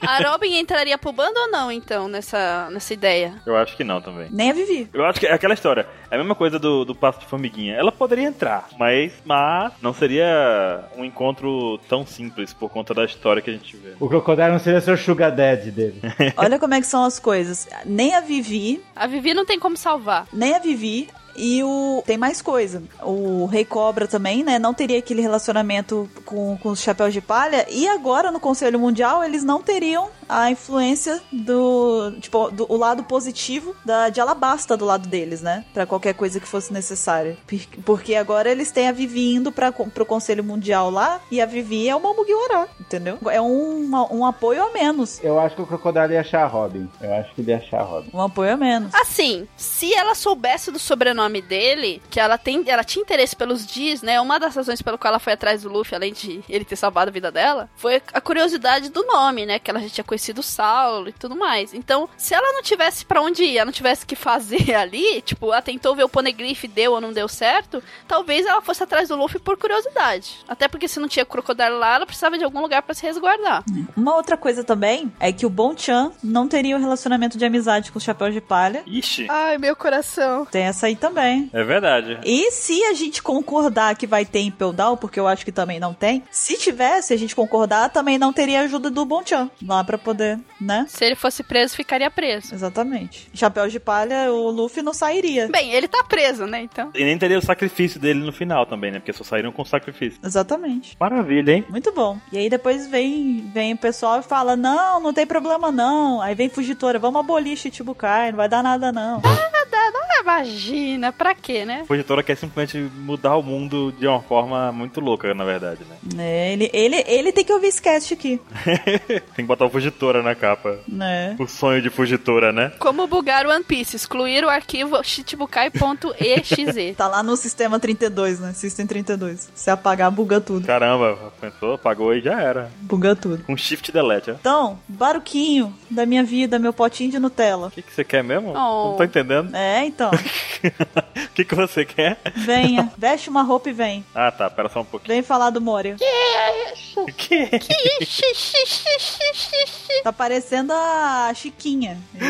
[SPEAKER 2] a Robin entraria pro bando ou não, então, nessa, nessa ideia?
[SPEAKER 1] Eu acho que não também.
[SPEAKER 4] Nem a Vivi.
[SPEAKER 1] Eu acho que é aquela história. É a mesma coisa do, do passo de formiguinha. Ela poderia entrar, mas, mas não seria um encontro tão simples por conta da história que a gente vê.
[SPEAKER 3] O Crocodile não seria seu sugar daddy dele.
[SPEAKER 4] Olha como é que são as coisas. Nem a Vivi,
[SPEAKER 2] A Vivi não tem como salvar.
[SPEAKER 4] nem a Vivi. E o. Tem mais coisa. O Rei Cobra também, né? Não teria aquele relacionamento com, com os chapéus de palha. E agora, no Conselho Mundial, eles não teriam a influência do. Tipo, do, o lado positivo da, de Alabasta do lado deles, né? Pra qualquer coisa que fosse necessária. Por- Porque agora eles têm a Vivi indo pra, co- pro Conselho Mundial lá. E a Vivi é uma Mugiwara, entendeu? É um, um apoio a
[SPEAKER 3] [LAUGHS]
[SPEAKER 4] menos.
[SPEAKER 3] Eu acho que o Crocodile ia achar a Robin. Eu acho que ele ia achar a Robin.
[SPEAKER 4] Um apoio a menos.
[SPEAKER 2] Assim, se ela soubesse do sobrenome dele, que ela tem, ela tinha interesse pelos Diz, né? Uma das razões pelo qual ela foi atrás do Luffy, além de ele ter salvado a vida dela, foi a curiosidade do nome, né? Que ela já tinha conhecido o Saulo e tudo mais. Então, se ela não tivesse pra onde ir, ela não tivesse o que fazer [LAUGHS] ali, tipo, ela tentou ver o Poneglyph, deu ou não deu certo, talvez ela fosse atrás do Luffy por curiosidade. Até porque se não tinha crocodilo lá, ela precisava de algum lugar pra se resguardar.
[SPEAKER 4] Uma outra coisa também é que o Bon Chan não teria um relacionamento de amizade com o Chapéu de Palha.
[SPEAKER 1] Ixi,
[SPEAKER 2] Ai, meu coração.
[SPEAKER 4] Tem essa aí também.
[SPEAKER 1] é verdade.
[SPEAKER 4] E se a gente concordar que vai ter Impel Down, porque eu acho que também não tem, se tivesse, a gente concordar, também não teria ajuda do Bon Chan lá pra poder, né?
[SPEAKER 2] Se ele fosse preso, ficaria preso.
[SPEAKER 4] Exatamente. Chapéu de palha, o Luffy não sairia.
[SPEAKER 2] Bem, ele tá preso, né? Então.
[SPEAKER 1] E nem teria o sacrifício dele no final também, né? Porque só saíram com sacrifício.
[SPEAKER 4] Exatamente.
[SPEAKER 1] Maravilha, hein?
[SPEAKER 4] Muito bom. E aí depois vem, vem o pessoal e fala: Não, não tem problema não. Aí vem Fugitora, vamos abolir Chichibukai, não vai dar nada não.
[SPEAKER 2] Ah, imagina, pra quê, né?
[SPEAKER 1] A Fugitora quer é simplesmente mudar o mundo de uma forma muito louca, na verdade, né?
[SPEAKER 4] É, ele, ele, ele tem que ouvir esse cast aqui.
[SPEAKER 1] Tem que botar o Fugitora na capa.
[SPEAKER 4] Né?
[SPEAKER 1] O sonho de Fugitora, né?
[SPEAKER 2] Como bugar o One Piece? Excluir o arquivo chichibukai.exe.
[SPEAKER 4] Tá lá no sistema 32, né? System 32. Se apagar, buga tudo.
[SPEAKER 1] Caramba, pensou, apagou e já era.
[SPEAKER 4] Buga tudo.
[SPEAKER 1] Com shift delete, ó.
[SPEAKER 4] Então, baruquinho da minha vida, meu potinho de Nutella.
[SPEAKER 1] O que, que você quer mesmo?
[SPEAKER 2] Oh.
[SPEAKER 1] Não tô entendendo.
[SPEAKER 4] É, então.
[SPEAKER 1] O que, que você quer?
[SPEAKER 4] Venha. Veste uma roupa e vem.
[SPEAKER 1] Ah, tá, pera só um pouquinho.
[SPEAKER 4] Vem falar do Moria.
[SPEAKER 1] Que?
[SPEAKER 4] Tá parecendo a Chiquinha.
[SPEAKER 2] [LAUGHS] Meu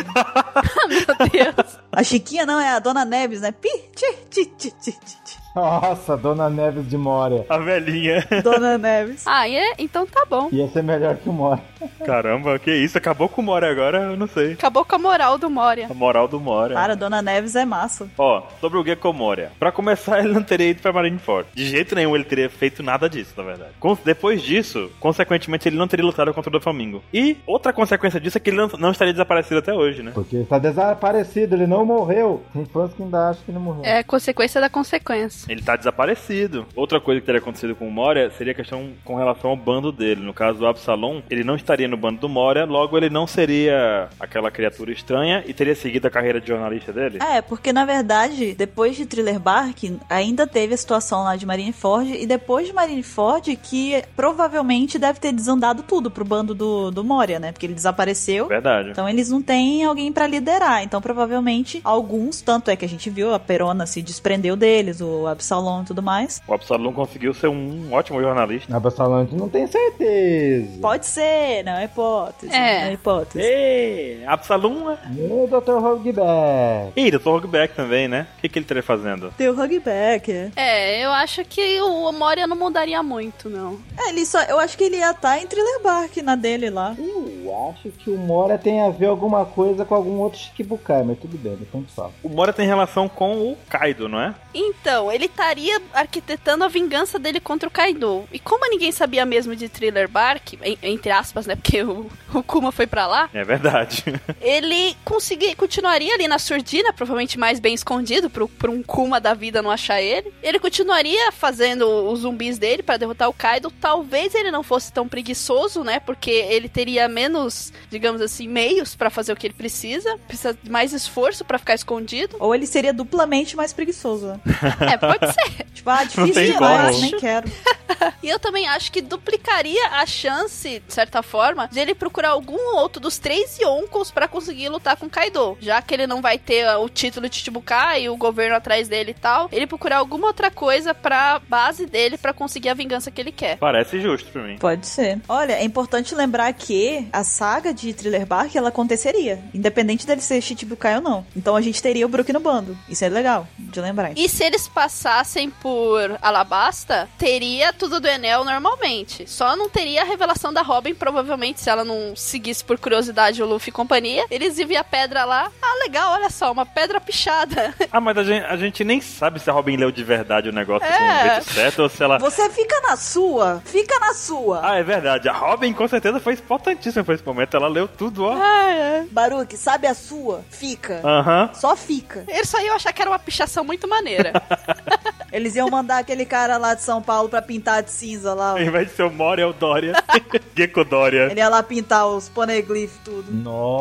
[SPEAKER 2] Deus.
[SPEAKER 4] A Chiquinha não, é a Dona Neves, né? Pi, ti, ti, ti, ti, ti, ti.
[SPEAKER 3] Nossa, Dona Neves de Moria.
[SPEAKER 1] [LAUGHS] A velhinha.
[SPEAKER 2] [LAUGHS]
[SPEAKER 4] Dona Neves.
[SPEAKER 2] Ah, é? Então tá bom.
[SPEAKER 3] Ia ser melhor que o Moria.
[SPEAKER 1] Caramba, que isso? Acabou com o Mora agora? Eu não sei.
[SPEAKER 2] Acabou com a moral do Moria.
[SPEAKER 1] A moral do Mora.
[SPEAKER 4] Cara, Dona Neves é massa.
[SPEAKER 1] Ó, sobre o Gecko Moria. Pra começar, [LAUGHS] ele não teria ido pra Marineford. De jeito nenhum ele teria feito nada disso, na verdade. Con- depois disso, consequentemente, ele não teria lutado contra o Doflamingo. E outra consequência disso é que ele não, não estaria desaparecido até hoje, né?
[SPEAKER 3] Porque ele tá desaparecido, ele não morreu. Tem fãs que ainda acham que ele morreu.
[SPEAKER 2] É consequência da consequência.
[SPEAKER 1] Ele tá desaparecido. Outra coisa que teria acontecido com o Moria seria a questão com relação ao bando dele. No caso do Absalom, ele não estaria no bando do Moria, logo ele não seria aquela criatura estranha e teria seguido a carreira de jornalista dele.
[SPEAKER 4] É, porque na verdade, depois de Thriller Bark, ainda teve a situação lá de Marineford, e depois de Marineford, que provavelmente deve ter desandado tudo pro bando do, do Moria, né? Porque ele desapareceu.
[SPEAKER 1] Verdade.
[SPEAKER 4] Então eles não têm alguém pra liderar. Então provavelmente alguns, tanto é que a gente viu, a Perona se desprendeu deles, o Absalom e tudo mais.
[SPEAKER 1] O Absalom conseguiu ser um ótimo jornalista.
[SPEAKER 3] Na Bassalante não tem certeza.
[SPEAKER 4] Pode ser, não é hipótese.
[SPEAKER 2] É.
[SPEAKER 4] Não é hipótese.
[SPEAKER 1] Ei, Absalom é...
[SPEAKER 3] E o Dr. Hogback.
[SPEAKER 1] Ih, Dr. Hogback é também, né? O que, que ele estaria fazendo?
[SPEAKER 4] Tem o Hugback. É,
[SPEAKER 2] É, eu acho que o Moria não mudaria muito, não.
[SPEAKER 4] É, ele só. Eu acho que ele ia estar em Thriller Bark na dele lá.
[SPEAKER 3] Eu acho que o Mora tem a ver alguma coisa com algum outro Shikibukai, mas tudo bem, então tá. depois a gente fala.
[SPEAKER 1] O Mora tem relação com o Kaido, não é?
[SPEAKER 2] Então, ele estaria arquitetando a vingança dele contra o Kaido. E como ninguém sabia mesmo de Thriller Bark, en- entre aspas, né? Porque o, o Kuma foi pra lá,
[SPEAKER 1] É verdade. [LAUGHS]
[SPEAKER 2] ele consegui, continuaria ali na surdina, provavelmente mais bem escondido, pro, pro um Kuma da vida não achar ele. Ele continuaria fazendo os zumbis dele pra derrotar o Kaido. Talvez ele não fosse tão preguiçoso, né? Porque ele teria menos, digamos assim, meios pra fazer o que ele precisa. Precisa de mais esforço pra ficar escondido.
[SPEAKER 4] Ou ele seria duplamente mais preguiçoso, né?
[SPEAKER 2] É, pode ser.
[SPEAKER 4] Tipo, ah, difícil
[SPEAKER 1] tem
[SPEAKER 4] demais,
[SPEAKER 1] como.
[SPEAKER 4] nem quero.
[SPEAKER 2] E eu também acho que duplicaria a chance, de certa forma, de ele procurar algum outro dos três Yonkos pra conseguir lutar com Kaido. Já que ele não vai ter ah, o título de Chichibukai e o governo atrás dele e tal, ele procurar alguma outra coisa pra base dele pra conseguir a vingança que ele quer.
[SPEAKER 1] Parece justo pra mim.
[SPEAKER 4] Pode ser. Olha, é importante lembrar que a saga de Thriller Bark, ela aconteceria. Independente dele ser Shichibukai ou não. Então a gente teria o Brook no bando. Isso é legal de lembrar.
[SPEAKER 2] E se eles passassem por Alabasta, teria tudo do Enel normalmente. Só não teria a revelação da Robin, provavelmente, se ela não seguisse por curiosidade o Luffy e companhia. Eles iam ver a pedra lá. Ah, legal, olha só, uma pedra pichada.
[SPEAKER 1] Ah, mas a gen- a gente, nem sabe se a Robin leu de verdade o negócio
[SPEAKER 2] É.
[SPEAKER 1] com o jeito certo ou se ela.
[SPEAKER 4] Você fica na sua. Fica na sua.
[SPEAKER 1] Ah, é verdade. A Robin com certeza foi importantíssima pra esse momento. Ela leu tudo, ó.
[SPEAKER 4] Baruque, sabe a sua? Fica.
[SPEAKER 1] Aham.
[SPEAKER 4] Só fica.
[SPEAKER 2] Ele só ia achar que era uma pichação muito maneira.
[SPEAKER 4] Eles iam mandar aquele cara lá de São Paulo pra pintar de cinza lá.
[SPEAKER 1] Ao invés de ser o Moria, é o Dória. [LAUGHS] Gecko Dória.
[SPEAKER 4] Ele ia lá pintar os poneglyphs tudo.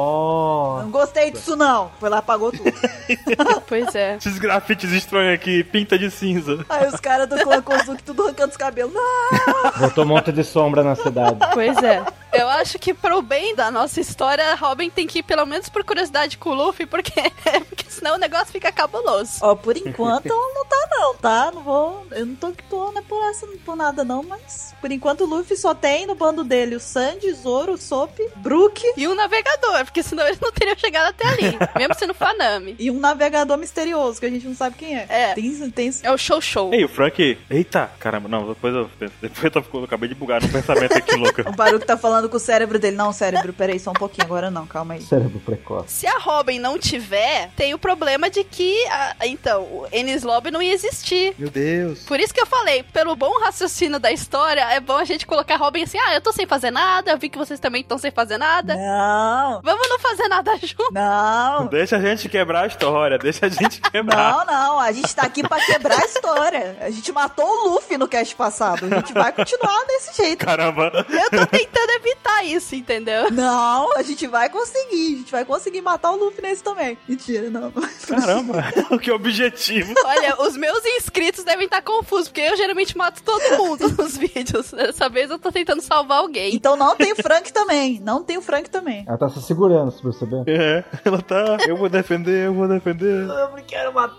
[SPEAKER 3] Nossa.
[SPEAKER 4] Não gostei disso não. Foi lá apagou tudo.
[SPEAKER 2] [LAUGHS] pois é.
[SPEAKER 1] Esses grafites estranhos aqui, pinta de cinza.
[SPEAKER 4] Aí os caras do clã Kozuki tudo arrancando os cabelos. Ah,
[SPEAKER 3] [LAUGHS]
[SPEAKER 4] Não.
[SPEAKER 3] Botou um monte de sombra na cidade.
[SPEAKER 2] Pois é. Eu acho que pro bem da nossa história, Robin tem que ir pelo menos por curiosidade com o Luffy, porque, [LAUGHS] porque senão o negócio fica cabuloso.
[SPEAKER 4] Ó, por enquanto ela não tá não, tá? Não vou, eu não tô que tô, né, por essa, por nada não, mas por enquanto o Luffy só tem no bando dele o Sandy, Zoro, o Sop, Brook
[SPEAKER 2] E um navegador, porque senão eles não teriam chegado até [LAUGHS] ali, mesmo sendo Fanami.
[SPEAKER 4] e um navegador misterioso que a gente não sabe quem é.
[SPEAKER 2] É.
[SPEAKER 4] Tem, tem
[SPEAKER 2] É o show show.
[SPEAKER 1] Ei, o Frank. Eita, caramba, não, depois eu penso. Depois eu, tô- eu acabei de bugar num pensamento aqui, louco.
[SPEAKER 4] o Baruque tá falando falando com o cérebro dele. Não, cérebro, peraí, só um pouquinho. Agora não, calma aí.
[SPEAKER 3] [LAUGHS] Cérebro precoce.
[SPEAKER 2] Se a Robin não tiver, tem o problema de que, a- então, o Ennis Lobby não ia existir.
[SPEAKER 8] Meu Deus.
[SPEAKER 2] Por isso que eu falei, pelo bom raciocínio da história, é bom a gente colocar a Robin assim, ah, eu tô sem fazer nada, eu vi que vocês também estão sem fazer nada.
[SPEAKER 4] Não,
[SPEAKER 2] Vamos não fazer nada [LAUGHS] junto.
[SPEAKER 4] não.
[SPEAKER 1] [LAUGHS] Deixa a gente quebrar a história, deixa a gente quebrar.
[SPEAKER 4] Não, não, a gente tá aqui pra quebrar a história. A gente matou o Luffy no cast passado. A gente vai continuar desse
[SPEAKER 1] [LAUGHS]
[SPEAKER 4] jeito.
[SPEAKER 1] Caramba.
[SPEAKER 2] Eu tô tentando evitar isso, [LAUGHS] entendeu?
[SPEAKER 4] Não, a gente vai conseguir. A gente vai conseguir matar o Luffy nesse também. Mentira, não.
[SPEAKER 1] Caramba, [LAUGHS] que objetivo.
[SPEAKER 2] Olha, os meus inscritos devem estar confusos, porque eu geralmente mato todo mundo [LAUGHS] nos vídeos. Dessa vez eu tô tentando salvar alguém.
[SPEAKER 4] Então não tem o Frank também. Não tem o Frank também.
[SPEAKER 3] Ela tá se segurando, se perceber.
[SPEAKER 1] É, ela tá. Eu vou defender, eu vou defender.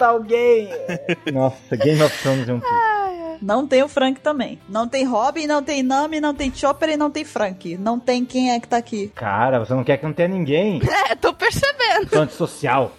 [SPEAKER 3] [LAUGHS] Nossa, Game of Thrones é um filme.
[SPEAKER 4] Não tem o Frank também. Não tem Robin, não tem Nami, não tem Chopper e não tem Frank. Não tem quem é que tá aqui.
[SPEAKER 3] Cara, você não quer que não tenha [LAUGHS] ninguém.
[SPEAKER 2] [LAUGHS] É, tô percebendo.
[SPEAKER 3] Sou [LAUGHS] antissocial.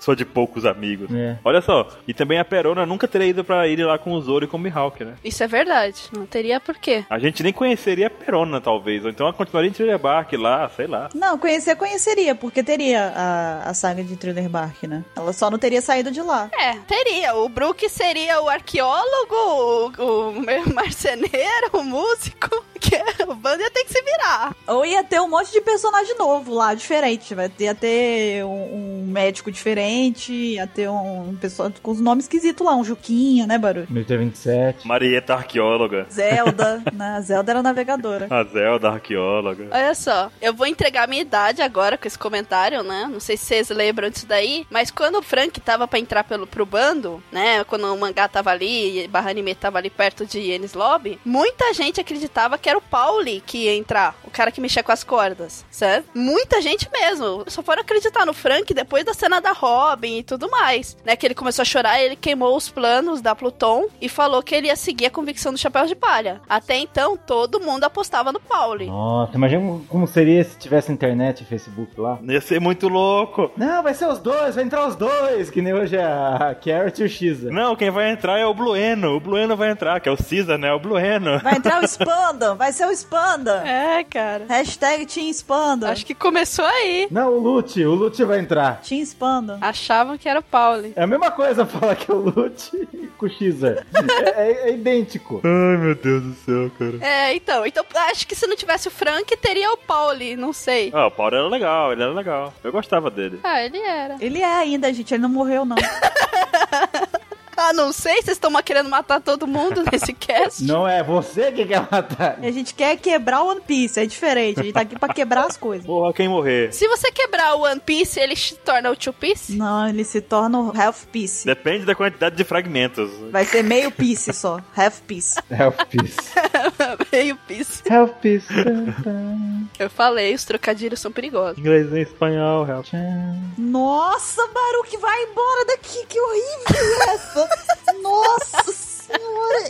[SPEAKER 1] Sou de poucos amigos.
[SPEAKER 3] É.
[SPEAKER 1] Olha só, e também a Perona nunca teria ido pra ir lá com o Zoro e com o Mihawk, né?
[SPEAKER 2] Isso é verdade. Não teria porquê.
[SPEAKER 1] A gente nem conheceria a Perona, talvez. Ou então ela continuaria em Thriller Bark lá, sei lá.
[SPEAKER 4] Não, conhecer, conheceria, porque teria a, a saga de Thriller Bark, né? Ela só não teria saído de lá.
[SPEAKER 2] É, teria. O Brook seria o arqueólogo, o, o [LAUGHS] marceneiro, o músico. Que é, o bando ia ter que se virar.
[SPEAKER 4] Ou ia ter um monte de personagem novo lá, diferente. Vai ter, ia ter um, um médico diferente, ia ter um pessoal com os nomes esquisitos lá, um Juquinha, né, Baru?
[SPEAKER 3] 1027.
[SPEAKER 1] Marieta, arqueóloga.
[SPEAKER 4] Zelda, né? A Zelda era navegadora.
[SPEAKER 1] A Zelda, arqueóloga.
[SPEAKER 2] Olha só, eu vou entregar minha idade agora com esse comentário, né? Não sei se vocês lembram disso daí, mas quando o Frank tava pra entrar pelo, pro bando, né? Quando o mangá tava ali, e barra anime tava ali perto de Yenis Lobby, muita gente acreditava que era o Pauli que ia entrar, o cara que mexia com as cordas, certo? Muita gente mesmo. Só foram acreditar no Frank depois da cena da Robin e tudo mais, né? Que ele começou a chorar, ele queimou os planos da Pluton e falou que ele ia seguir a convicção do Chapéu de Palha. Até então, todo mundo apostava no Pauli.
[SPEAKER 3] Nossa, imagina como seria se tivesse internet e Facebook lá.
[SPEAKER 1] Ia ser muito louco.
[SPEAKER 3] Não, vai ser os dois, vai entrar os dois, que nem hoje é a Carrot e o né? Xa.
[SPEAKER 1] Não, quem vai entrar é o Blueno. O Blueno vai entrar, que é o Caesar, né? O Blueno.
[SPEAKER 4] Vai entrar o Spanda, vai ser o Spanda.
[SPEAKER 2] É, cara.
[SPEAKER 4] Hashtag Team Spanda.
[SPEAKER 2] Acho que começou aí.
[SPEAKER 3] Não, o Lute, o Lute vai entrar.
[SPEAKER 4] Team Spanda.
[SPEAKER 2] Achavam que era o Pauli.
[SPEAKER 3] É a mesma coisa [LAUGHS] falar que é o Lute com o Xa. É, é- é idêntico.
[SPEAKER 1] Ai, meu Deus do céu, cara.
[SPEAKER 2] É, então. Então, acho que se não tivesse o Frank, teria o Pauli, não sei.
[SPEAKER 1] Ah, o Paulo era legal, ele era legal. Eu gostava dele.
[SPEAKER 2] Ah, ele era.
[SPEAKER 4] Ele é ainda, gente, ele não morreu, não.
[SPEAKER 2] Ah, não sei, vocês estão querendo matar todo [LAUGHS] mundo nesse cast.
[SPEAKER 3] Não é você que quer matar.
[SPEAKER 4] A gente quer quebrar o One Piece, é diferente. A gente tá aqui pra quebrar as coisas.
[SPEAKER 1] Porra, quem morrer?
[SPEAKER 2] Se você quebrar o One Piece, ele se torna o Two [LAUGHS] Piece?
[SPEAKER 4] Não, ele se torna o Half Piece.
[SPEAKER 1] Depende da quantidade de fragmentos.
[SPEAKER 4] Vai ser meio piece só. Half piece.
[SPEAKER 3] Health Peace.
[SPEAKER 2] Meio Piece.
[SPEAKER 3] Health Peace.
[SPEAKER 2] Eu falei, os trocadilhos são perigosos.
[SPEAKER 1] Inglês em espanhol, real.
[SPEAKER 4] Nossa, Baruque, vai embora daqui. Que horrível é essa. Nossa senhora.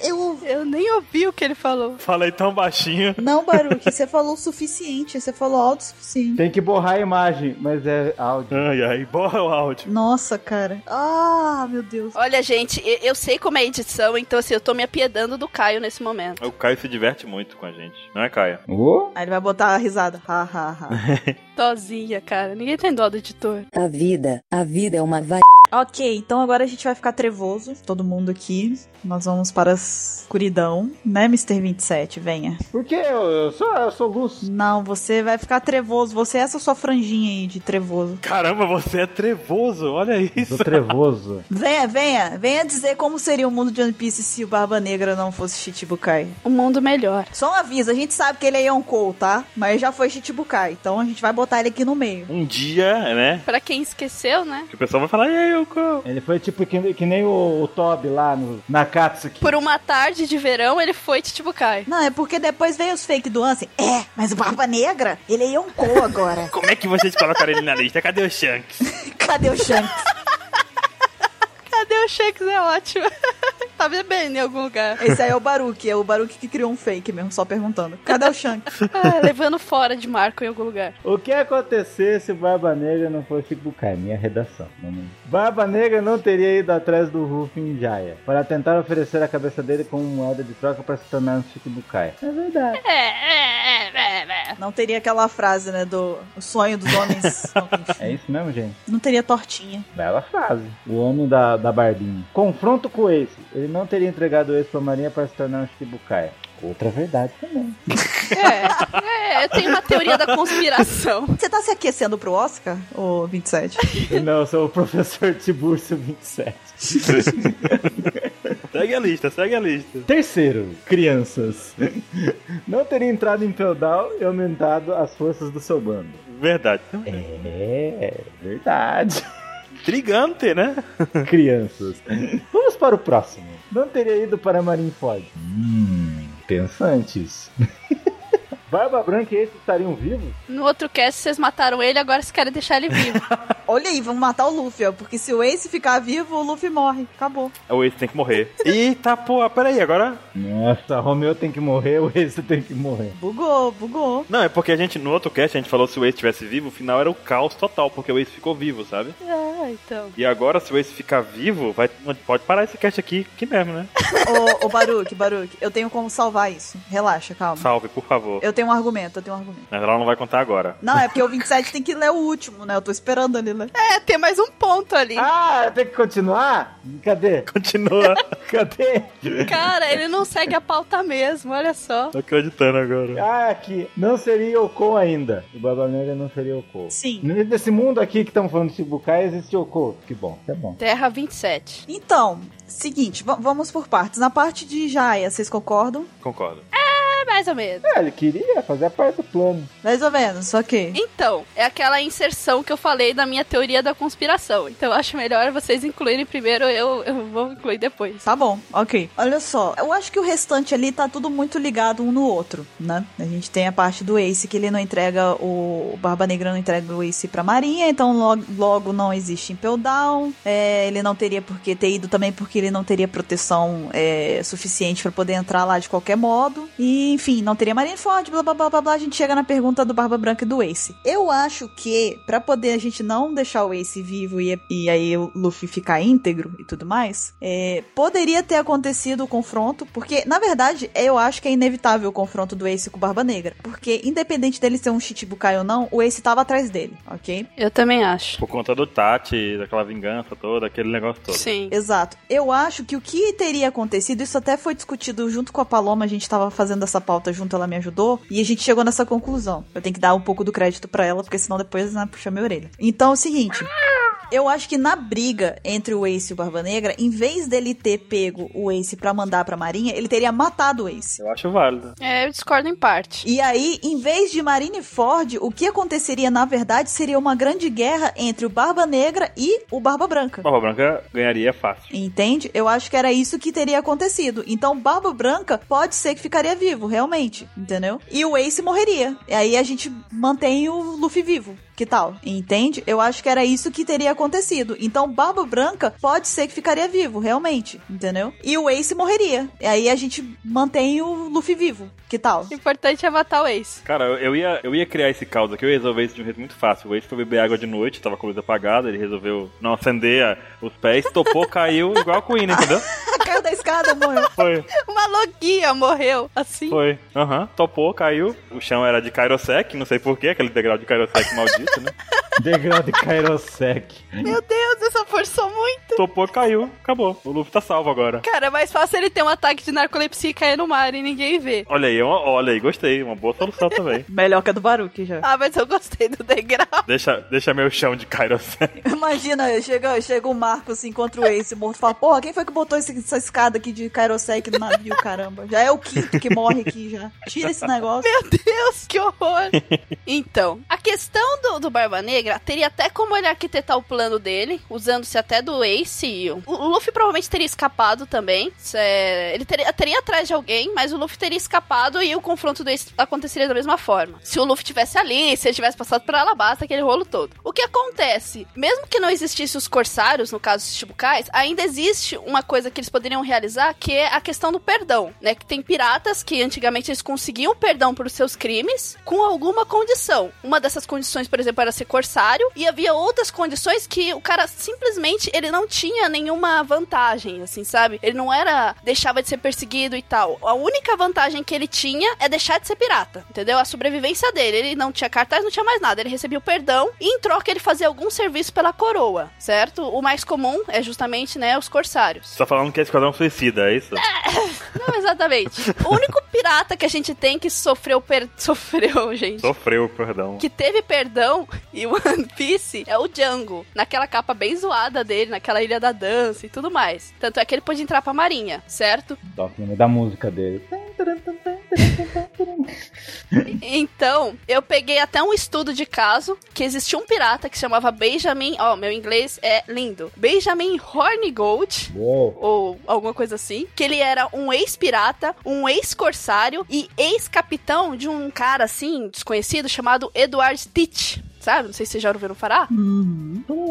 [SPEAKER 4] Eu...
[SPEAKER 2] Eu nem ouvi o que ele falou.
[SPEAKER 1] Falei tão baixinho.
[SPEAKER 4] Não, Baruque, você falou o suficiente. Você falou alto o suficiente.
[SPEAKER 3] Tem que borrar a imagem, mas é áudio.
[SPEAKER 1] Ai, ai, borra o áudio.
[SPEAKER 4] Nossa, cara. Ah, meu Deus.
[SPEAKER 2] Olha, gente, e- eu sei como é a edição, então assim, eu tô me apiedando do Caio nesse momento.
[SPEAKER 1] O Caio se diverte muito com a gente, não é, Caio?
[SPEAKER 3] Oh?
[SPEAKER 4] Aí ele vai botar a risada. Ha, ha, ha.
[SPEAKER 2] Dozinha, cara. Ninguém tem dó do editor.
[SPEAKER 6] A vida, a vida é uma vai.
[SPEAKER 4] Ok, então agora a gente vai ficar trevoso. Todo mundo aqui. Nós vamos para a escuridão, né, Mr. 27? Venha.
[SPEAKER 3] Por que eu, eu sou, eu sou luz?
[SPEAKER 4] Não, você vai ficar trevoso. Você é essa sua franjinha aí de trevoso.
[SPEAKER 1] Caramba, você é trevoso, olha isso.
[SPEAKER 3] Sou trevoso.
[SPEAKER 4] Venha, venha. Venha dizer como seria o mundo de One Piece se o Barba Negra não fosse Shichibukai.
[SPEAKER 2] Um mundo melhor.
[SPEAKER 4] Só um aviso, a gente sabe que ele é Yonkou, tá? Mas já foi Shichibukai, então a gente vai botar ele aqui no meio.
[SPEAKER 1] Um dia, né?
[SPEAKER 2] Pra quem esqueceu, né?
[SPEAKER 1] Que o pessoal vai falar, e aí, Yoko?
[SPEAKER 3] Ele foi tipo que, que nem o, o Toby lá no Nakatsuki.
[SPEAKER 2] Por uma tarde de verão, ele foi Chichibukai.
[SPEAKER 4] Não, é porque depois veio os fake do Ansem. É, mas o Barba Negra, ele é Yonkou agora.
[SPEAKER 1] Como é que vocês colocaram ele na lista? Cadê o Shanks?
[SPEAKER 4] [LAUGHS] Cadê o Shanks?
[SPEAKER 2] Cadê o Shakes? É ótimo. [LAUGHS] tá bebendo em algum lugar.
[SPEAKER 4] Esse aí é o Baruque, é o Baruque que criou um fake mesmo, só perguntando. Cadê o Shanks?
[SPEAKER 2] Ah, levando fora de Marco em algum lugar.
[SPEAKER 3] O que ia acontecer se o Barba Negra não fosse Bukai? Minha redação. Vamos lá. Barba Negra não teria ido atrás do Ruff em Jaya para tentar oferecer a cabeça dele como moeda de troca para se tornar um Chico Bukai. É verdade.
[SPEAKER 2] É, é, é, É.
[SPEAKER 4] Não teria aquela frase, né, do o sonho dos homens. não, tem fim.
[SPEAKER 3] É isso mesmo, gente?
[SPEAKER 4] não teria tortinha.
[SPEAKER 3] Bela frase. O homem da, da barbinha. Confronto com o Ace. Ele não teria entregado o Ace pra Marinha para se tornar um Shibukai. Outra verdade também.
[SPEAKER 2] É, é, eu tenho uma teoria da conspiração.
[SPEAKER 4] [LAUGHS] Você tá se aquecendo pro Oscar, ô 27?
[SPEAKER 3] [LAUGHS] não, eu sou o professor Tiburcio 27.
[SPEAKER 1] Segue a lista, segue a lista.
[SPEAKER 3] [LAUGHS] Terceiro, crianças. Não teria entrado em feudal e aumentado as forças do seu bando.
[SPEAKER 1] Verdade.
[SPEAKER 3] É, verdade. [LAUGHS]
[SPEAKER 1] Trigante, né?
[SPEAKER 3] crianças. Vamos para o próximo. Não teria ido para Marineford. Hum, pensantes. [LAUGHS] Barba Branca e esse estariam vivos?
[SPEAKER 2] No outro cast, vocês mataram ele, agora vocês querem deixar ele vivo.
[SPEAKER 4] Olha aí, vamos matar o Luffy, ó, porque se o Ace ficar vivo, o Luffy morre. Acabou.
[SPEAKER 1] O Ace tem que morrer. Eita, pô, peraí, agora.
[SPEAKER 3] Nossa, Romeu tem que morrer, o Ace tem que morrer.
[SPEAKER 4] Bugou, bugou.
[SPEAKER 1] Não, é porque a gente, no outro cast, a gente falou se o Ace estivesse vivo, o final era o caos total, porque o Ace ficou vivo, sabe?
[SPEAKER 2] ah, então.
[SPEAKER 1] E agora, se o Ace ficar vivo, vai, pode parar esse cast aqui, que mesmo, né?
[SPEAKER 4] Ô, ô Baruque, Baruque, eu tenho como salvar isso. Relaxa, calma.
[SPEAKER 1] Salve, por favor.
[SPEAKER 4] Eu tenho um argumento, eu tenho um argumento.
[SPEAKER 1] Mas ela não vai contar agora.
[SPEAKER 4] Não, é porque o 27 tem que ler o último, né? Eu tô esperando ele ler.
[SPEAKER 2] É, tem mais um ponto ali.
[SPEAKER 3] Ah, tem que continuar? Cadê?
[SPEAKER 2] [LAUGHS]
[SPEAKER 1] Continua.
[SPEAKER 3] Cadê?
[SPEAKER 2] Cara, ele não segue a pauta mesmo, olha só.
[SPEAKER 1] Tô acreditando agora.
[SPEAKER 3] Ah, aqui. Não seria Yoko ainda. O Barba Negra não seria Yoko.
[SPEAKER 4] Sim.
[SPEAKER 3] Nesse mundo aqui que estão falando de Shibukai, existe Yoko. Que bom, que bom.
[SPEAKER 2] Terra 27.
[SPEAKER 4] Então, seguinte, va- vamos por partes. Na parte de Jaya, vocês concordam?
[SPEAKER 1] Concordo.
[SPEAKER 2] É mais ou menos.
[SPEAKER 3] Ah, ele queria fazer parte do plano.
[SPEAKER 4] Mais ou menos, ok.
[SPEAKER 2] Então, é aquela inserção que eu falei da minha teoria da conspiração. Então, eu acho melhor vocês incluírem primeiro, eu, eu vou incluir depois.
[SPEAKER 4] Tá bom, ok. Olha só, eu acho que o restante ali tá tudo muito ligado um no outro, né? A gente tem a parte do Ace que ele não entrega o. o Barba Negra não entrega o Ace pra Marinha, então logo, logo não existe Impel Down. É, ele não teria por que ter ido também porque ele não teria proteção é, suficiente pra poder entrar lá de qualquer modo. E enfim, não teria Marineford, blá blá blá blá blá. A gente chega na pergunta do Barba Branca e do Ace. Eu acho que, pra poder a gente não deixar o Ace vivo e, e aí o Luffy ficar íntegro e tudo mais, é, poderia ter acontecido o confronto, porque, na verdade, eu acho que é inevitável o confronto do Ace com o Barba Negra. Porque, independente dele ser um Shichibukai ou não, o Ace tava atrás dele, ok?
[SPEAKER 2] Eu também acho.
[SPEAKER 1] Por conta do Tati, daquela vingança toda, aquele negócio todo.
[SPEAKER 2] Sim.
[SPEAKER 4] Exato. Eu acho que o que teria acontecido, isso até foi discutido junto com a Paloma, a gente tava fazendo essa pauta junto, ela me ajudou, e a gente chegou nessa conclusão. Eu tenho que dar um pouco do crédito pra ela, porque senão depois né, puxa minha orelha. Então é o seguinte. Eu acho que na briga entre o Ace e o Barba Negra, em vez dele ter pego o Ace pra mandar pra Marinha, ele teria matado o Ace.
[SPEAKER 1] Eu acho válido.
[SPEAKER 2] É, eu discordo em parte.
[SPEAKER 4] E aí, em vez de Marineford, o que aconteceria na verdade seria uma grande guerra entre o Barba Negra e o Barba Branca.
[SPEAKER 1] Barba Branca ganharia fácil.
[SPEAKER 4] Entende? Eu acho que era isso que teria acontecido. Então, Barba Branca pode ser que ficaria vivo, realmente. Entendeu? E o Ace morreria. E aí a gente mantém o Luffy vivo. Que tal? Entende? Eu acho que era isso que teria acontecido. Então, Barba Branca pode ser que ficaria vivo, realmente. Entendeu? E o Ace morreria. E aí a gente mantém o Luffy vivo. Que tal? [LAUGHS]
[SPEAKER 2] O importante é matar o ex.
[SPEAKER 1] Cara, eu- eu ia, eu ia criar esse caos aqui, eu ia resolver isso de um jeito muito fácil. O Ace foi beber água de noite, tava com a luz apagada, ele resolveu não acender a- os pés, topou, caiu igual a Queen, entendeu?
[SPEAKER 4] Caiu da escada, morreu.
[SPEAKER 1] Foi,
[SPEAKER 2] [LAUGHS] Uma logia morreu, assim.
[SPEAKER 1] foi. Aham, topou, caiu. O chão era de Kairosek, não sei porquê, aquele degrau de Kairosek maldito, né?
[SPEAKER 3] [LAUGHS] Degrau de Kairosek.
[SPEAKER 2] Meu Deus, essa forçou muito.
[SPEAKER 1] Topou, caiu, acabou. O Luffy tá salvo agora.
[SPEAKER 2] Cara, é mais fácil ele ter um ataque de narcolepsia e cair no mar e ninguém vê.
[SPEAKER 1] Olha aí, uma- olha aí, gostei. Uma boa solução também.
[SPEAKER 4] Melhor que a do Baruque já.
[SPEAKER 2] Ah, mas eu gostei do degrau.
[SPEAKER 1] Deixa, deixa meu chão de Kairosek.
[SPEAKER 4] Imagina, chega, chega o Marcos, encontra o Ace morto e fala: Porra, quem foi que botou esse- essa escada aqui de Kairosek no navio, caramba? Já é o quinto que morre aqui já. Tira esse negócio.
[SPEAKER 2] Meu Deus, que horror! Então, a questão do, do Barba Negra teria até como ele arquitetar o plano dele, usando-se até do Ace e o, o Luffy provavelmente teria escapado também. Isso é- ele teria, teria atrás de alguém, mas o Luffy teria escapado e o confronto do Ace aconteceria da mesma forma. Se o Luffy tivesse ali, se ele tivesse passado por Alabasta, aquele rolo todo. O que acontece? Mesmo que não existisse os corsários, no caso os Chibukais, ainda existe uma coisa que eles poderiam realizar, que é a questão do perdão, né? Que tem piratas que antigamente eles conseguiam perdão por seus crimes com alguma condição. Uma dessas condições, por exemplo, era ser corsário necessário e havia outras condições que o cara simplesmente ele não tinha nenhuma vantagem, assim, sabe? Ele não era deixava de ser perseguido e tal. A única vantagem que ele tinha é deixar de ser pirata, entendeu? A sobrevivência dele, ele não tinha cartaz, não tinha mais nada, ele recebia o perdão e em troca ele fazia algum serviço pela coroa, certo? O mais comum é justamente, né, os corsários.
[SPEAKER 1] Você tá falando que é esquadrão suicida, é isso?
[SPEAKER 2] Não, exatamente. O único pirata que a gente tem que sofreu per... [LAUGHS] sofreu, gente.
[SPEAKER 1] Sofreu, perdão.
[SPEAKER 2] Que teve perdão e One Piece é o Django, naquela capa bem zoada dele, naquela ilha da dança e tudo mais. Tanto é que ele pôde entrar pra marinha, certo?
[SPEAKER 3] Toca no meio da música dele.
[SPEAKER 2] Então, eu peguei até um estudo de caso que existia um pirata que se chamava Benjamin. Ó, meu inglês é lindo. Benjamin Hornigold,
[SPEAKER 3] Uou.
[SPEAKER 2] ou alguma coisa assim. Que ele era um ex-pirata, um ex-corsário e ex-capitão de um cara assim, desconhecido, chamado Edward Teach. Sabe? Não sei se vocês já ouviram falar.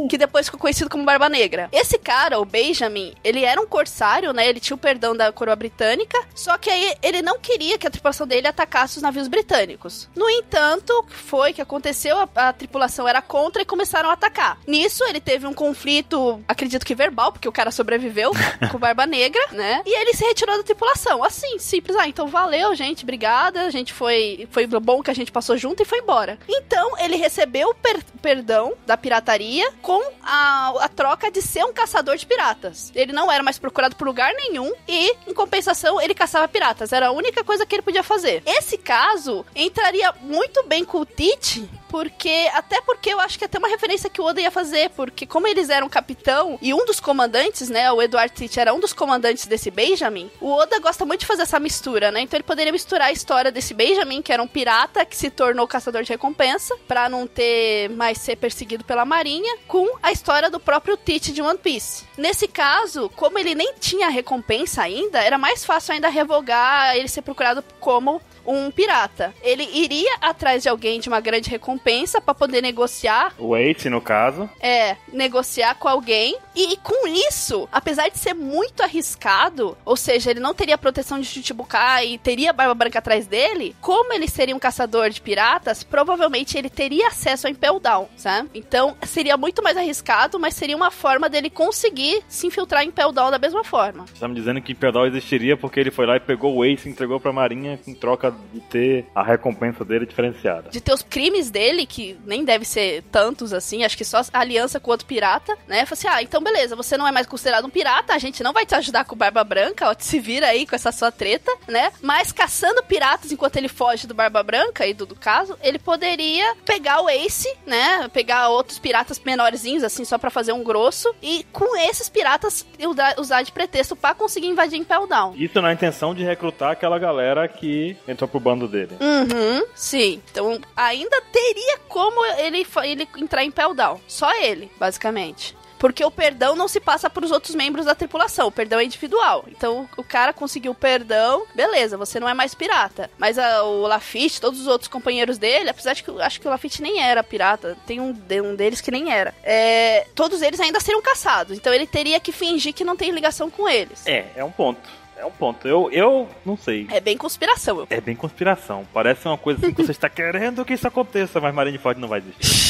[SPEAKER 2] Que depois ficou conhecido como Barba Negra. Esse cara, o Benjamin, ele era um corsário, né? Ele tinha o perdão da coroa britânica. Só que aí ele não queria que a tripulação dele atacasse os navios britânicos. No entanto, o que foi que aconteceu? A, a tripulação era contra e começaram a atacar. Nisso, ele teve um conflito, acredito que verbal, porque o cara sobreviveu com o Barba Negra, né? E ele se retirou da tripulação. Assim, simples. Ah, então valeu, gente. Obrigada. A gente foi. Foi bom que a gente passou junto e foi embora. Então, ele recebeu o per- perdão da pirataria com a, a troca de ser um caçador de piratas. Ele não era mais procurado por lugar nenhum e, em compensação, ele caçava piratas. Era a única coisa que ele podia fazer. Esse caso entraria muito bem com o Tite. Porque, até porque eu acho que é até uma referência que o Oda ia fazer, porque como eles eram capitão e um dos comandantes, né, o Edward Teach era um dos comandantes desse Benjamin, o Oda gosta muito de fazer essa mistura, né? Então ele poderia misturar a história desse Benjamin, que era um pirata que se tornou caçador de recompensa, pra não ter mais ser perseguido pela marinha, com a história do próprio Teach de One Piece. Nesse caso, como ele nem tinha recompensa ainda, era mais fácil ainda revogar ele ser procurado como um pirata. Ele iria atrás de alguém de uma grande recompensa pra poder negociar
[SPEAKER 1] O Ace, no caso.
[SPEAKER 2] é negociar com alguém. E, e com isso, apesar de ser muito arriscado, ou seja, ele não teria proteção de Chichibukai e teria Barba Branca atrás dele, como ele seria um caçador de piratas, provavelmente ele teria acesso a Impel Down, sabe? Então seria muito mais arriscado, mas seria uma forma dele conseguir se infiltrar em Impel Down da mesma forma.
[SPEAKER 1] Você tá me dizendo que Impel Down existiria porque ele foi lá e pegou o Ace e entregou pra Marinha em troca de ter a recompensa dele diferenciada.
[SPEAKER 2] de ter os crimes dele, que nem deve ser tantos assim, acho que só a aliança com outro pirata, né? Falei assim: ah, então beleza, você não é mais considerado um pirata, a gente não vai te ajudar com Barba Branca, ó, se vira aí com essa sua treta, né? Mas caçando piratas enquanto ele foge do Barba Branca e do, do caso, ele poderia pegar o Ace, né? Pegar outros piratas menorzinhos, assim, só pra fazer um grosso, e com esses piratas usar- usar de pretexto pra conseguir invadir Impel Down.
[SPEAKER 1] Isso na intenção de recrutar aquela galera que entrou pro bando dele.
[SPEAKER 2] Uhum, sim. Então ainda teria como ele, fa- ele entrar em Pell Down. Só ele, basicamente. Porque o perdão não se passa para os outros membros da tripulação, o perdão é individual. Então o cara conseguiu o perdão, beleza, você não é mais pirata. Mas a- o Lafitte, todos os outros companheiros dele, apesar de que eu acho que o Lafitte nem era pirata, tem um, de- um deles que nem era. É, todos eles ainda seriam caçados, então ele teria que fingir que não tem ligação com eles.
[SPEAKER 1] É, é um ponto. É um ponto. Eu, eu não sei.
[SPEAKER 2] É bem conspiração, eu [LAUGHS]
[SPEAKER 1] É bem conspiração. Parece uma coisa assim que você está querendo que isso aconteça, mas Marineford não vai existir.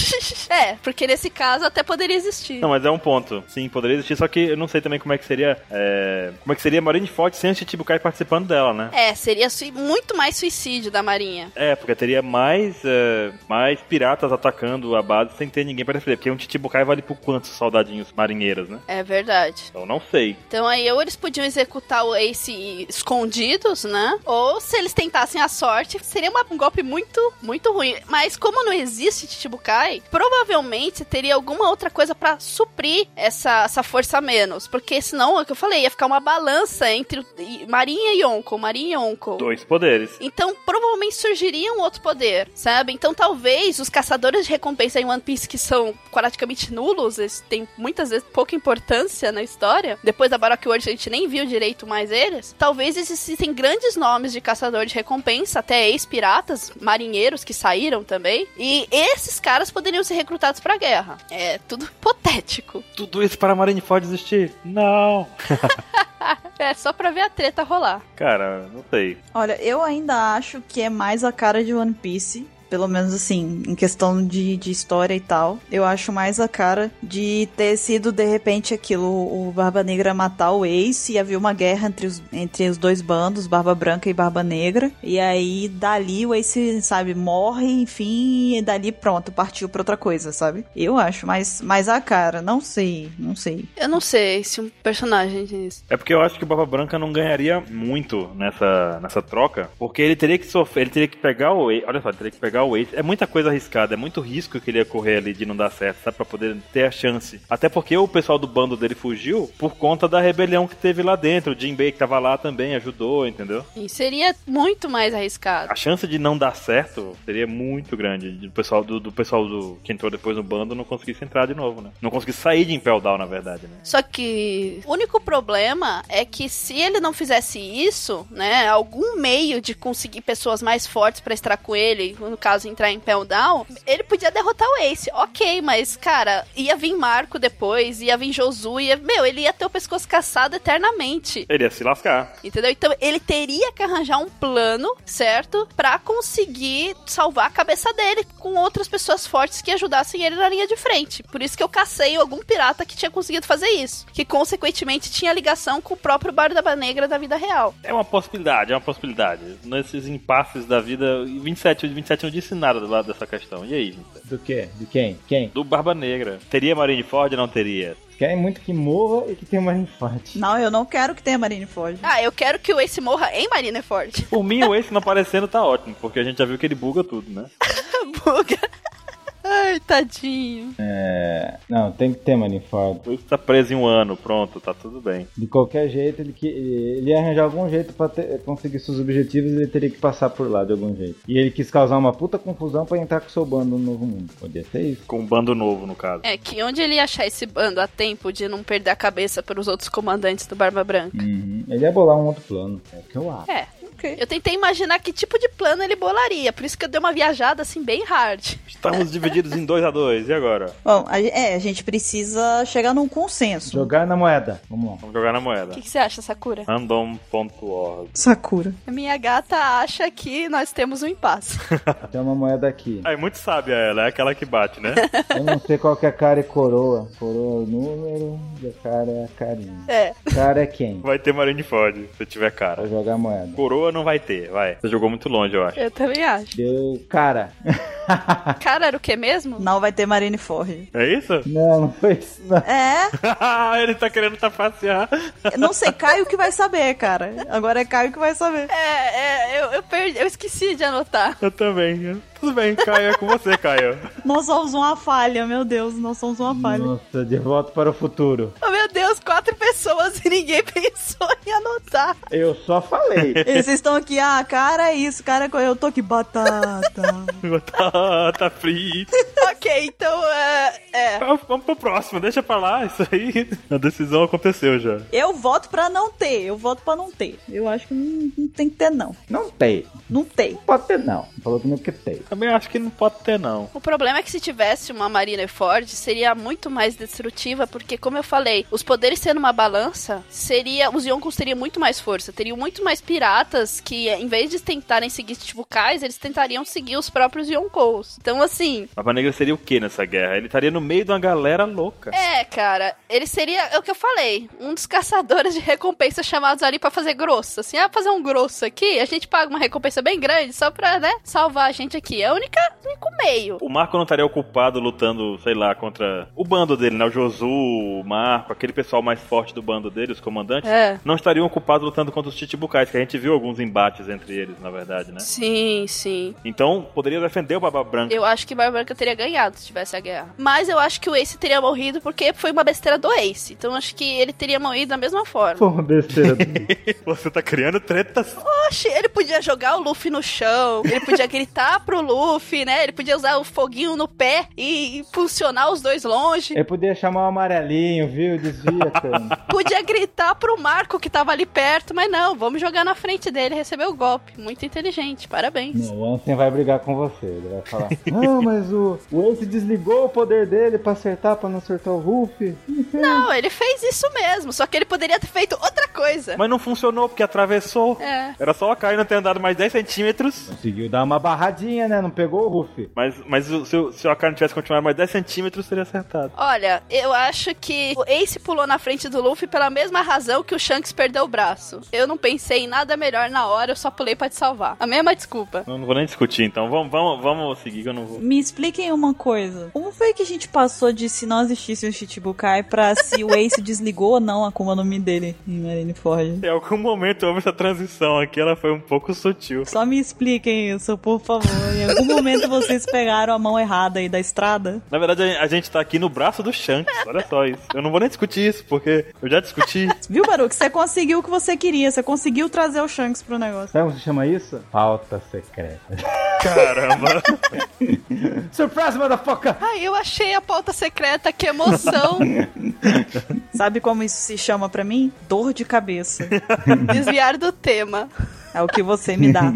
[SPEAKER 2] É, porque nesse caso até poderia existir.
[SPEAKER 1] Não, mas é um ponto. Sim, poderia existir, só que eu não sei também como é que seria. é, como é que seria Marineford sem a Chichibukai participando dela, né?
[SPEAKER 2] É, seria sui- muito mais suicídio da Marinha.
[SPEAKER 1] É, porque teria mais, é, mais piratas atacando a base sem ter ninguém pra defender. Porque um Chichibukai vale por quantos soldadinhos marinheiros, né?
[SPEAKER 2] É verdade.
[SPEAKER 1] Então não sei.
[SPEAKER 2] Então aí ou eles podiam executar o Ace escondidos, né? Ou se eles tentassem a sorte, seria uma- um golpe muito, muito ruim. Mas como não existe Chichibukai, provavelmente teria alguma outra coisa pra suprir essa, essa força a menos. Porque senão, é o que eu falei, ia ficar uma balança entre o- e- Marinha e Yonko, Marinha e Yonko.
[SPEAKER 1] Dois poderes.
[SPEAKER 2] Então, provavelmente surgiria um outro poder, sabe? Então, talvez os caçadores de recompensa em One Piece, que são praticamente nulos, eles têm muitas vezes pouca importância na história. Depois da Baroque World, a gente nem viu direito mais eles. Talvez existissem grandes nomes de caçador de recompensa, até ex-piratas, marinheiros que saíram também. E esses caras poderiam ser recrutados pra guerra. É tudo [LAUGHS] hipotético.
[SPEAKER 1] Tudo isso para Marineford existir? Não!
[SPEAKER 2] É só pra ver a treta rolar.
[SPEAKER 1] Cara, não sei.
[SPEAKER 4] Olha, eu ainda acho que é mais a cara de One Piece Pelo menos assim, em questão de, de história e tal. Eu acho mais a cara de ter sido, de repente, aquilo: o Barba Negra matar o Ace e havia uma guerra entre os, entre os dois bandos, Barba Branca e Barba Negra. E aí, dali, o Ace, sabe, morre, enfim, e dali pronto, partiu pra outra coisa, sabe? Eu acho, mas, mas a cara, não sei, não sei.
[SPEAKER 2] Eu não sei se um personagem diz.
[SPEAKER 1] É porque eu acho que o Barba Branca não ganharia muito nessa, nessa troca, porque ele teria que sofrer, ele teria que pegar o Ace, olha só, ele teria que pegar o Ace, é muita coisa arriscada, é muito risco que ele ia correr ali de não dar certo, sabe, pra poder ter a chance. Até porque o pessoal do bando dele fugiu por conta da rebelião que teve lá dentro, o Jim Bay que tava lá também ajudou, entendeu?
[SPEAKER 2] E seria muito mais arriscado.
[SPEAKER 1] A chance de não dar certo seria muito grande, do pessoal do, do pessoal do que entrou depois no bando não conseguisse entrar de novo, né? Não conseguisse sair de Impel Down, na verdade, né?
[SPEAKER 2] Só que o único problema é que se ele não fizesse isso, né, algum meio de conseguir pessoas mais fortes pra estar com ele, no caso entrar em Pell Down, ele podia derrotar o Ace. OK, mas cara, ia vir Marco depois, ia vir Josu, ia, meu, ele ia ter o pescoço caçado eternamente.
[SPEAKER 1] Ele ia se lascar.
[SPEAKER 2] Entendeu? Então ele teria que arranjar um plano, certo? Pra conseguir salvar a cabeça dele com outras pessoas fortes que ajudassem ele na linha de frente. Por isso que eu cacei algum pirata que tinha conseguido fazer isso. Que consequentemente tinha ligação com o próprio Barba Negra da vida real.
[SPEAKER 1] É uma possibilidade, é uma possibilidade. Nesses impasses da vida, 27, 27 não disse nada do lado dessa questão. E aí, gente?
[SPEAKER 3] Do quê? De quem? Quem?
[SPEAKER 1] Do Barba Negra. Teria Marineford ou não teria?
[SPEAKER 3] Querem muito que morra e que tenha uma infante.
[SPEAKER 4] Não, eu não quero que tenha Marineford.
[SPEAKER 2] Ah, eu quero que o Ace morra em é Marineford.
[SPEAKER 1] Por mim, o Ace não aparecendo tá ótimo, porque a gente já viu que ele buga tudo, né?
[SPEAKER 2] [LAUGHS] Buga. Ai, tadinho.
[SPEAKER 3] É... Não, tem que ter manifold.
[SPEAKER 1] O Ace tá preso em um ano, pronto, tá tudo bem.
[SPEAKER 3] De qualquer jeito, ele, que... ele ia arranjar algum jeito pra ter- conseguir seus objetivos ele teria que passar por lá de algum jeito. E ele quis causar uma puta confusão pra entrar com seu bando no novo mundo. Podia ser isso.
[SPEAKER 1] Com um bando novo, no caso.
[SPEAKER 2] É que onde ele ia achar esse bando a tempo de não perder a cabeça pelos outros comandantes do Barba Branca?
[SPEAKER 3] Uhum. Ele ia bolar um outro plano. É o que eu acho.
[SPEAKER 2] É.
[SPEAKER 4] Ok.
[SPEAKER 2] Eu tentei imaginar que tipo de plano ele bolaria, por isso que eu dei uma viajada assim bem hard.
[SPEAKER 1] Estamos divididos em dois a dois e agora?
[SPEAKER 4] Bom, a, ge- é, a gente precisa chegar num consenso.
[SPEAKER 3] Jogar na moeda. Vamos lá.
[SPEAKER 1] Vamos jogar na
[SPEAKER 2] O
[SPEAKER 1] moeda.
[SPEAKER 2] que, que você acha, Sakura?
[SPEAKER 1] Random.org.
[SPEAKER 4] Sakura.
[SPEAKER 2] A minha gata acha que nós temos um impasse. [LAUGHS]
[SPEAKER 3] Tem uma moeda aqui.
[SPEAKER 1] Ah, é muito sábia ela, é aquela que bate, né?
[SPEAKER 3] Eu não sei qual que é a cara e coroa. Coroa é o número e a cara é a carinha.
[SPEAKER 2] É.
[SPEAKER 3] Cara é quem?
[SPEAKER 1] Vai ter Marineford, se tiver cara.
[SPEAKER 3] Pra jogar a moeda.
[SPEAKER 1] Coroa não vai ter, vai. Você jogou muito longe, eu acho.
[SPEAKER 2] Eu também acho. [LAUGHS]
[SPEAKER 3] Deu cara.
[SPEAKER 2] Cara, era o que mesmo?
[SPEAKER 4] Não vai ter Marineford.
[SPEAKER 1] É isso?
[SPEAKER 3] Não, não foi isso. Não.
[SPEAKER 4] É,
[SPEAKER 1] [LAUGHS] Ele tá querendo tapacear.
[SPEAKER 4] eu não sei, Caio que vai saber, cara. Agora é Caio que vai saber.
[SPEAKER 2] É, é, eu, eu perdi, eu esqueci de anotar.
[SPEAKER 1] Eu também. Tudo bem, Caio, é com você, Caio.
[SPEAKER 4] Nós somos uma falha, meu Deus, nós somos uma falha.
[SPEAKER 3] Nossa, de volta para
[SPEAKER 1] [LAUGHS]
[SPEAKER 3] o futuro.
[SPEAKER 2] Oh, meu Deus, quatro pessoas [LAUGHS] e ninguém pensou em anotar.
[SPEAKER 3] Eu só falei. [LAUGHS]
[SPEAKER 4] E Vocês estão aqui, ah, cara, é isso, cara, eu tô aqui, [LAUGHS] batata.
[SPEAKER 1] Batata frita.
[SPEAKER 2] ok, então é, é.
[SPEAKER 1] Ah, Tá Vamos pro próximo, deixa pra lá, isso aí. A decisão aconteceu já.
[SPEAKER 4] Eu voto pra não ter, eu voto pra não ter. Eu acho que não, não tem que ter, não.
[SPEAKER 3] Não tem.
[SPEAKER 4] Não tem.
[SPEAKER 3] Pode ter, não. Falou comigo que tem.
[SPEAKER 1] Também acho que não pode ter, não.
[SPEAKER 2] O problema é que se tivesse uma Marina Ford, seria muito mais destrutiva, porque, como eu falei, os poderes sendo uma balança, seria. Os Yonkos teriam muito mais força. Teriam muito mais piratas que, em vez de tentarem seguir Chichibukais, eles tentariam seguir os próprios Yonkous. Então, assim.
[SPEAKER 1] Barba Negra seria o que nessa guerra? Ele estaria no meio de uma galera louca.
[SPEAKER 2] É, cara, ele seria, é o que eu falei, um dos caçadores de recompensa chamados ali pra fazer grosso. Assim, ah, fazer um grosso aqui, a gente paga uma recompensa bem grande só pra, né, salvar a gente aqui. É o única, único meio.
[SPEAKER 1] O Marco não estaria ocupado lutando, sei lá, contra o bando dele, né? O Josu, o Marco, aquele pessoal mais forte do bando dele, os comandantes.
[SPEAKER 2] É.
[SPEAKER 1] Não estariam ocupados lutando contra os Chichibucais, que a gente viu alguns embates entre eles, na verdade, né?
[SPEAKER 2] Sim, sim.
[SPEAKER 1] Então, poderia defender o Barba Branca.
[SPEAKER 2] Eu acho que Barba Branca teria ganhado se tivesse a guerra. Mas eu acho que o Ace teria morrido porque foi uma besteira do Ace. Então eu acho que ele teria morrido da mesma forma.
[SPEAKER 3] Pô, [LAUGHS] besteira.
[SPEAKER 1] [LAUGHS] Você tá criando tretas.
[SPEAKER 2] Oxe, ele podia jogar o Luffy no chão, ele podia gritar pro Luffy, né? Ele podia usar o foguinho no pé e impulsionar os dois longe.
[SPEAKER 3] [LAUGHS] Eu podia chamar o amarelinho, viu? Desvia, cara.
[SPEAKER 2] Podia a gritar pro Marco que tava ali perto, mas não, vamos jogar na frente dele, recebeu o golpe. Muito inteligente, parabéns.
[SPEAKER 3] Não, o Ansem vai brigar com você. Ele vai falar: Não, mas o, o Ace desligou o poder dele pra acertar, pra não acertar o Ruff.
[SPEAKER 2] Não, ele fez isso mesmo, só que ele poderia ter feito outra coisa.
[SPEAKER 1] Mas não funcionou porque atravessou.
[SPEAKER 2] É.
[SPEAKER 1] Era só a Kaina ter andado mais 10 centímetros.
[SPEAKER 3] Conseguiu dar uma barradinha, né? Não pegou o Ruff.
[SPEAKER 1] Mas, mas o- se, o- se a Kaina tivesse continuado mais 10 centímetros, teria acertado.
[SPEAKER 2] Olha, eu acho que o Ace pulou na frente do Luffy pela mesma razão que o Shanks perdeu o braço. Eu não pensei em nada melhor na hora, eu só pulei pra te salvar. A mesma desculpa.
[SPEAKER 1] Eu não vou nem discutir, então. Vamos, vamos, vamos seguir que eu não vou.
[SPEAKER 4] Me expliquem uma coisa. Como foi que a gente passou de se não existisse o Shichibukai pra se o Ace desligou ou não a Akuma no Mi dele em Marineford?
[SPEAKER 1] Em algum momento houve essa transição aqui, ela foi um pouco sutil.
[SPEAKER 4] Só me expliquem isso, por favor. Em algum momento vocês pegaram a mão errada aí da estrada?
[SPEAKER 1] Na verdade, a a gente tá aqui no braço do Shanks, olha só isso. Eu não vou nem discutir isso, porque eu já discuti.
[SPEAKER 4] Viu, Baruch? Você conseguiu o que você queria. Você conseguiu trazer o Shanks pro negócio.
[SPEAKER 3] Sabe como se chama isso? Falta secreta.
[SPEAKER 1] Caramba.
[SPEAKER 3] Surprise, motherfucker!
[SPEAKER 2] Ai, eu achei a pauta secreta, que emoção.
[SPEAKER 4] Sabe como isso se chama pra mim? Dor de cabeça.
[SPEAKER 2] Desviar do tema.
[SPEAKER 4] É o que você me dá.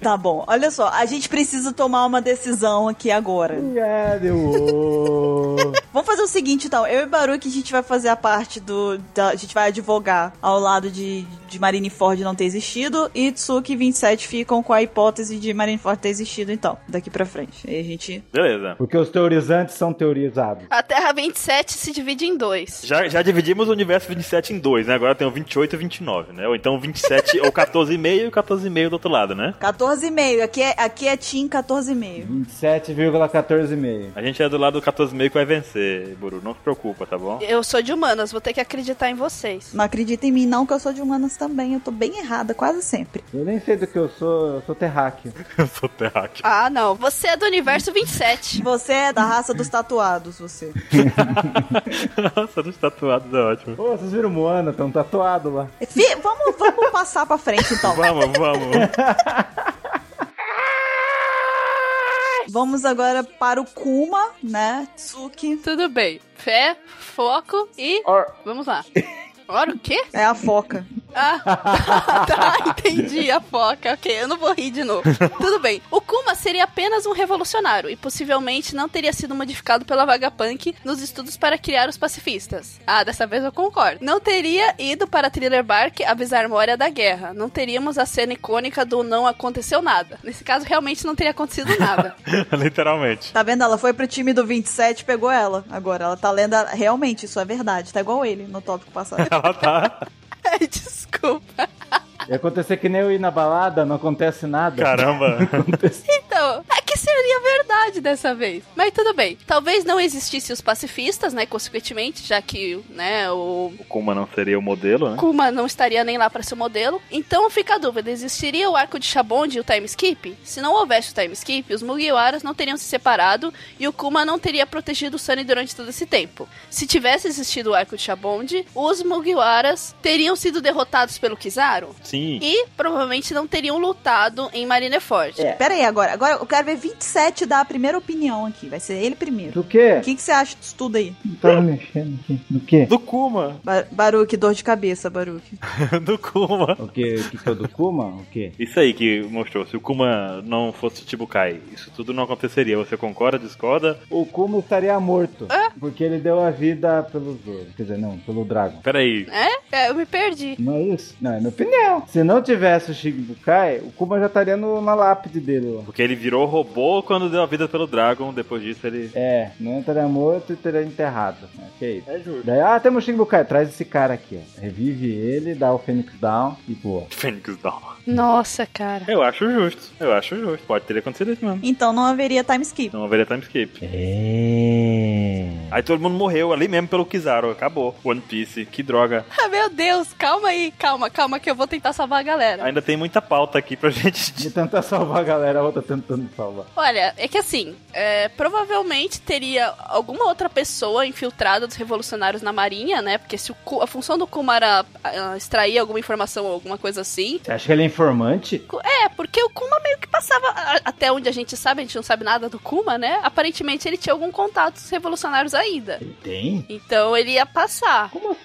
[SPEAKER 4] tá bom. Olha só, a gente precisa tomar uma decisão aqui agora.
[SPEAKER 3] Yeah, é, deu o-
[SPEAKER 4] Vamos fazer o seguinte, então. Eu e Baruch, a gente vai fazer a parte do... da- a gente vai advogar ao lado de, de Marineford não ter existido. E Tsuki e 27 ficam com a hipótese de Marineford ter existido, então. Daqui pra frente. E a gente...
[SPEAKER 1] Beleza.
[SPEAKER 3] Porque os teorizantes são teorizados.
[SPEAKER 2] A Terra 27 se divide em dois.
[SPEAKER 1] Já, já dividimos o universo 27 em dois, né? Agora tem o 28 e 29, né? Ou então 27, ou 14,5 e o 14,5 do outro lado, né?
[SPEAKER 4] 14,5. Aqui é, aqui é Team 14,5.
[SPEAKER 3] 27,14,5.
[SPEAKER 1] A gente é do lado do 14,5 que vai vencer, Buru. Não se preocupa, tá bom?
[SPEAKER 2] Eu sou de humanas, vou ter que acreditar em vocês.
[SPEAKER 4] Não acredita em mim, não, que eu sou de humanas também. Eu tô bem errada, quase sempre.
[SPEAKER 3] Eu nem sei do que eu sou, eu sou terráqueo.
[SPEAKER 1] Eu sou terráqueo.
[SPEAKER 2] Ah, não. Você é do universo 27.
[SPEAKER 4] Você é da raça dos tatuados, você.
[SPEAKER 1] [LAUGHS] Nossa, dos tatuados é ótimo.
[SPEAKER 3] Ô, vocês viram o Moana, tão tatuado lá.
[SPEAKER 4] Fi- vamos, vamos passar pra frente, então.
[SPEAKER 1] Vamos, vamos.
[SPEAKER 4] Vamos agora para o Kuma, né? Tsuki.
[SPEAKER 2] Tudo bem. Fé, foco e. Vamos lá. Ora o quê?
[SPEAKER 4] É a foca.
[SPEAKER 2] Ah, [LAUGHS] tá, entendi a foca. Ok, eu não vou rir de novo. Tudo bem. O Kuma seria apenas um revolucionário e possivelmente não teria sido modificado pela Vagapunk nos estudos para criar os pacifistas. Ah, dessa vez eu concordo. Não teria ido para Thriller Bark avisar Moria da guerra. Não teríamos a cena icônica do não aconteceu nada. Nesse caso, realmente não teria acontecido nada.
[SPEAKER 1] [LAUGHS]
[SPEAKER 2] [LAUGHS]
[SPEAKER 1] Literalmente.
[SPEAKER 4] Tá vendo? Ela foi pro time do 27, pegou ela. Agora, ela tá lendo. a- Realmente, isso é verdade. Tá igual ele no tópico passado.
[SPEAKER 1] Ela tá.
[SPEAKER 2] Ai, Desculpa.
[SPEAKER 3] E acontecer que nem eu ir na balada, não acontece nada.
[SPEAKER 1] Caramba.
[SPEAKER 2] Então, é que seria verdade dessa vez. Mas tudo bem. Talvez não existisse os pacifistas, né? Consequentemente, já que, né, o
[SPEAKER 1] O Kuma não seria o modelo, né?
[SPEAKER 2] Kuma não estaria nem lá para seu modelo. Então fica a dúvida: existiria o arco de Shabond e o time skip? Se não houvesse o time skip, os Mugiwaras não teriam se separado e o Kuma não teria protegido o Sunny durante todo esse tempo. Se tivesse existido o arco de Shabond, os Mugiwaras teriam sido derrotados pelo Kizaru
[SPEAKER 1] Sim.
[SPEAKER 2] e provavelmente não teriam lutado em Marineford.
[SPEAKER 4] Pera aí, agora. Agora eu quero ver 27 dar a primeira opinião aqui. Vai ser ele primeiro.
[SPEAKER 3] Do quê?
[SPEAKER 4] O que, que você acha disso tudo aí?
[SPEAKER 3] Não tava mexendo aqui. Do quê?
[SPEAKER 1] Do Kuma.
[SPEAKER 4] Ba Baruque, dor de cabeça, Baruque.
[SPEAKER 1] [LAUGHS] Do Kuma.
[SPEAKER 3] O que, o que que é o do Kuma? O quê?
[SPEAKER 1] Isso aí que mostrou. Se o Kuma não fosse o Chibukai, isso tudo não aconteceria. Você concorda, discorda?
[SPEAKER 3] O Kuma estaria morto. Porque ele deu a vida pelo Zoro. Quer dizer, não, pelo Dragon.
[SPEAKER 1] Peraí.
[SPEAKER 2] É, eu me perdi.
[SPEAKER 3] Não é isso? Não, é minha opinião. Se não tivesse o Shigibukai, o Kuma já estaria no, na lápide dele lá.
[SPEAKER 1] Porque ele virou robô quando deu a vida pelo Dragon. Depois disso ele.
[SPEAKER 3] É, não estaria morto e estaria enterrado. Ok. É justo. Daí, ah, temos o Shigibukai. Traz esse cara aqui, ó. Revive ele, dá o Fênix Down e boa.
[SPEAKER 1] [LAUGHS] Fênix Down.
[SPEAKER 2] Nossa, cara.
[SPEAKER 1] Eu acho justo. Eu acho justo. Pode ter acontecido isso mesmo.
[SPEAKER 4] Então não haveria time skip.
[SPEAKER 1] Não haveria time skip.
[SPEAKER 3] É.
[SPEAKER 1] Aí todo mundo morreu ali mesmo pelo Kizaru. Acabou. One Piece. Que droga.
[SPEAKER 2] Ah, meu Deus, calma aí, calma, calma, que eu vou tentar salvar a galera.
[SPEAKER 1] Ainda tem muita pauta aqui pra [LAUGHS] gente.
[SPEAKER 3] De tentar salvar a galera, a outra tentando salvar.
[SPEAKER 2] Olha, é que assim, é, provavelmente teria alguma outra pessoa infiltrada dos revolucionários na marinha, né? Porque se o Ku- a função do Kuma era ah, extrair alguma informação ou alguma coisa assim.
[SPEAKER 3] Você acha que ele é informante?
[SPEAKER 2] Ku- É, porque o Kuma meio que passava. a- Até onde a gente sabe, a gente não sabe nada do Kuma, né? Aparentemente ele tinha algum contato dos revolucionários ainda.
[SPEAKER 3] Ele tem?
[SPEAKER 2] Então ele ia passar.
[SPEAKER 3] Como assim?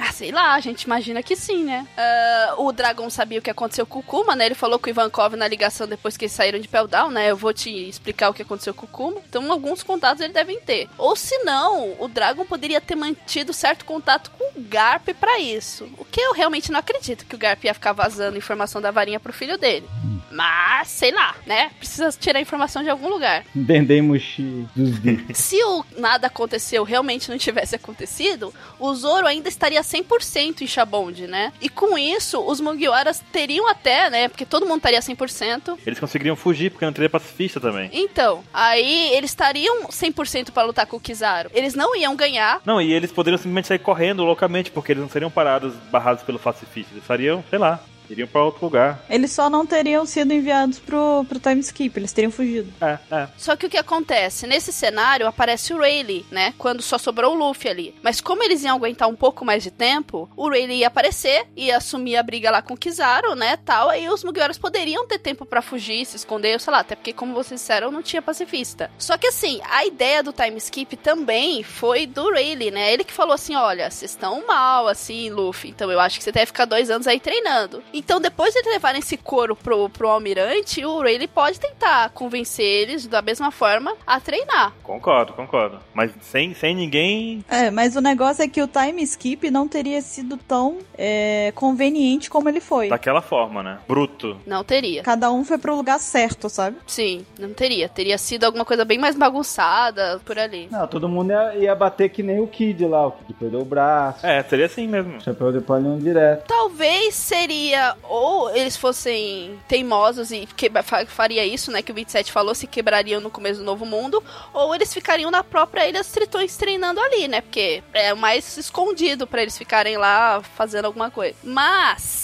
[SPEAKER 2] Ah, sei lá, a gente imagina que sim, né? Ah, o Dragon sabia o que aconteceu com o Kuma, né? Ele falou com o Ivankov na ligação depois que eles saíram de Peldown, né? Eu vou te explicar o que aconteceu com o Kuma. Então, alguns contatos ele devem ter. Ou se não, o Dragon poderia ter mantido certo contato com o Garp pra isso. O que eu realmente não acredito que o Garp ia ficar vazando informação da varinha pro filho dele.
[SPEAKER 3] Hum.
[SPEAKER 2] Mas, sei lá, né? Precisa tirar a informação de algum lugar.
[SPEAKER 3] Dendemushi dos D.
[SPEAKER 2] Se o nada aconteceu realmente não tivesse acontecido, o Zoro ainda estaria 100% em Shabond, né? E com isso, os Mugiwaras teriam até, né? Porque todo mundo estaria 100%.
[SPEAKER 1] Eles conseguiriam fugir porque não teria pacifista também.
[SPEAKER 2] Então, aí eles estariam 100% pra lutar com o Kizaru. Eles não iam ganhar.
[SPEAKER 1] Não, e eles poderiam simplesmente sair correndo loucamente, porque eles não seriam parados, barrados pelo pacifista. Eles estariam, sei lá, iriam pra outro lugar.
[SPEAKER 4] Eles só não teriam sido enviados pro, pro time skip, eles teriam fugido.
[SPEAKER 1] É, é.
[SPEAKER 2] Só que o que acontece? Nesse cenário aparece o Rayleigh, né? Quando só sobrou o Luffy ali. Mas como eles iam aguentar um pouco mais de tempo, o Rayleigh ia aparecer, ia assumir a briga lá com o Kizaru, né? Tal, aí os Mugiwaras poderiam ter tempo pra fugir, se esconder, sei lá, até porque, como vocês disseram, não tinha pacifista. Só que assim, a ideia do time skip também foi do Rayleigh, né? Ele que falou assim: olha, vocês estão mal, assim, Luffy. Então eu acho que você deve ficar dois anos aí treinando. Então, depois de eles levarem esse couro pro, pro almirante, o Rayleigh pode tentar convencer eles, da mesma forma, a treinar.
[SPEAKER 1] Concordo, concordo. Mas sem, sem ninguém.
[SPEAKER 4] É, mas o negócio é que o time skip não teria sido tão é, conveniente como ele foi.
[SPEAKER 1] Daquela forma, né? Bruto.
[SPEAKER 2] Não teria.
[SPEAKER 4] Cada um foi pro lugar certo, sabe?
[SPEAKER 2] Sim, não teria. Teria sido alguma coisa bem mais bagunçada por ali.
[SPEAKER 3] Não, todo mundo ia, ia bater que nem o Kid lá, o Kid perdeu o braço,
[SPEAKER 1] É, seria assim mesmo.
[SPEAKER 3] chapéu de palhão direto.
[SPEAKER 2] Talvez seria ou eles fossem teimosos e quebra, fa- faria isso, né, que o 27 falou, se quebrariam no começo do Novo Mundo, ou eles ficariam na própria Ilha dos Tritões treinando ali, né, porque é o mais escondido pra eles ficarem lá fazendo alguma coisa. Mas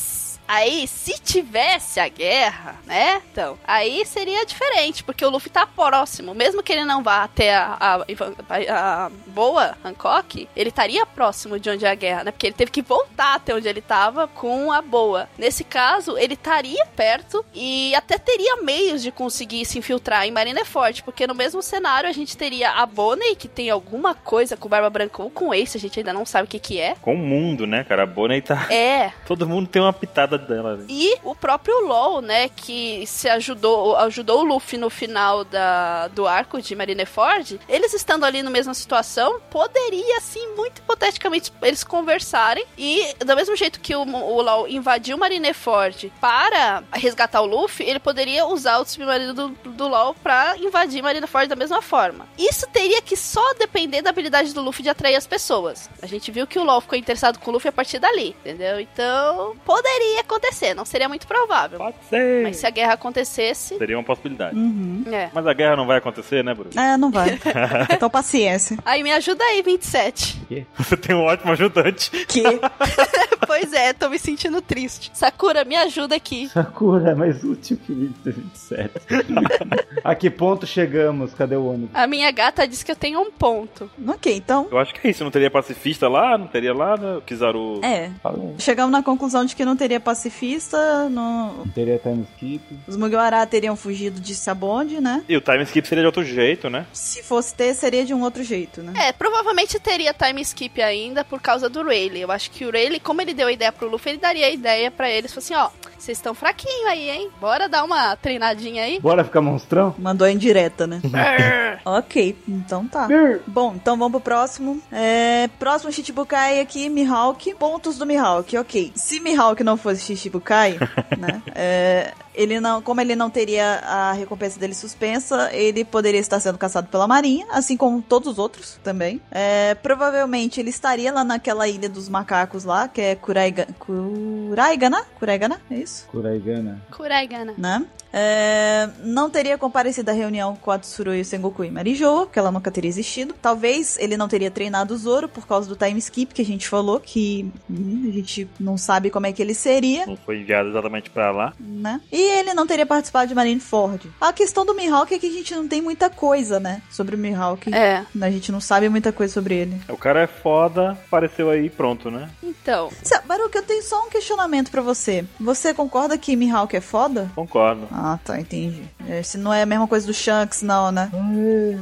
[SPEAKER 2] Aí, se tivesse a guerra, né? Então, aí seria diferente, porque o Luffy tá próximo. Mesmo que ele não vá até a, a, Ivan- a- a boa Hancock, ele estaria próximo de onde é a guerra, né? Porque ele teve que voltar até onde ele tava com a boa. Nesse caso, ele estaria perto e até teria meios de conseguir se infiltrar em Marineford, porque no mesmo cenário a gente teria a Bonnie, que tem alguma coisa com Barba Branca ou com Ace, a gente ainda não sabe o que que é.
[SPEAKER 1] Com o mundo, né, cara? A Bonnie tá. [LAUGHS]
[SPEAKER 2] É,
[SPEAKER 1] Todo mundo tem uma pitada dela. né?
[SPEAKER 2] e o próprio LoL, né, que se ajudou, ajudou o Luffy no final da, do arco de Marineford, eles estando ali na mesma situação, poderia, assim, muito hipoteticamente, eles conversarem e, do mesmo jeito que o, o LoL invadiu Marineford para resgatar o Luffy, ele poderia usar o submarino do, do LoL pra invadir Marineford da mesma forma. Isso teria que só depender da habilidade do Luffy de atrair as pessoas. A gente viu que o LoL ficou interessado com o Luffy a partir dali, entendeu? Então, poderia acontecer, não seria muito provável.
[SPEAKER 1] Pode ser.
[SPEAKER 2] Mas se a guerra acontecesse,
[SPEAKER 1] Seria uma possibilidade.
[SPEAKER 4] Uhum.
[SPEAKER 2] é.
[SPEAKER 1] Mas a guerra não vai acontecer, né, Bruno? [LAUGHS]
[SPEAKER 4] É, não vai. então, paciência.
[SPEAKER 2] Aí me ajuda aí, 27.
[SPEAKER 1] Você tem um ótimo ajudante.
[SPEAKER 4] Que?
[SPEAKER 2] [LAUGHS] pois é, tô me sentindo triste. Sakura, me ajuda aqui.
[SPEAKER 3] Sakura é mais útil que 27. [LAUGHS] a que ponto chegamos? Cadê o ônibus?
[SPEAKER 2] A minha gata disse que eu tenho um ponto.
[SPEAKER 4] ok, então.
[SPEAKER 1] Eu acho que é isso. Não teria pacifista lá, não teria lá, né? Kizaru.
[SPEAKER 4] É.
[SPEAKER 3] Fala aí.
[SPEAKER 4] Chegamos na conclusão de que não teria pacifista, não-
[SPEAKER 3] Teria time skip.
[SPEAKER 4] os Mugiwara teriam fugido de Sabonde, né?
[SPEAKER 1] E o time skip seria de outro jeito, né?
[SPEAKER 4] Se fosse ter, seria de um outro jeito, né?
[SPEAKER 2] É, provavelmente teria time skip ainda por causa do Rayleigh. Eu acho que o Rayleigh, como ele deu a ideia pro Luffy, ele daria a ideia pra eles, falou assim, ó, vocês estão fraquinho aí, hein? Bora dar uma treinadinha aí.
[SPEAKER 3] Bora ficar monstrão?
[SPEAKER 4] Mandou em direta, né? ok, então tá. Bom, então vamos pro próximo. É, próximo Shichibukai aqui, Mihawk. Pontos do Mihawk, ok. Se Mihawk não fosse Shichibukai, né? é, ele não, como ele não teria a recompensa dele suspensa, ele poderia estar sendo caçado pela Marinha, assim como todos os outros também. É, provavelmente ele estaria lá naquela ilha dos macacos lá, que é Kuraiga, Kuraigana? Kuraigana? É isso?
[SPEAKER 3] Kuraigana.
[SPEAKER 2] Kuraigana.
[SPEAKER 4] né? É, não teria comparecido à reunião com a Tsurui, Sengoku e Marijoa, porque ela nunca teria existido. Talvez ele não teria treinado o Zoro por causa do time skip que a gente falou, que hum, a gente não sabe como é que ele seria,
[SPEAKER 1] Não foi enviado exatamente pra lá.
[SPEAKER 4] né? E ele não teria participado de Marineford. A questão do Mihawk é que a gente não tem muita coisa, né? Sobre o Mihawk.
[SPEAKER 2] É,
[SPEAKER 4] A gente não sabe muita coisa sobre ele.
[SPEAKER 1] O cara é foda, apareceu aí pronto, né?
[SPEAKER 2] então.
[SPEAKER 4] Sa- Baruch, eu tenho só um questionamento pra você. Você concorda que Mihawk é foda?
[SPEAKER 1] Concordo.
[SPEAKER 4] Ah, tá, entendi. Esse não é a mesma coisa do Shanks, não, né?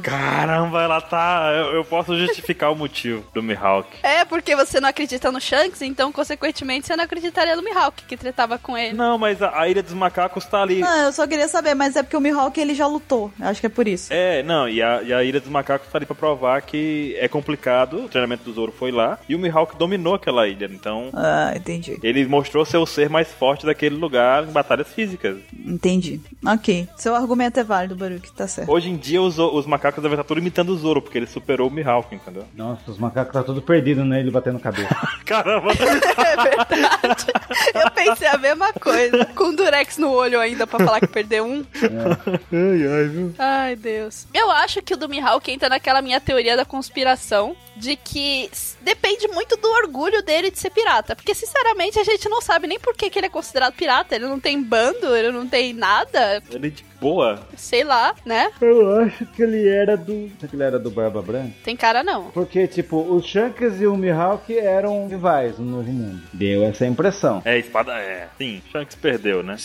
[SPEAKER 1] Caramba, ela tá. Eu, eu posso justificar o motivo do Mihawk.
[SPEAKER 2] É porque você não acredita no Shanks, então, consequentemente, você não acreditaria no Mihawk, que tretava com ele.
[SPEAKER 1] Não, mas a, a Ilha dos Macacos tá ali.
[SPEAKER 4] Não, eu só queria saber, mas é porque o Mihawk ele já lutou. Acho que é por isso.
[SPEAKER 1] É, não, e a, e a Ilha dos Macacos tá ali pra provar que é complicado. O treinamento do Zoro foi lá e o Mihawk dominou aquela ilha. Então,
[SPEAKER 4] Ah, entendi.
[SPEAKER 1] ele mostrou ser o ser mais forte daquele lugar em batalhas físicas.
[SPEAKER 4] Entendi. Ok. Seu argumento é válido, Baruch, tá certo.
[SPEAKER 1] Hoje em dia, os, os macacos devem estar tudo imitando o Zoro, porque ele superou o Mihawk, entendeu?
[SPEAKER 3] Nossa, os macacos tá tudo perdido, né? Ele batendo cabeça.
[SPEAKER 1] Caramba!
[SPEAKER 2] É verdade. Eu pensei a mesma coisa. Com o Durex no olho ainda pra falar que perdeu um. Ai, Deus. Eu acho que o do Mihawk entra naquela minha teoria da conspiração de que s- depende muito do orgulho dele de ser pirata. Porque, sinceramente, a gente não sabe nem por que, que ele é considerado pirata. Ele não tem bando, ele não tem nada,
[SPEAKER 1] [LAUGHS] ele de boa.
[SPEAKER 2] sei lá, né?
[SPEAKER 3] [LAUGHS] Eu acho que ele era do. Será que ele era do Barba Branca?
[SPEAKER 2] Tem cara não.
[SPEAKER 3] Porque, tipo, o Shanks e o Mihawk eram rivais no Novo Mundo. Deu essa impressão.
[SPEAKER 1] É, espada é. Sim, Shanks perdeu, né?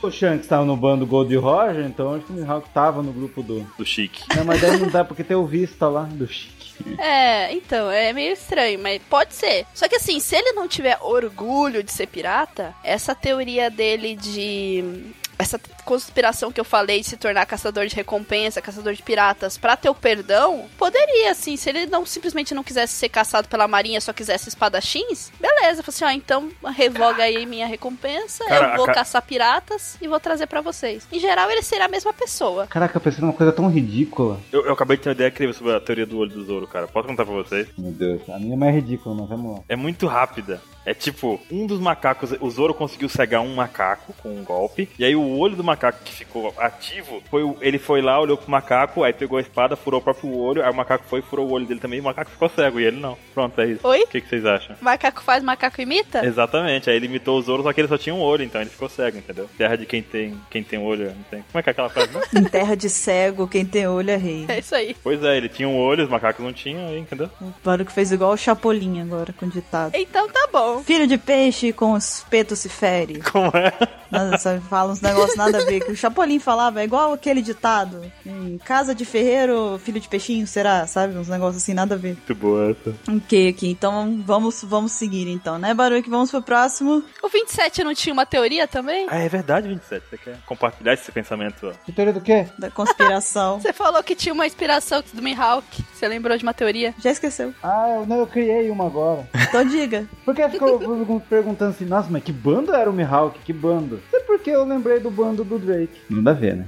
[SPEAKER 3] O Shanks tava no bando Gold Roger, então acho que o Mihawk tava no grupo do.
[SPEAKER 1] Do Chique.
[SPEAKER 3] Não, mas daí não dá porque tem o Vista lá do Chique.
[SPEAKER 2] É, então, é meio estranho, mas pode ser. Só que assim, se ele não tiver orgulho de ser pirata, essa teoria dele de. Essa conspiração que eu falei de se tornar caçador de recompensa, caçador de piratas, pra ter o perdão, poderia, assim, se ele não simplesmente não quisesse ser caçado pela marinha, só quisesse espadachins, beleza, falou assim, ó, então revoga aí minha recompensa, eu
[SPEAKER 1] Cara,
[SPEAKER 2] vou
[SPEAKER 1] a ca-
[SPEAKER 2] caçar piratas e vou trazer pra vocês. Em geral, ele será a mesma pessoa.
[SPEAKER 3] Caraca, eu pensei numa coisa tão ridícula.
[SPEAKER 1] Eu, eu acabei de ter uma ideia incrível sobre a teoria do olho do Zoro, cara. Posso contar pra vocês?
[SPEAKER 3] Meu Deus, a minha é mais ridícula, mas vamos lá.
[SPEAKER 1] É muito rápida. É tipo, um dos macacos, o Zoro conseguiu cegar um macaco com um golpe, e aí o olho do macaco que ficou ativo, foi, o- ele foi lá, olhou pro macaco, aí pegou a espada, furou o próprio olho, aí o macaco foi e furou o olho dele também, e o macaco ficou cego, e ele não. Pronto, é isso.
[SPEAKER 2] Oi?
[SPEAKER 1] O que, que vocês acham?
[SPEAKER 2] Macaco faz, macaco imita?
[SPEAKER 1] É. Exatamente, aí ele imitou o Zoro, só que ele só tinha um olho, então ele ficou cego, entendeu? Terra de quem tem, quem tem olho, não tem. Como é que é aquela frase? né?
[SPEAKER 4] Em terra de cego, quem tem olho é rei.
[SPEAKER 2] [LAUGHS] É isso aí.
[SPEAKER 1] pois é, ele tinha um olho, os macacos não tinham, aí, entendeu?
[SPEAKER 4] O Baruch fez igual o Chapolin agora, com ditado.
[SPEAKER 2] Então tá bom.
[SPEAKER 4] Filho de peixe com os petos se fere.
[SPEAKER 1] Como é?
[SPEAKER 4] Nossa, fala uns negócios nada a ver. Que o Chapolin falava, é igual aquele ditado. Em casa de ferreiro, filho de peixinho, será? Sabe? Uns negócios assim, nada a ver.
[SPEAKER 1] Muito boa essa.
[SPEAKER 4] Ok, aqui. Então vamos, vamos seguir então, né, Baruch? Vamos pro próximo.
[SPEAKER 2] O 27 não tinha uma teoria também?
[SPEAKER 1] Ah, é verdade, 27. Você quer compartilhar esse pensamento?
[SPEAKER 3] Que teoria do quê?
[SPEAKER 4] Da conspiração.
[SPEAKER 2] Você falou que tinha uma inspiração do Mihawk. Você lembrou de uma teoria?
[SPEAKER 4] Já esqueceu.
[SPEAKER 3] Ah, eu, não, eu criei uma agora.
[SPEAKER 4] Então diga.
[SPEAKER 3] Porque ficou pergun- perguntando assim, nossa, mas que bando era o Mihawk? Que bando? Não sei porque eu lembrei do bando do Drake. Não dá a ver, né?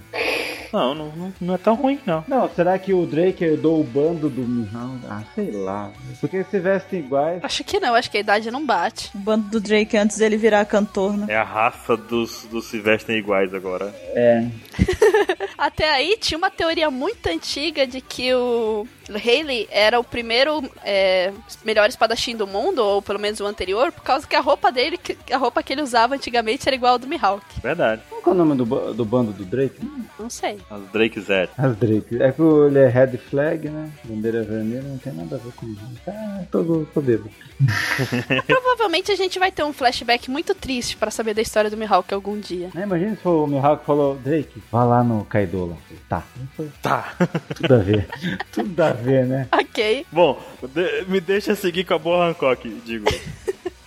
[SPEAKER 1] Não, não, não, não é tão ruim, não.
[SPEAKER 3] Não, será que o Drake herdou o bando do Mihawk? Ah, sei lá. Porque eles se vestem iguais.
[SPEAKER 2] Acho que não, acho que a idade não bate.
[SPEAKER 4] O bando do Drake antes dele virar cantor, né?
[SPEAKER 1] É a raça dos, dos se vestem iguais agora.
[SPEAKER 3] É.
[SPEAKER 2] Até aí tinha uma teoria muito antiga de que o Haley era o primeiro é, melhor espadachim do mundo, ou pelo menos o anterior, por causa que a roupa dele, que- a roupa que ele usava antigamente era igual ao do Mihawk.
[SPEAKER 1] Verdade.
[SPEAKER 3] Qual que é o nome do, ba- do bando do Drake?
[SPEAKER 2] Não sei.
[SPEAKER 1] As Drake Z.
[SPEAKER 3] As Drake. É que ele é red flag, né? Bandeira vermelha, não tem nada a ver com isso. Ah, tô, tô bêbado.
[SPEAKER 2] Provavelmente a gente vai ter um flashback muito triste pra saber da história do Mihawk algum dia.
[SPEAKER 3] Né, imagina se for o Mihawk falou, Drake, vá lá no Kaido lá. Tá.
[SPEAKER 1] Tá.
[SPEAKER 3] Tudo a [LAUGHS] ver. Tudo a ver, né?
[SPEAKER 2] Ok.
[SPEAKER 1] Bom, de- me deixa seguir com a boa Hancock, [LAUGHS] digo.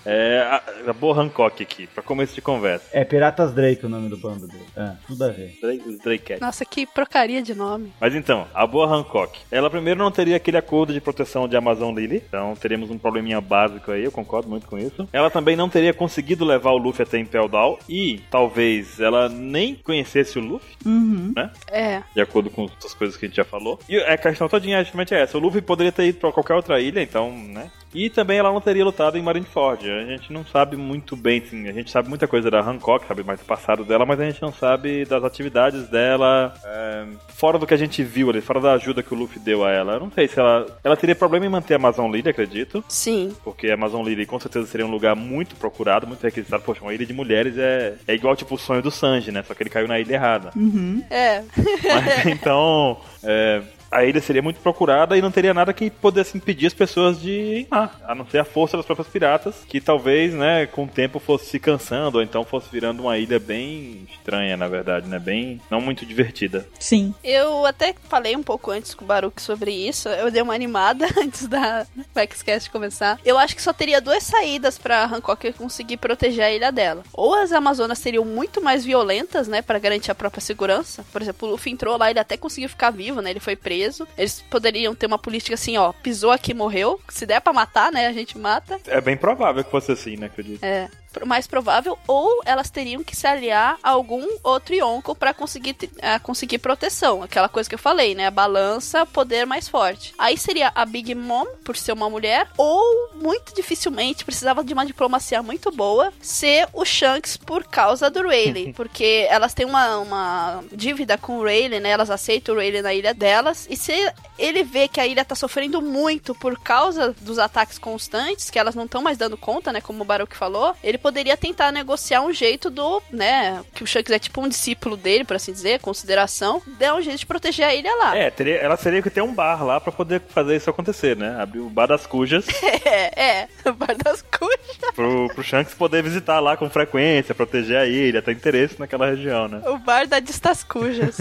[SPEAKER 1] É, a, a boa Hancock aqui, pra começo de conversa.
[SPEAKER 3] É Piratas Drake o nome do bando dele. Ah, tudo a ver.
[SPEAKER 1] Drake, os Drake Cat.
[SPEAKER 2] Nossa, que porcaria de nome.
[SPEAKER 1] Mas então, a boa Hancock. Ela primeiro não teria aquele acordo de proteção de Amazon Lily. Então teremos um probleminha básico aí, eu concordo muito com isso. Ela também não teria conseguido levar o Luffy até Impel Down. E talvez ela nem conhecesse o Luffy,
[SPEAKER 4] Uhum.
[SPEAKER 1] né?
[SPEAKER 2] É.
[SPEAKER 1] De acordo com as coisas que a gente já falou. E a questão todinha justamente é essa. O Luffy poderia ter ido pra qualquer outra ilha, então, né? E também ela não teria lutado em Marineford. A gente não sabe muito bem, assim, a gente sabe muita coisa da Hancock, sabe mais do passado dela, mas a gente não sabe das atividades dela, é, fora do que a gente viu ali, fora da ajuda que o Luffy deu a ela. Eu não sei se ela... Ela teria problema em manter a Amazon Lily, acredito.
[SPEAKER 2] Sim.
[SPEAKER 1] Porque a Amazon Lily com certeza seria um lugar muito procurado, muito requisitado. Poxa, uma ilha de mulheres é, é igual tipo o sonho do Sanji, né? Só que ele caiu na ilha errada.
[SPEAKER 4] Uhum.
[SPEAKER 2] É.
[SPEAKER 1] Mas, então, é, a ilha seria muito procurada e não teria nada que pudesse impedir as pessoas de ir lá, a não ser a força das próprias piratas, que talvez, né, com o tempo fosse se cansando, ou então fosse virando uma ilha bem estranha, na verdade, né, bem não muito divertida.
[SPEAKER 4] Sim.
[SPEAKER 2] Eu até falei um pouco antes com o Baruque sobre isso. Eu dei uma animada [LAUGHS] antes da Paxcast começar. Eu acho que só teria duas saídas pra Hancock conseguir proteger a ilha dela. Ou as Amazonas seriam muito mais violentas, né, Pra garantir a própria segurança. Por exemplo, o Luffy entrou lá, ele até conseguiu ficar vivo, né? Ele foi preso. Eles poderiam ter uma política assim, ó, pisou aqui, morreu. Se der pra matar, né, a gente mata.
[SPEAKER 1] É bem provável que fosse assim, né, acredito.
[SPEAKER 2] É, pro- mais provável, ou elas teriam que se aliar a algum outro Yonko pra conseguir, te- eh, conseguir proteção. Aquela coisa que eu falei, né? A balança, poder mais forte. Aí seria a Big Mom, por ser uma mulher, ou muito dificilmente, precisava de uma diplomacia muito boa, ser o Shanks por causa do Rayleigh. porque elas têm uma, uma dívida com o Rayleigh, né? Elas aceitam o Rayleigh na ilha delas. E se ele vê que a ilha tá sofrendo muito por causa dos ataques constantes, que elas não estão mais dando conta, né? Como o Baruch falou, ele poderia tentar negociar um jeito do, né? Que o Shanks é tipo um discípulo dele, por assim dizer, consideração, dar um jeito de proteger a ilha lá.
[SPEAKER 1] É, teria, ela teria que ter um bar lá pra poder fazer isso acontecer, né? Abrir o bar das cujas
[SPEAKER 2] [LAUGHS] É, é, Bar das Cujas.
[SPEAKER 1] pro, pro Shanks poder visitar lá com frequência, proteger a ilha, ter interesse naquela região, né?
[SPEAKER 2] O bar da Distas Cujas.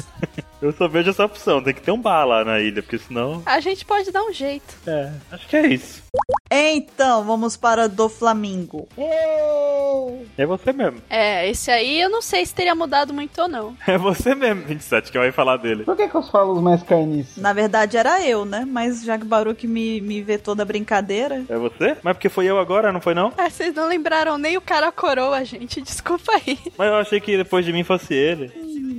[SPEAKER 1] Eu só vejo essa opção, tem que ter um bar lá na ilha, porque senão.
[SPEAKER 2] a gente pode dar um jeito.
[SPEAKER 1] É, acho que é isso.
[SPEAKER 4] Então, vamos para do Flamingo.
[SPEAKER 1] É você mesmo. [LAUGHS]
[SPEAKER 2] É, esse aí eu não sei se teria mudado muito ou não.
[SPEAKER 1] É você mesmo, 27, que vai falar dele.
[SPEAKER 3] Por que, que eu falo os mais carniços?
[SPEAKER 4] Na verdade era eu, né? Mas já que o Baruque me, me vê toda a brincadeira.
[SPEAKER 1] É você? Mas porque foi eu agora, não foi não?
[SPEAKER 2] Ah, vocês não lembraram nem o cara coroa, gente. Desculpa aí.
[SPEAKER 1] Mas eu achei que depois de mim fosse ele.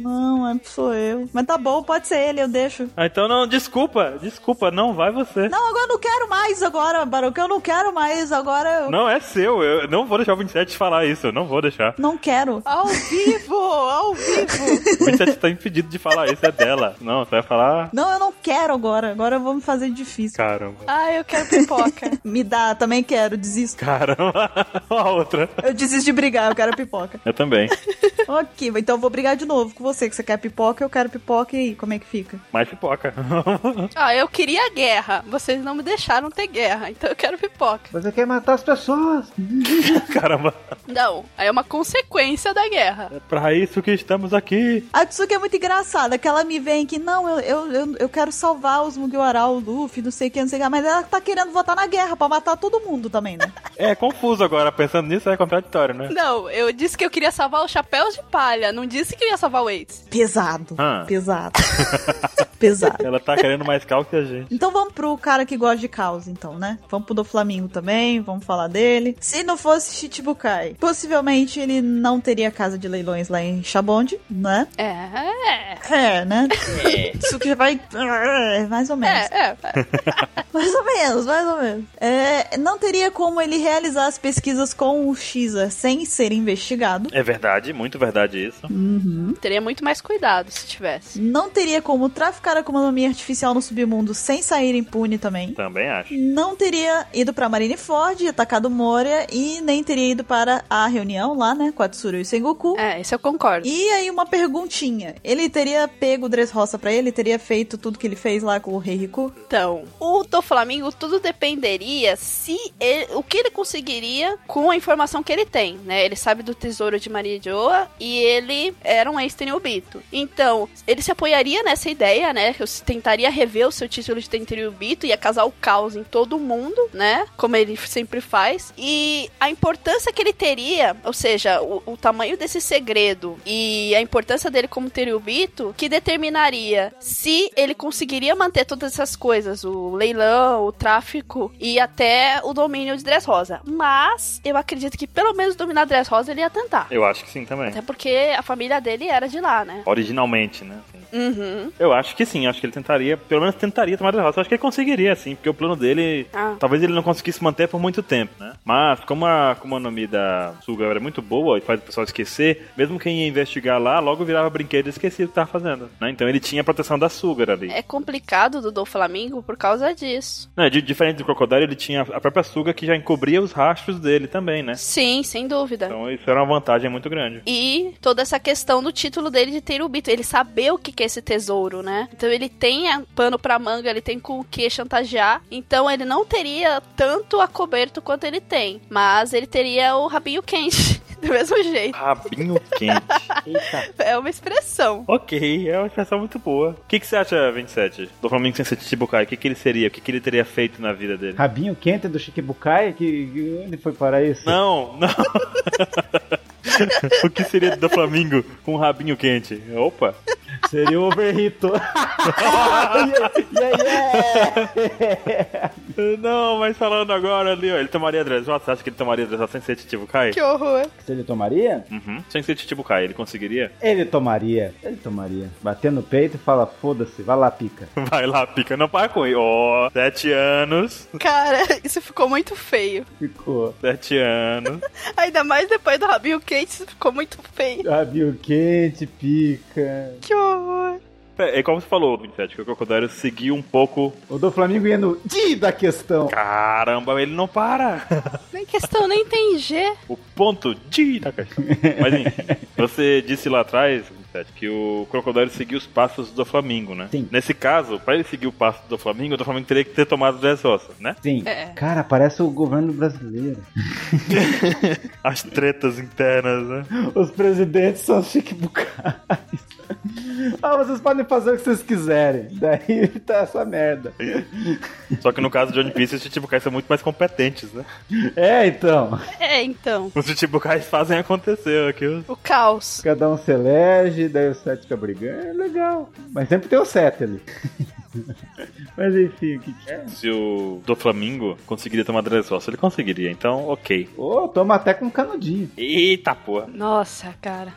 [SPEAKER 4] Não, é- sou eu. Mas tá bom, pode ser ele, eu deixo.
[SPEAKER 1] Ah, então não, desculpa, desculpa, não vai você.
[SPEAKER 4] Não, agora eu não quero mais agora, Baruque. Eu não quero mais agora. Eu
[SPEAKER 1] Não, é seu, eu não vou deixar o 27 falar isso, eu não vou deixar.
[SPEAKER 4] não quero.
[SPEAKER 2] Ao vivo, ao vivo.
[SPEAKER 1] O 27 tá impedido de falar isso, é dela. Não, você vai falar.
[SPEAKER 4] Não, eu não quero agora. Agora eu vou me fazer difícil.
[SPEAKER 1] Caramba.
[SPEAKER 2] Ah, eu quero pipoca.
[SPEAKER 4] Me dá, também quero, desisto.
[SPEAKER 1] Caramba, [LAUGHS] a outra.
[SPEAKER 4] Eu desisto de brigar, eu quero pipoca.
[SPEAKER 1] Eu também.
[SPEAKER 4] ok, então eu vou brigar de novo com você, que você quer pipoca, eu quero pipoca, e aí, como é que fica?
[SPEAKER 1] Mais pipoca. [LAUGHS]
[SPEAKER 2] Ah, eu queria guerra. Vocês não me deixaram ter guerra, então eu quero pipoca.
[SPEAKER 3] Você quer matar as pessoas?
[SPEAKER 1] Caramba.
[SPEAKER 2] Não, aí é uma consequência da guerra.
[SPEAKER 1] É pra isso que estamos aqui.
[SPEAKER 4] A Tsuki é muito engraçada, que ela me vem que, não, eu, eu, eu, eu quero salvar os Mugiwara, o Luffy, não sei o que, não sei o que, mas ela tá querendo votar na guerra pra matar todo mundo também, né?
[SPEAKER 1] É confuso agora, pensando nisso é contraditório, né?
[SPEAKER 2] Não, eu disse que eu queria salvar os chapéus de palha, não disse que eu ia salvar o Waits.
[SPEAKER 4] Pesado,
[SPEAKER 1] Ah.
[SPEAKER 4] pesado, pesado.
[SPEAKER 1] Ela tá querendo mais cal que a gente.
[SPEAKER 4] Então vamos pro cara que gosta de caos, então, né? Vamos pro do Flamengo também, vamos falar dele. Se não fosse Shichibukai, possivelmente ele não teria casa de leilões lá em Shabonde, né?
[SPEAKER 2] É,
[SPEAKER 4] É, né? Isso que vai. Mais ou
[SPEAKER 2] é,
[SPEAKER 4] menos.
[SPEAKER 2] é, é.
[SPEAKER 4] Mais ou menos, mais ou menos. É, não teria como ele realizar as pesquisas com o Xer sem ser investigado.
[SPEAKER 1] É verdade, muito verdade isso.
[SPEAKER 2] Teria muito mais cuidado se tivesse.
[SPEAKER 4] Não teria como traficar a economia artificial no submundo sem sair impune também.
[SPEAKER 1] Também acho.
[SPEAKER 4] Não teria ido pra Marineford, atacado Moria e nem teria ido para a reunião lá, né, com a Tsuru e Sengoku.
[SPEAKER 2] É, isso eu concordo.
[SPEAKER 4] E aí uma perguntinha. Ele teria pego o Dressrosa pra ele? Teria feito tudo que ele fez lá com o Rei Riku?
[SPEAKER 2] Então, o do Flamengo tudo dependeria se ele- o que ele conseguiria com a informação que ele tem, né? Ele sabe do tesouro de Maria Joa e ele era um ex Tenryubito. Então, ele se apoiaria nessa ideia, né? Que eu tentaria rever o seu título de Tenryubito, ia casar o caos em todo mundo, né? Como ele sempre faz. E a importância que ele teria, ou seja, o, o tamanho desse segredo e a importância dele como Tenryubito, que determinaria se ele conseguiria manter todas essas coisas, o leilão, o tráfico e até o domínio de Dressrosa. Mas eu acredito que pelo menos dominar Dressrosa ele ia tentar.
[SPEAKER 1] Eu acho que sim também.
[SPEAKER 2] Até porque a família dele era de lá, né?
[SPEAKER 1] Originalmente, né? Assim.
[SPEAKER 2] Uhum.
[SPEAKER 1] Eu acho que sim, acho que ele tentaria, pelo menos tentaria tomar a derrota. Eu acho que ele conseguiria, sim, porque o plano dele.
[SPEAKER 2] Ah.
[SPEAKER 1] Talvez ele não conseguisse manter por muito tempo, né? Mas, como a Kumanomi da Suga era muito boa e faz o pessoal esquecer, mesmo quem ia investigar lá, logo virava brinquedo e esquecia o que tava fazendo, né? Então ele tinha a proteção da Suga ali.
[SPEAKER 2] É complicado do do Flamengo por causa disso.
[SPEAKER 1] Não, de, diferente do Crocodile, ele tinha a própria Suga que já encobria os rastros dele também, né?
[SPEAKER 2] Sim, sem dúvida.
[SPEAKER 1] Então isso era uma vantagem muito grande.
[SPEAKER 2] E toda essa questão do título dele de Teirubito, ele saber o que que é esse tesouro, né? Então ele tem ah, pano pra manga, ele tem com o que chantagear, então ele não teria tanto acoberto quanto ele tem, mas ele teria o rabinho quente, [LAUGHS] do mesmo jeito.
[SPEAKER 1] Rabinho quente.
[SPEAKER 3] Eita.
[SPEAKER 2] É uma expressão.
[SPEAKER 1] Ok, é uma expressão muito boa. O que, que você acha, 27? Do Flamengo sem ser Chichibukai, o que, que ele seria? O que, que ele teria feito na vida dele?
[SPEAKER 3] Rabinho quente do Shikibukai? Que, que- onde foi para isso?
[SPEAKER 1] Não, [LAUGHS] não. o que seria do Flamengo com um rabinho quente? Opa.
[SPEAKER 3] Seria o [LAUGHS] Overhito. yeah, yeah, yeah.
[SPEAKER 1] Não, mas falando agora ali, ó, ele tomaria Dressrosa? Você acha que ele tomaria Dressrosa sem ser Chichibukai?
[SPEAKER 2] Que horror.
[SPEAKER 3] Se ele tomaria?
[SPEAKER 1] Uhum. Sem ser Chichibukai, ele conseguiria? [LAUGHS]
[SPEAKER 3] Ele tomaria. Ele tomaria. Bater no peito e fala, foda-se, vai lá, pica.
[SPEAKER 1] Vai lá, pica, não para com ele. Ó, sete anos,
[SPEAKER 2] Cara, [LAUGHS] isso ficou muito feio.
[SPEAKER 3] Ficou.
[SPEAKER 1] sete anos.
[SPEAKER 2] Ainda mais depois do rabinho quente, isso ficou muito feio.
[SPEAKER 3] Rabinho quente, pica.
[SPEAKER 2] Que horror.
[SPEAKER 1] É, é como você falou, 27, que o Crocodile seguiu um pouco.
[SPEAKER 3] O do Flamengo ia no D da questão.
[SPEAKER 1] Caramba, ele não para.
[SPEAKER 2] Nem questão, nem tem G.
[SPEAKER 1] O ponto de da questão. Mas enfim, você disse lá atrás, 27, que o Crocodile seguiu os passos do Flamengo, né?
[SPEAKER 3] Sim.
[SPEAKER 1] Nesse caso, pra ele seguir o passo do Flamengo, o Flamengo teria que ter tomado 10 ossos, né?
[SPEAKER 3] Sim.
[SPEAKER 2] É.
[SPEAKER 3] Cara, parece o governo brasileiro.
[SPEAKER 1] As tretas internas, né?
[SPEAKER 3] Os presidentes são chiquibucais. [LAUGHS] Ah, vocês podem fazer o que vocês quiserem. Daí tá essa merda.
[SPEAKER 1] Só que no caso de One Piece, os Chichibukais são muito mais competentes, né?
[SPEAKER 3] É, então.
[SPEAKER 2] É, então.
[SPEAKER 1] Os Chichibukais fazem acontecer aquilo.
[SPEAKER 2] O caos.
[SPEAKER 3] Cada um se elege, daí o 7 fica brigando. É legal. Mas sempre tem o 7 ali. [LAUGHS] Mas enfim, o que que é?
[SPEAKER 1] Se o do Flamengo conseguiria tomar Dressrosa, ele conseguiria, então ok.
[SPEAKER 3] Ô, toma até com canudinho.
[SPEAKER 1] Eita porra.
[SPEAKER 2] Nossa, cara.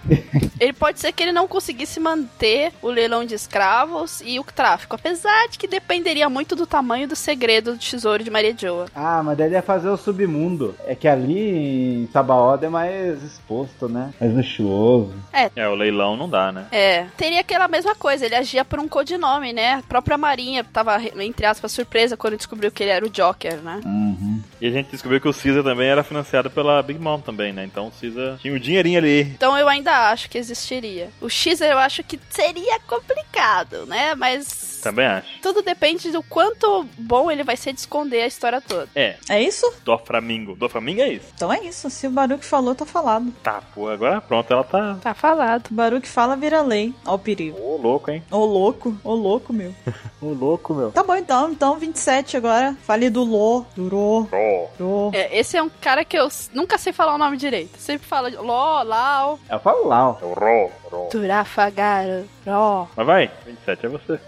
[SPEAKER 2] ele pode ser que ele não conseguisse manter o leilão de escravos e o tráfico, apesar de que dependeria muito do tamanho do segredo do tesouro de Maria Joa.
[SPEAKER 3] Ah, mas daí ele ia fazer o submundo. É que ali em Sabaoda é mais exposto, né? Mais luxuoso.
[SPEAKER 1] É, o leilão não dá, né?
[SPEAKER 2] É. Teria aquela mesma coisa, ele agia por um codinome, né? A própria Marinha tava, entre aspas, surpresa quando descobriu que ele era o Joker, né?
[SPEAKER 3] Uhum.
[SPEAKER 1] E a gente descobriu que o Caesar também era financiado pela Big Mom também, né? Então o Caesar tinha um dinheirinho ali.
[SPEAKER 2] Então eu ainda acho que existiria. O X eu acho que seria complicado, né? Mas.
[SPEAKER 1] Também acho.
[SPEAKER 2] Tudo depende do quanto bom ele vai ser de esconder a história toda.
[SPEAKER 1] É,
[SPEAKER 4] É isso?
[SPEAKER 1] do Flamengo. Do Flamengo é isso.
[SPEAKER 4] Então é isso. Se o Baruque falou, tá falado.
[SPEAKER 1] Tá, porra, agora pronto, ela tá.
[SPEAKER 2] Tá falado.
[SPEAKER 4] O Baruque fala, vira lei. Ó o perigo.
[SPEAKER 1] Ô, louco, hein?
[SPEAKER 4] Ô louco, ô louco, meu.
[SPEAKER 3] O louco, meu.
[SPEAKER 4] Tá bom então, então 27 agora. Fale do Lô, do Rô,
[SPEAKER 1] Ó.
[SPEAKER 4] Rô.
[SPEAKER 2] É, esse é um cara que eu s- nunca sei falar o nome direito. Sempre fala de Ló, Lau,
[SPEAKER 3] É o Falau.
[SPEAKER 1] É o Ró, Ró.
[SPEAKER 2] Turafagaro, Ró.
[SPEAKER 1] Mas vai, 27 é você.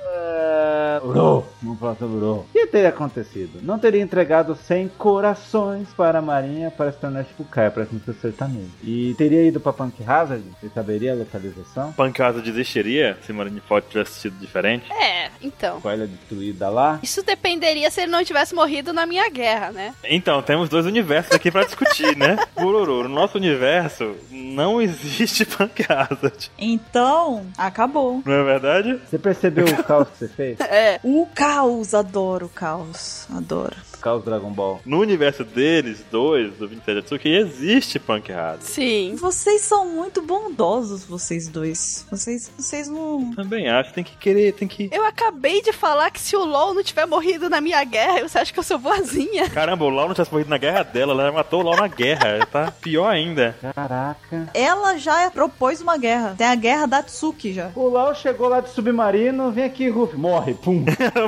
[SPEAKER 3] Uro. Vamos falar sobre Uro. O que teria acontecido? Não teria entregado 100 corações para a marinha para se tornar tipo Shibukai, para se sertanejo. E teria ido pra Punk Hazard? Ele saberia a localização?
[SPEAKER 1] Pancada desistiria se Marineford tivesse sido diferente?
[SPEAKER 2] É, então.
[SPEAKER 3] Com a ilha destruída lá?
[SPEAKER 2] Isso dependeria se ele não tivesse morrido na minha guerra, né?
[SPEAKER 1] Então, temos dois universos aqui pra discutir, [LAUGHS] né? Bururu, no nosso universo não existe [LAUGHS] pancada. tipo,
[SPEAKER 4] Então, acabou.
[SPEAKER 1] Não é verdade?
[SPEAKER 3] Você percebeu o caos que você fez?
[SPEAKER 2] É.
[SPEAKER 4] O caos, adoro o caos. Adoro.
[SPEAKER 3] Caos Dragon Ball.
[SPEAKER 1] No universo deles, dois, do 27 Atsuki, é existe Punk Hazard.
[SPEAKER 2] Sim.
[SPEAKER 4] Vocês são muito bondosos, vocês dois. Vocês, vocês não.
[SPEAKER 1] Também acho, tem que querer, tem que.
[SPEAKER 2] Eu acabei de falar que se o LOL não tiver morrido na minha guerra, você acha que eu sou [LAUGHS] boazinha?
[SPEAKER 1] Caramba, o Lau não tinha morrido na guerra dela, ela matou o Lau na guerra, tá pior ainda. [LAUGHS]
[SPEAKER 3] Caraca.
[SPEAKER 4] Ela já propôs uma guerra. Tem a guerra da Tsuki já.
[SPEAKER 3] O Lau chegou lá de submarino, vem aqui, Ruff. Morre, pum.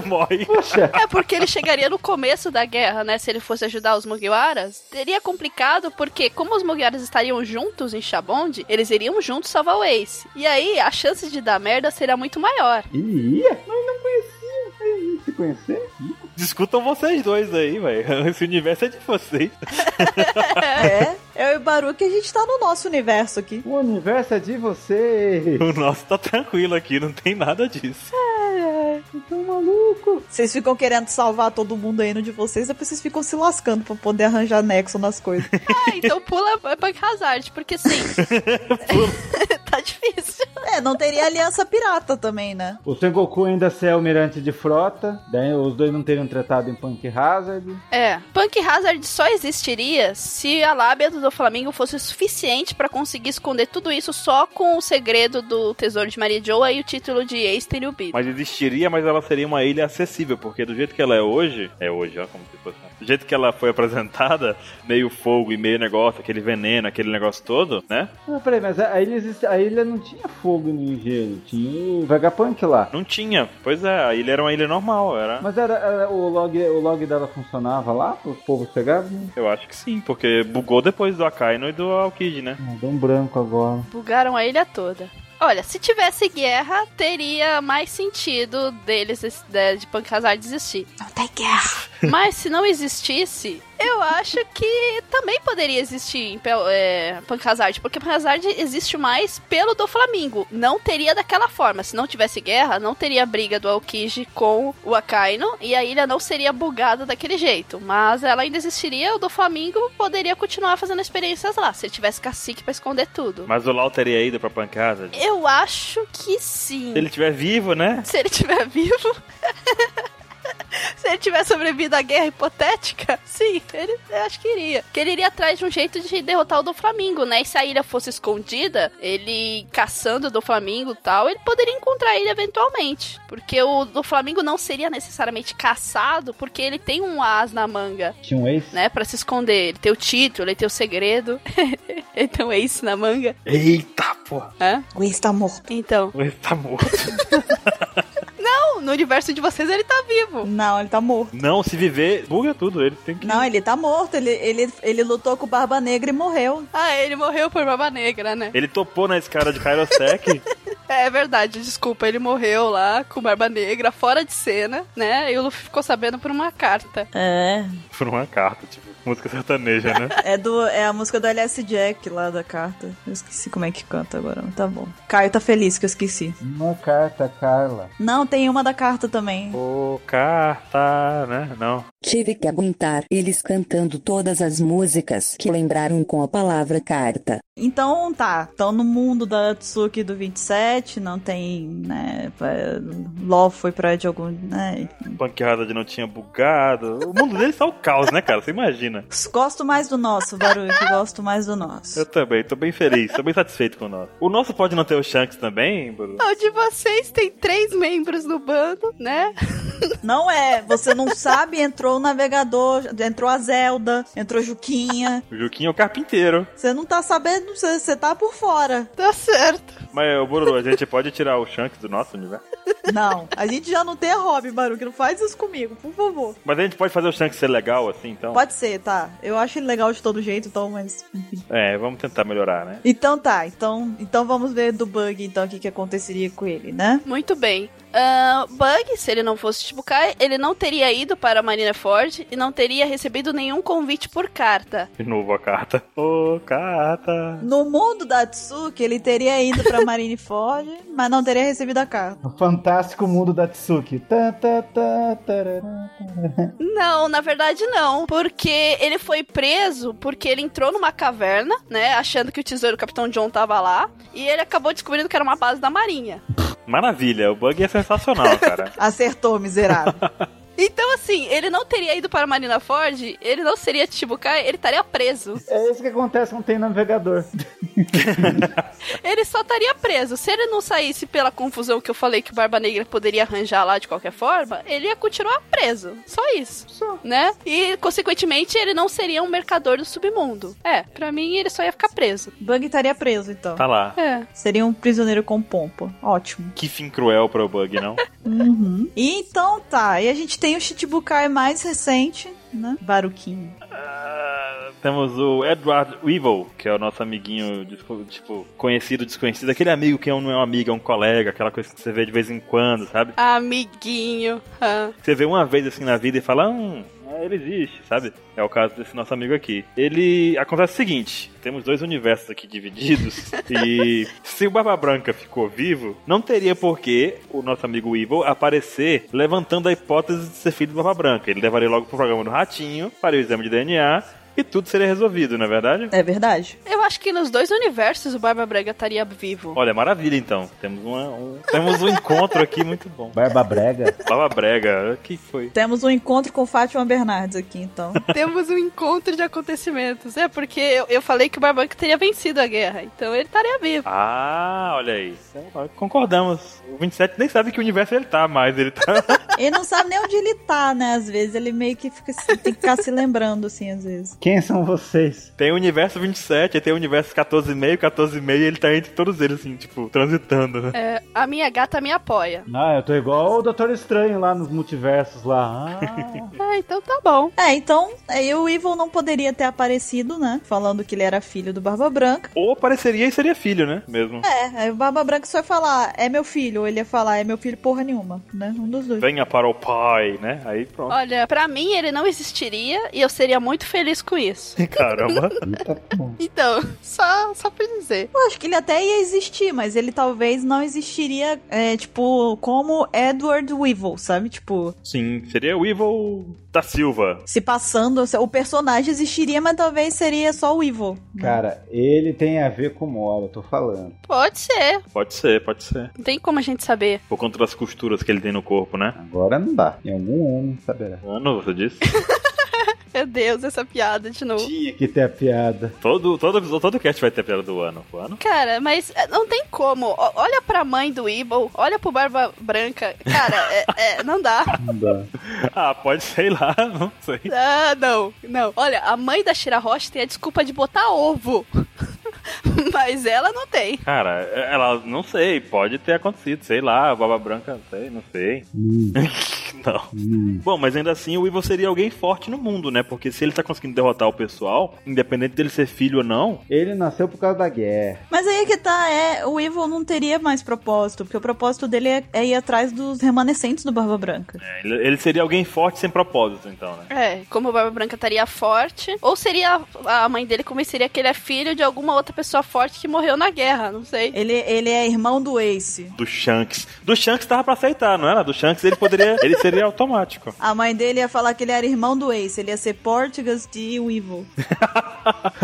[SPEAKER 1] Morre.
[SPEAKER 3] Puxa.
[SPEAKER 2] É porque ele chegaria no começo da guerra, né? Se ele fosse ajudar os Mugiwaras, seria complicado porque, como os Mugiwaras estariam juntos em Shabond, eles iriam juntos salvar o Ace. E aí a chance de dar merda seria muito maior.
[SPEAKER 3] Ih, ia? Mas não conhecia. Aí, Se conhecer? Ih,
[SPEAKER 1] Discutam vocês dois aí, velho. [LAUGHS] Esse universo é de vocês.
[SPEAKER 4] É, eu e o Baruque, a gente tá no nosso universo aqui.
[SPEAKER 3] O universo é de você.
[SPEAKER 1] O nosso tá tranquilo aqui, não tem nada disso.
[SPEAKER 3] Então, maluco.
[SPEAKER 4] Vocês ficam querendo salvar todo mundo aí no de vocês, depois vocês ficam se lascando pra poder arranjar nexo nas coisas. [LAUGHS]
[SPEAKER 2] É, Ah, então pula Punk Hazard, porque sim. [LAUGHS] tá difícil.
[SPEAKER 4] É, não teria aliança pirata também, né?
[SPEAKER 3] O Sengoku ainda se é almirante de frota, daí os dois não teriam tratado em Punk Hazard.
[SPEAKER 2] É. Punk Hazard só existiria se a lábia do Flamengo fosse o suficiente pra conseguir esconder tudo isso só com o segredo do tesouro de Maria Joa e o título de ex Bibi.
[SPEAKER 1] Mas existiria, mas ela seria uma ilha acessível, porque do jeito que ela é hoje, é hoje, ó, como se fosse. né? Do jeito que ela foi apresentada, meio fogo e meio negócio, aquele veneno, aquele negócio todo, né?
[SPEAKER 3] Não, peraí, mas a a ilha, existe- a ilha não tinha fogo no gelo, tinha o Vegapunk lá.
[SPEAKER 1] Não tinha. Pois é, a ilha era uma ilha normal, era.
[SPEAKER 3] Mas era, era o, log, o log dela funcionava lá, pro povo pegar? Não,
[SPEAKER 1] Eu acho que sim, porque bugou depois do Akainu e do Aokiji, né?
[SPEAKER 3] deu um branco agora.
[SPEAKER 2] Bugaram a ilha toda. Olha, se tivesse guerra, teria mais sentido deles, es- de, de Punk Hazard existir.
[SPEAKER 5] Não tem guerra.
[SPEAKER 2] Mas se não existisse, eu acho que também poderia existir em Pel- é, Punk Hazard, porque Punk Hazard existe mais pelo do Flamingo. Não teria daquela forma. Se não tivesse guerra, não teria a briga do Aokiji com o Akainu e a ilha não seria bugada daquele jeito. Mas ela ainda existiria, o do Flamingo poderia continuar fazendo experiências lá, se ele tivesse cacique pra esconder tudo.
[SPEAKER 1] Mas o Lau teria ido pra pancada. Se
[SPEAKER 2] Eu acho que sim.
[SPEAKER 1] ele estiver vivo, né?
[SPEAKER 2] Se ele estiver vivo. [LAUGHS] Se ele tiver sobrevivido à guerra hipotética, sim, ele, eu acho que iria. Que ele iria atrás de um jeito de derrotar o do Flamingo, né? E se a ilha fosse escondida, ele caçando do Flamingo e tal, ele poderia encontrar ele eventualmente. Porque o do Flamingo não seria necessariamente caçado, porque ele tem um as na manga,
[SPEAKER 3] Tinha um ex?
[SPEAKER 2] né? Pra se esconder. Ele tem o título, ele tem o segredo. [LAUGHS] ele tem um ace na manga.
[SPEAKER 1] Eita, porra!
[SPEAKER 4] O ex tá morto.
[SPEAKER 2] Então,
[SPEAKER 1] Ele tá morto.
[SPEAKER 2] no universo de vocês ele tá vivo.
[SPEAKER 4] Não, ele tá morto.
[SPEAKER 1] Não, se viver, buga tudo. Ele tem que.
[SPEAKER 4] Não, ele tá morto. Ele, ele, ele lutou com o Barba Negra e morreu.
[SPEAKER 2] Ah, ele morreu por Barba Negra, né?
[SPEAKER 1] Ele topou na escada de Kairosek.
[SPEAKER 2] É verdade, desculpa, ele morreu lá com Barba Negra, fora de cena, né? E o Luffy ficou sabendo por uma carta.
[SPEAKER 4] É.
[SPEAKER 1] [LAUGHS] por uma carta, tipo, música sertaneja, [LAUGHS] né?
[SPEAKER 4] É, do, é a música do LS Jack lá da carta. Eu esqueci como é que canta agora, mas tá bom. Caio tá feliz que eu esqueci.
[SPEAKER 3] Uma carta, Carla.
[SPEAKER 4] Não, tem uma da carta também.
[SPEAKER 1] Ô, carta, né? Não.
[SPEAKER 6] Tive que aguentar eles cantando todas as músicas que lembraram com a palavra carta.
[SPEAKER 4] Então tá, então no mundo da Tsuki do 27, não tem, né, pra- Law foi pra de algum, né,
[SPEAKER 1] Punk Hazard não tinha bugado. O mundo dele só o caos, né, cara? Você imagina.
[SPEAKER 4] Gosto mais do nosso, Baruch, gosto mais do nosso.
[SPEAKER 1] Eu também, tô bem feliz, tô bem satisfeito com o nosso. O nosso pode não ter o Shanks também, Bruno?
[SPEAKER 2] O de vocês tem três membros no bando, né?
[SPEAKER 4] Não é, você não sabe, entrou o navegador, entrou a Zelda, entrou Juquinha.
[SPEAKER 1] O Juquinho é o carpinteiro.
[SPEAKER 4] Você não tá sabendo, você, você tá por fora.
[SPEAKER 2] Tá certo.
[SPEAKER 1] Mas, ô, Bruno, a gente pode tirar o Shanks do nosso universo?
[SPEAKER 4] Não, a gente já não tem a hobby, Baruch, não faz isso comigo, por favor.
[SPEAKER 1] Mas a gente pode fazer o Shanks ser legal, assim, então?
[SPEAKER 4] Pode ser, tá. Eu acho ele legal de todo jeito, então, mas enfim.
[SPEAKER 1] É, vamos tentar melhorar, né?
[SPEAKER 4] Então tá, então, então vamos ver do bug, então, o que, que aconteceria com ele, né?
[SPEAKER 2] Muito bem. Ahn, Bug, se ele não fosse Chibukai, ele não teria ido para Marineford e não teria recebido nenhum convite por carta.
[SPEAKER 1] De novo a carta. Ô, carta.
[SPEAKER 4] No mundo da Tsuki, ele teria ido pra Marineford, mas não teria recebido a carta.
[SPEAKER 3] O fantástico mundo da Tsuki. Tá, tá, tá, tarará.
[SPEAKER 2] Não, na verdade não, porque ele foi preso porque ele entrou numa caverna, né, achando que o tesouro do Capitão John tava lá, e ele acabou descobrindo que era uma base da Marinha.
[SPEAKER 1] Maravilha, o bug é sensacional, [LAUGHS] cara.
[SPEAKER 4] Acertou, miserável.
[SPEAKER 2] Então, assim, ele não teria ido para Marina Ford, ele não seria Chibukai, ele estaria preso.
[SPEAKER 3] É isso que acontece quando tem navegador.
[SPEAKER 2] Ele só estaria preso. Se ele não saísse pela confusão que eu falei que o Barba Negra poderia arranjar lá de qualquer forma, ele ia continuar preso. Só isso. Só. Né? E, consequentemente, ele não seria um mercador do submundo. É, pra mim, ele só ia ficar preso.
[SPEAKER 4] Bug estaria preso, então.
[SPEAKER 1] Tá lá.
[SPEAKER 2] É.
[SPEAKER 4] Seria um prisioneiro com pompa. Ótimo.
[SPEAKER 1] Que fim cruel para o bug, não?
[SPEAKER 4] Uhum. E então tá, e a gente tem o Chichibukai mais recente, né? Baruquinho.
[SPEAKER 1] Ah, Temos o Edward Weevil, que é o nosso amiguinho, desco- tipo, conhecido, desconhecido. Aquele amigo que é um- não é um amigo, é um colega, aquela coisa que você vê de vez em quando, sabe?
[SPEAKER 2] Amiguinho. Ah.
[SPEAKER 1] Você vê uma vez assim na vida e fala, hum, é, ele existe, sabe? É o caso desse nosso amigo aqui. Ele. Acontece o seguinte: temos dois universos aqui divididos. e se o Barba Branca ficou vivo, não teria porquê o nosso amigo Evil aparecer levantando a hipótese de ser filho do Barba Branca. Ele levaria logo pro programa do Ratinho, faria o exame de DNA. E que tudo seria resolvido, não é verdade?
[SPEAKER 4] É verdade.
[SPEAKER 2] Eu acho que nos dois universos o Barba Brega estaria vivo.
[SPEAKER 1] Olha, maravilha então. Temos, uma- um, temos um encontro aqui muito bom.
[SPEAKER 3] Barba brega.
[SPEAKER 1] Baba Brega, o que foi?
[SPEAKER 4] Temos um encontro com Fátima Bernardes aqui, então.
[SPEAKER 2] [LAUGHS] Temos um encontro de acontecimentos. É, porque eu, eu falei que o Barbanca teria vencido a guerra, então ele estaria vivo.
[SPEAKER 1] Ah, olha aí. Então, Concordamos. O 27 nem sabe que universo ele tá, mas ele tá. [LAUGHS]
[SPEAKER 4] Ele não sabe nem onde ele tá, né? Às vezes ele meio que fica, assim, tem que ficar se lembrando, assim, às vezes.
[SPEAKER 3] Quem são vocês?
[SPEAKER 1] Tem o universo 27, aí tem o universo 14,5, 14,5, e ele tá entre todos eles, assim, tipo, transitando, né?
[SPEAKER 2] É, a minha gata me apoia.
[SPEAKER 3] Ah, eu tô igual o Doutor Estranho lá nos multiversos lá. Ah,
[SPEAKER 2] Ah, então tá bom.
[SPEAKER 4] É, então, aí o Evil não poderia ter aparecido, né? Falando que ele era filho do Barba Branca.
[SPEAKER 1] Ou apareceria e seria filho, né? Mesmo.
[SPEAKER 4] É, aí o Barba Branca só ia falar, é meu filho. Ou ele ia falar, é meu filho porra nenhuma, né? Um dos dois.
[SPEAKER 1] Venha para o pai, né? Aí pronto.
[SPEAKER 2] Olha, pra mim ele não existiria e eu seria muito feliz com isso.
[SPEAKER 1] [LAUGHS] Caramba.
[SPEAKER 3] tá bom.
[SPEAKER 2] Então, só, só pra dizer.
[SPEAKER 4] Eu acho que ele até ia existir, mas ele talvez não existiria, é, tipo, como Edward Weevil, sabe? Tipo,
[SPEAKER 1] Sim, seria o Evil da Silva.
[SPEAKER 4] se passando, o personagem existiria, mas talvez seria só o Evil.
[SPEAKER 3] [LAUGHS]
[SPEAKER 4] né?
[SPEAKER 3] Cara, ele tem a ver com Mora, eu tô falando.
[SPEAKER 2] Pode ser.
[SPEAKER 1] Pode ser, pode ser.
[SPEAKER 2] Não tem como a gente saber.
[SPEAKER 1] Por conta das costuras que ele tem no corpo, né?
[SPEAKER 3] Agora não dá. Em algum ano saberá.
[SPEAKER 1] Ano, você disse?
[SPEAKER 2] Meu Deus, essa piada de novo.
[SPEAKER 3] Tinha que ter a piada.
[SPEAKER 1] todo, todo, todo cast vai ter a piada do ano. O ano?
[SPEAKER 2] Cara, mas é, não tem como. O- olha pra mãe do Evil, olha pro Barba Branca. Cara, é- é, não dá.
[SPEAKER 3] Não dá.
[SPEAKER 1] Ah, pode, sei lá, [LAUGHS] não sei.
[SPEAKER 2] [LAUGHS] Ah, não, não. Olha, a mãe da Shira Roche tem a desculpa de botar ovo. [LAUGHS] Mas ela não tem.
[SPEAKER 1] Cara, é, ela, não sei, pode ter acontecido, sei lá, a Baba Branca, não sei, não sei. [LAUGHS] não. Bom, mas ainda assim o Evil seria alguém forte no mundo, né? Porque se ele tá conseguindo derrotar o pessoal, independente dele ser filho ou não,
[SPEAKER 3] Ele nasceu por causa da guerra.
[SPEAKER 4] Mas aí que tá, é, o Evil não teria mais propósito, porque o propósito dele é, é ir atrás dos remanescentes do Barba Branca.
[SPEAKER 1] é, ele, ele seria alguém forte sem propósito, então, né?
[SPEAKER 2] É, como o Barba Branca estaria forte. Ou seria a a mãe dele convenceria que ele é filho de alguma outra pessoa forte que morreu na guerra, não sei.
[SPEAKER 4] Ele, ele é irmão do Ace.
[SPEAKER 1] Do Shanks. Do Shanks tava pra aceitar, não era? Do Shanks ele poderia. [LAUGHS] ele seria automático. [LAUGHS]
[SPEAKER 4] A mãe dele ia falar que ele era irmão do Ace, ele ia ser Portugas de Evil.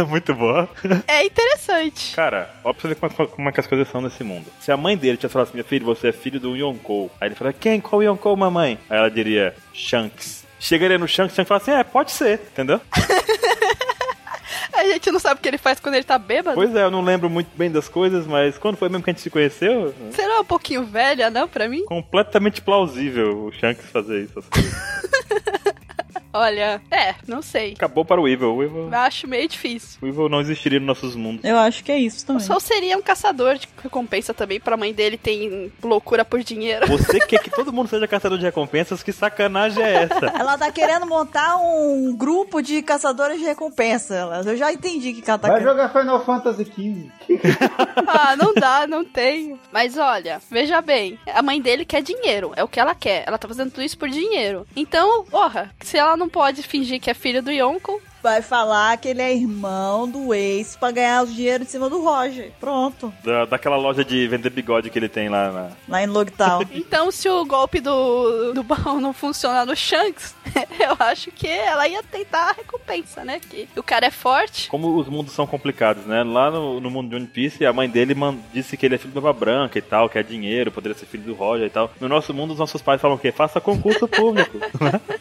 [SPEAKER 1] Muito boa.
[SPEAKER 2] É interessante.
[SPEAKER 1] Cara, ó pra você ver como, como é que as coisas são nesse mundo. Se a mãe dele tivesse falado assim, meu filho, você é filho do Yonkou. Aí ele fala, quem? Qual Yonkou, mamãe? Aí ela diria, Shanks. Chegaria no Shanks, Shanks fala assim, é, pode ser, entendeu?
[SPEAKER 2] A gente não sabe o que ele faz quando ele tá bêbado.
[SPEAKER 1] pois é, eu não lembro muito bem das coisas, mas quando foi mesmo que a gente se conheceu,
[SPEAKER 2] Você não é um pouquinho velha, não, pra mim?
[SPEAKER 1] completamente plausível o Shanks fazer isso. essas coisas.
[SPEAKER 2] Olha, é, não sei.
[SPEAKER 1] Acabou para o Evil. O Evil,
[SPEAKER 2] Acho meio difícil.
[SPEAKER 1] o Evil não existiria nos nossos mundos.
[SPEAKER 4] Eu acho que é isso também.
[SPEAKER 2] Só seria um caçador de recompensa também pra mãe dele tem loucura por dinheiro.
[SPEAKER 1] Você quer que todo mundo seja caçador de recompensas? Que sacanagem é essa?
[SPEAKER 4] Ela tá querendo montar um grupo de caçadores de recompensa. ela- Eu já entendi que ela tá
[SPEAKER 3] Vai
[SPEAKER 4] querendo.
[SPEAKER 3] jogar Final Fantasy XV.
[SPEAKER 2] Ah, não dá, não tem. Mas olha, veja bem, a mãe dele quer dinheiro, é o que ela quer. Ela tá fazendo tudo isso por dinheiro. Então, porra, se ela não pode fingir que é filho do Yonko,
[SPEAKER 4] Vai falar que ele é irmão do Ace pra ganhar os dinheiro em cima do Roger. Pronto.
[SPEAKER 1] Da, daquela loja de vender bigode que ele tem lá na,
[SPEAKER 4] Lá em Logtown.
[SPEAKER 2] então se o golpe do, do baú não funcionar no Shanks, [LAUGHS] eu acho que ela ia tentar a recompensa, né? Que o cara é forte.
[SPEAKER 1] Como os mundos são complicados, né? Lá no, no mundo de One Piece, a mãe dele man- disse que ele é filho do Barba Branca e tal, quer dinheiro, poderia ser filho do Roger e tal. No nosso mundo, os nossos pais falam o quê? Faça concurso público.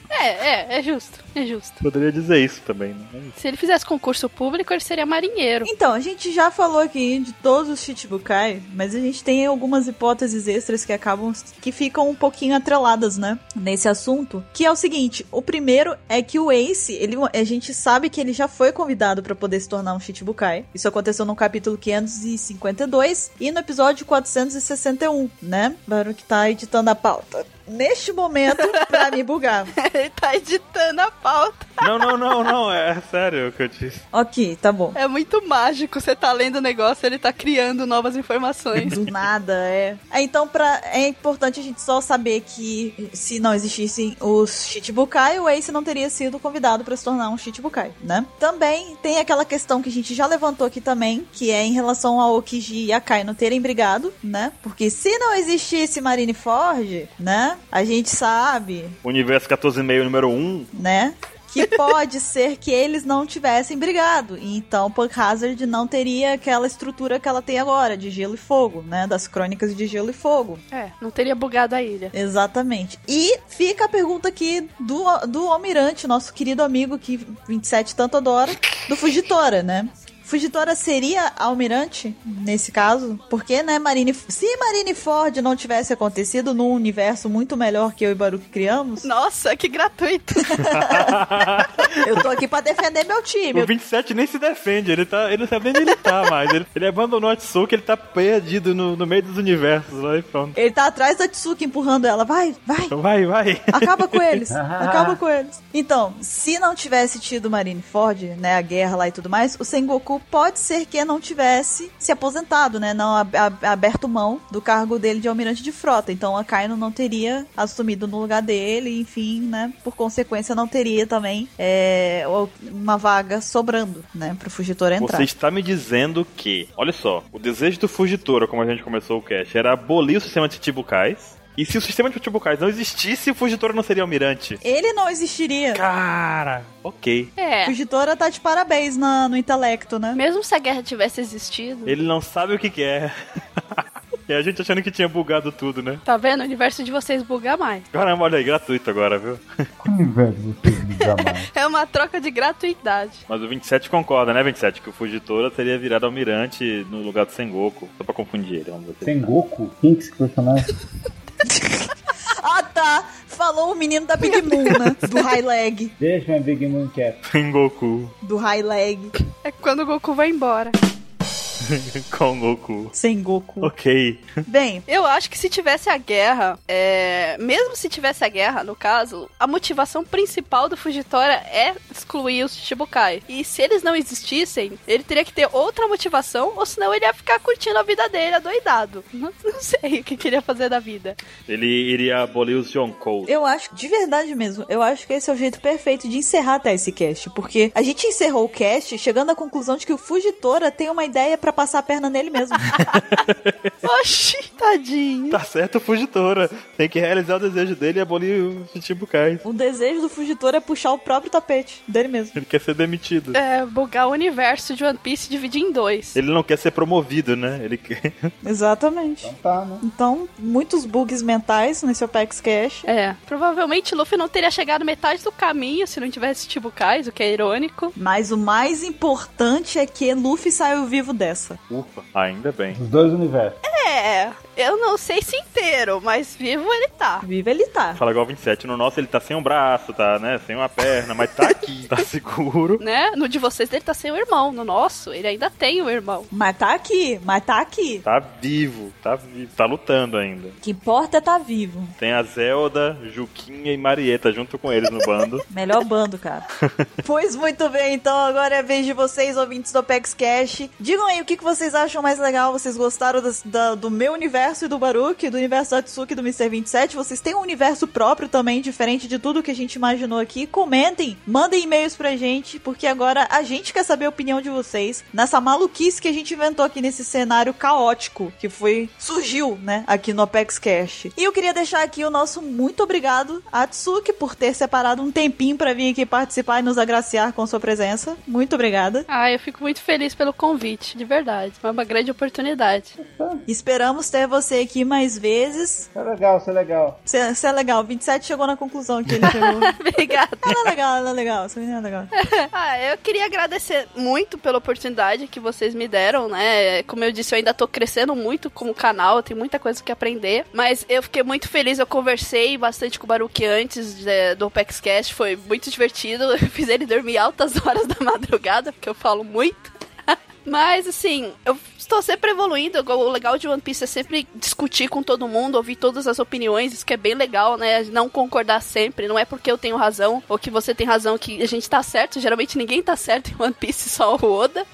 [SPEAKER 2] É, é, é justo, é
[SPEAKER 1] [LAUGHS]
[SPEAKER 2] justo.
[SPEAKER 1] poderia dizer isso também, né?
[SPEAKER 2] Se ele fizesse concurso público, ele seria marinheiro.
[SPEAKER 4] Então, a gente já falou aqui de todos os Chichibukai, mas a gente tem algumas hipóteses extras que acabam que ficam um pouquinho atreladas, né, nesse assunto, que é o seguinte, o primeiro é que o Ace, ele a gente sabe que ele já foi convidado pra poder se tornar um Chichibukai. Isso aconteceu no capítulo 552 e no episódio 461, né? Barulho que tá editando a pauta. Neste momento, pra me bugar.
[SPEAKER 2] [LAUGHS] ele tá editando a pauta.
[SPEAKER 1] Não, não, não, não, é sério o que eu disse.
[SPEAKER 4] OK, tá bom.
[SPEAKER 2] É muito mágico, você tá lendo o negócio, ele tá criando novas informações.
[SPEAKER 4] Do nada, é. É, Então, pra, é importante a gente só saber que se não existissem os Chichibukai, o Ace não teria sido convidado pra se tornar um Chichibukai, né? Também tem aquela questão que a gente já levantou aqui também, que é em relação ao Okiji e a Kaino terem brigado, né? Porque se não existisse Marineford, né? A gente sabe,
[SPEAKER 1] Universo 14,5, número 1.
[SPEAKER 4] né? que pode ser que eles não tivessem brigado. E Então, Punk Hazard não teria aquela estrutura que ela tem agora, de gelo e fogo, né? Das crônicas de gelo e fogo.
[SPEAKER 2] É, não teria bugado a ilha.
[SPEAKER 4] Exatamente. E fica a pergunta aqui do, do Almirante, nosso querido amigo que 27 tanto adora, do Fugitora, né? Fugitora seria almirante nesse caso? Porque, né, Marine. Se Marine Ford não tivesse acontecido num universo muito melhor que eu e Baruch criamos,
[SPEAKER 2] Nossa, que gratuito.
[SPEAKER 4] eu tô aqui pra defender meu time.
[SPEAKER 1] O 27 nem se defende, ele, tá, ele não sabe nem onde ele tá mais. Ele, ele abandonou a Tsuki, ele tá perdido no, no meio dos universos lá e pronto.
[SPEAKER 4] Ele tá atrás da Tsuki empurrando ela. Vai, vai,
[SPEAKER 1] Então vai, vai.
[SPEAKER 4] Acaba com eles. acaba com eles. Então, se não tivesse tido Marineford, né, a guerra lá e tudo mais, o Sengoku pode ser que não tivesse se aposentado, né, não ab- ab- aberto mão do cargo dele de almirante de frota. Então, a Kaino não teria assumido no lugar dele, enfim, né, por consequência não teria também é, o- uma vaga sobrando, né, pro Fugitor entrar.
[SPEAKER 1] Você está me dizendo que, olha só, o desejo do Fugitora, como a gente começou o cast, era abolir o sistema de Chichibukais. E se o sistema de Chichibukais não existisse, o Fugitora não seria almirante.
[SPEAKER 4] Ele não existiria.
[SPEAKER 1] Cara, ok.
[SPEAKER 2] É.
[SPEAKER 4] Fugitora tá de parabéns na- no intelecto, né?
[SPEAKER 2] Mesmo se a guerra tivesse existido.
[SPEAKER 1] Ele não sabe o que que é. [LAUGHS] e a gente achando que tinha bugado tudo, né?
[SPEAKER 2] Tá vendo? O universo de vocês buga mais.
[SPEAKER 1] Caramba, olha aí, gratuito agora, viu?
[SPEAKER 8] Como velho vocês me jamais.
[SPEAKER 2] É uma troca de gratuidade.
[SPEAKER 1] Mas o 27 concorda, né, 27? Que o Fugitora teria virado almirante no lugar do Sengoku. Só pra confundir ele, vamos dizer.
[SPEAKER 8] Tem Goku? Quem que se personagem?
[SPEAKER 4] Ah, tá. Falou o menino da Big Moon, [LAUGHS] né? Do High Leg.
[SPEAKER 8] Deixa minha Big Moon quieta.
[SPEAKER 1] assim. [LAUGHS] Sengoku.
[SPEAKER 4] Do High Leg.
[SPEAKER 2] É quando o Goku vai embora.
[SPEAKER 1] Com Goku.
[SPEAKER 4] Sem Goku.
[SPEAKER 1] Ok.
[SPEAKER 4] Bem,
[SPEAKER 2] Eu acho que se tivesse a guerra, é, mesmo se tivesse a guerra, no caso, a motivação principal do Fugitora é excluir os Shichibukai. E se eles não existissem, ele teria que ter outra motivação, ou senão ele ia ficar curtindo a vida dele, adoidado. Não, não sei o que queria fazer da [LAUGHS] vida.
[SPEAKER 1] Ele iria abolir os Yonkou.
[SPEAKER 4] eu acho, de verdade mesmo, eu acho que esse é o jeito perfeito de encerrar até esse cast. Porque a gente encerrou o cast chegando à conclusão de que o Fugitora tem uma ideia pra passar a perna nele [LAUGHS] mesmo.
[SPEAKER 2] Oxi, tadinho.
[SPEAKER 1] [LAUGHS] Tá certo, o Fugitora. Tem que realizar o desejo dele e abolir os Chichibukais.
[SPEAKER 4] o desejo do Fugitora é puxar o próprio tapete dele mesmo.
[SPEAKER 1] Ele quer ser demitido.
[SPEAKER 2] É, bugar o universo de One Piece e dividir em dois.
[SPEAKER 1] Ele não quer ser promovido, né? Ele quer... [LAUGHS]
[SPEAKER 4] Exatamente.
[SPEAKER 8] Tá, né?
[SPEAKER 4] Então, muitos bugs mentais nesse Opex Cash.
[SPEAKER 2] É, provavelmente Luffy não teria chegado metade do caminho se não tivesse Chichibukais, o que é irônico.
[SPEAKER 4] Mas o mais importante é que Luffy saiu vivo dessa.
[SPEAKER 1] Ufa, ainda bem.
[SPEAKER 8] Os dois universos.
[SPEAKER 2] É, eu não sei se inteiro, mas vivo ele tá.
[SPEAKER 4] Vivo ele tá.
[SPEAKER 1] Fala igual 27. No nosso ele tá sem um braço, tá, né? Sem uma perna, mas tá aqui. tá seguro.
[SPEAKER 2] Né? No de vocês ele tá sem o irmão. No nosso, ele ainda tem o irmão.
[SPEAKER 4] Mas tá aqui, mas tá aqui.
[SPEAKER 1] Tá vivo, tá vivo. Tá lutando ainda.
[SPEAKER 4] O que importa é tá vivo.
[SPEAKER 1] Tem a Zelda, Juquinha e Marieta junto com eles no bando.
[SPEAKER 4] Melhor bando, cara. pois muito bem, então agora é a vez de vocês, ouvintes do Apex Cash. Digam aí o que, que vocês acham mais legal. Vocês gostaram das- da- do meu universo e do Baruque, do universo da Atsuki e do Mr. 27? Vocês têm um universo próprio também, diferente de tudo que a gente imaginou aqui? Comentem, mandem e-mails pra gente, porque agora a gente quer saber a opinião de vocês nessa maluquice que a gente inventou aqui nesse cenário caótico que foi. surgiu, né, aqui no Apex Cash. E eu queria deixar aqui o nosso muito obrigado a Tsuki por ter separado um tempinho pra vir aqui participar e nos agraciar com sua presença. Muito obrigada.
[SPEAKER 2] Ah, eu fico muito feliz pelo convite, de verdade. Foi uma grande oportunidade.
[SPEAKER 4] Esperamos ter você aqui mais vezes.
[SPEAKER 8] Isso é legal, isso é legal.
[SPEAKER 4] Você é legal. 27 chegou na conclusão que ele chegou.
[SPEAKER 2] [LAUGHS] Obrigada.
[SPEAKER 4] Ela é legal, ela é legal. Essa menina é legal.
[SPEAKER 2] [LAUGHS] Ah, eu queria agradecer muito pela oportunidade que vocês me deram, né? Como eu disse, eu ainda tô crescendo muito como canal, eu tenho muita coisa que aprender. Mas eu fiquei muito feliz, eu conversei bastante com o Baruque antes é, do OpexCast, foi muito divertido. [LAUGHS] Eu fiz ele dormir altas horas da madrugada, porque eu falo muito. Mas assim, eu estou sempre evoluindo. O legal de One Piece é sempre discutir com todo mundo, ouvir todas as opiniões, isso que é bem legal, né? Não concordar sempre. Não é porque eu tenho razão ou que você tem razão que a gente tá certo. Geralmente ninguém tá certo em One Piece, [LAUGHS] só o Oda.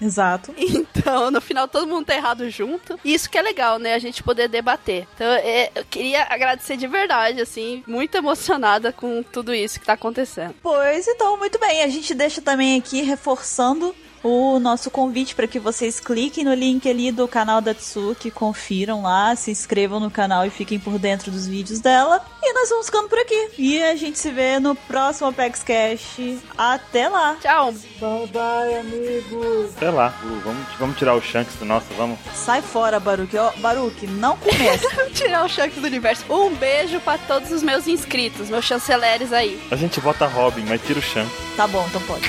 [SPEAKER 4] Exato.
[SPEAKER 2] Então, no final, todo mundo tá errado junto. E isso que é legal, né? A gente poder debater. Então, é, eu queria agradecer de verdade, assim, muito emocionada com tudo isso que tá acontecendo.
[SPEAKER 4] Pois então, muito bem. A gente deixa também aqui reforçando o nosso convite para que vocês cliquem no link ali do canal da Tsuki, confiram lá, se inscrevam no canal e fiquem por dentro dos vídeos dela. E nós vamos ficando por aqui. E a gente se vê no próximo Apex Cash. Até lá!
[SPEAKER 2] Tchau.
[SPEAKER 8] Bye bye, amigos.
[SPEAKER 1] Sei lá, Lu, vamos, vamos tirar o Shanks do nosso, vamos.
[SPEAKER 4] Sai fora, Baruque. Ó, Baruque, não começa.
[SPEAKER 2] [LAUGHS] Tirar o Shanks do universo. Um beijo pra todos os meus inscritos, meus chanceleres aí.
[SPEAKER 1] A gente bota Robin, mas tira o Shanks.
[SPEAKER 4] tá bom, então pode.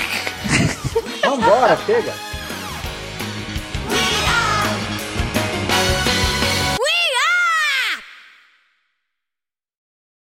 [SPEAKER 8] Vambora, chega.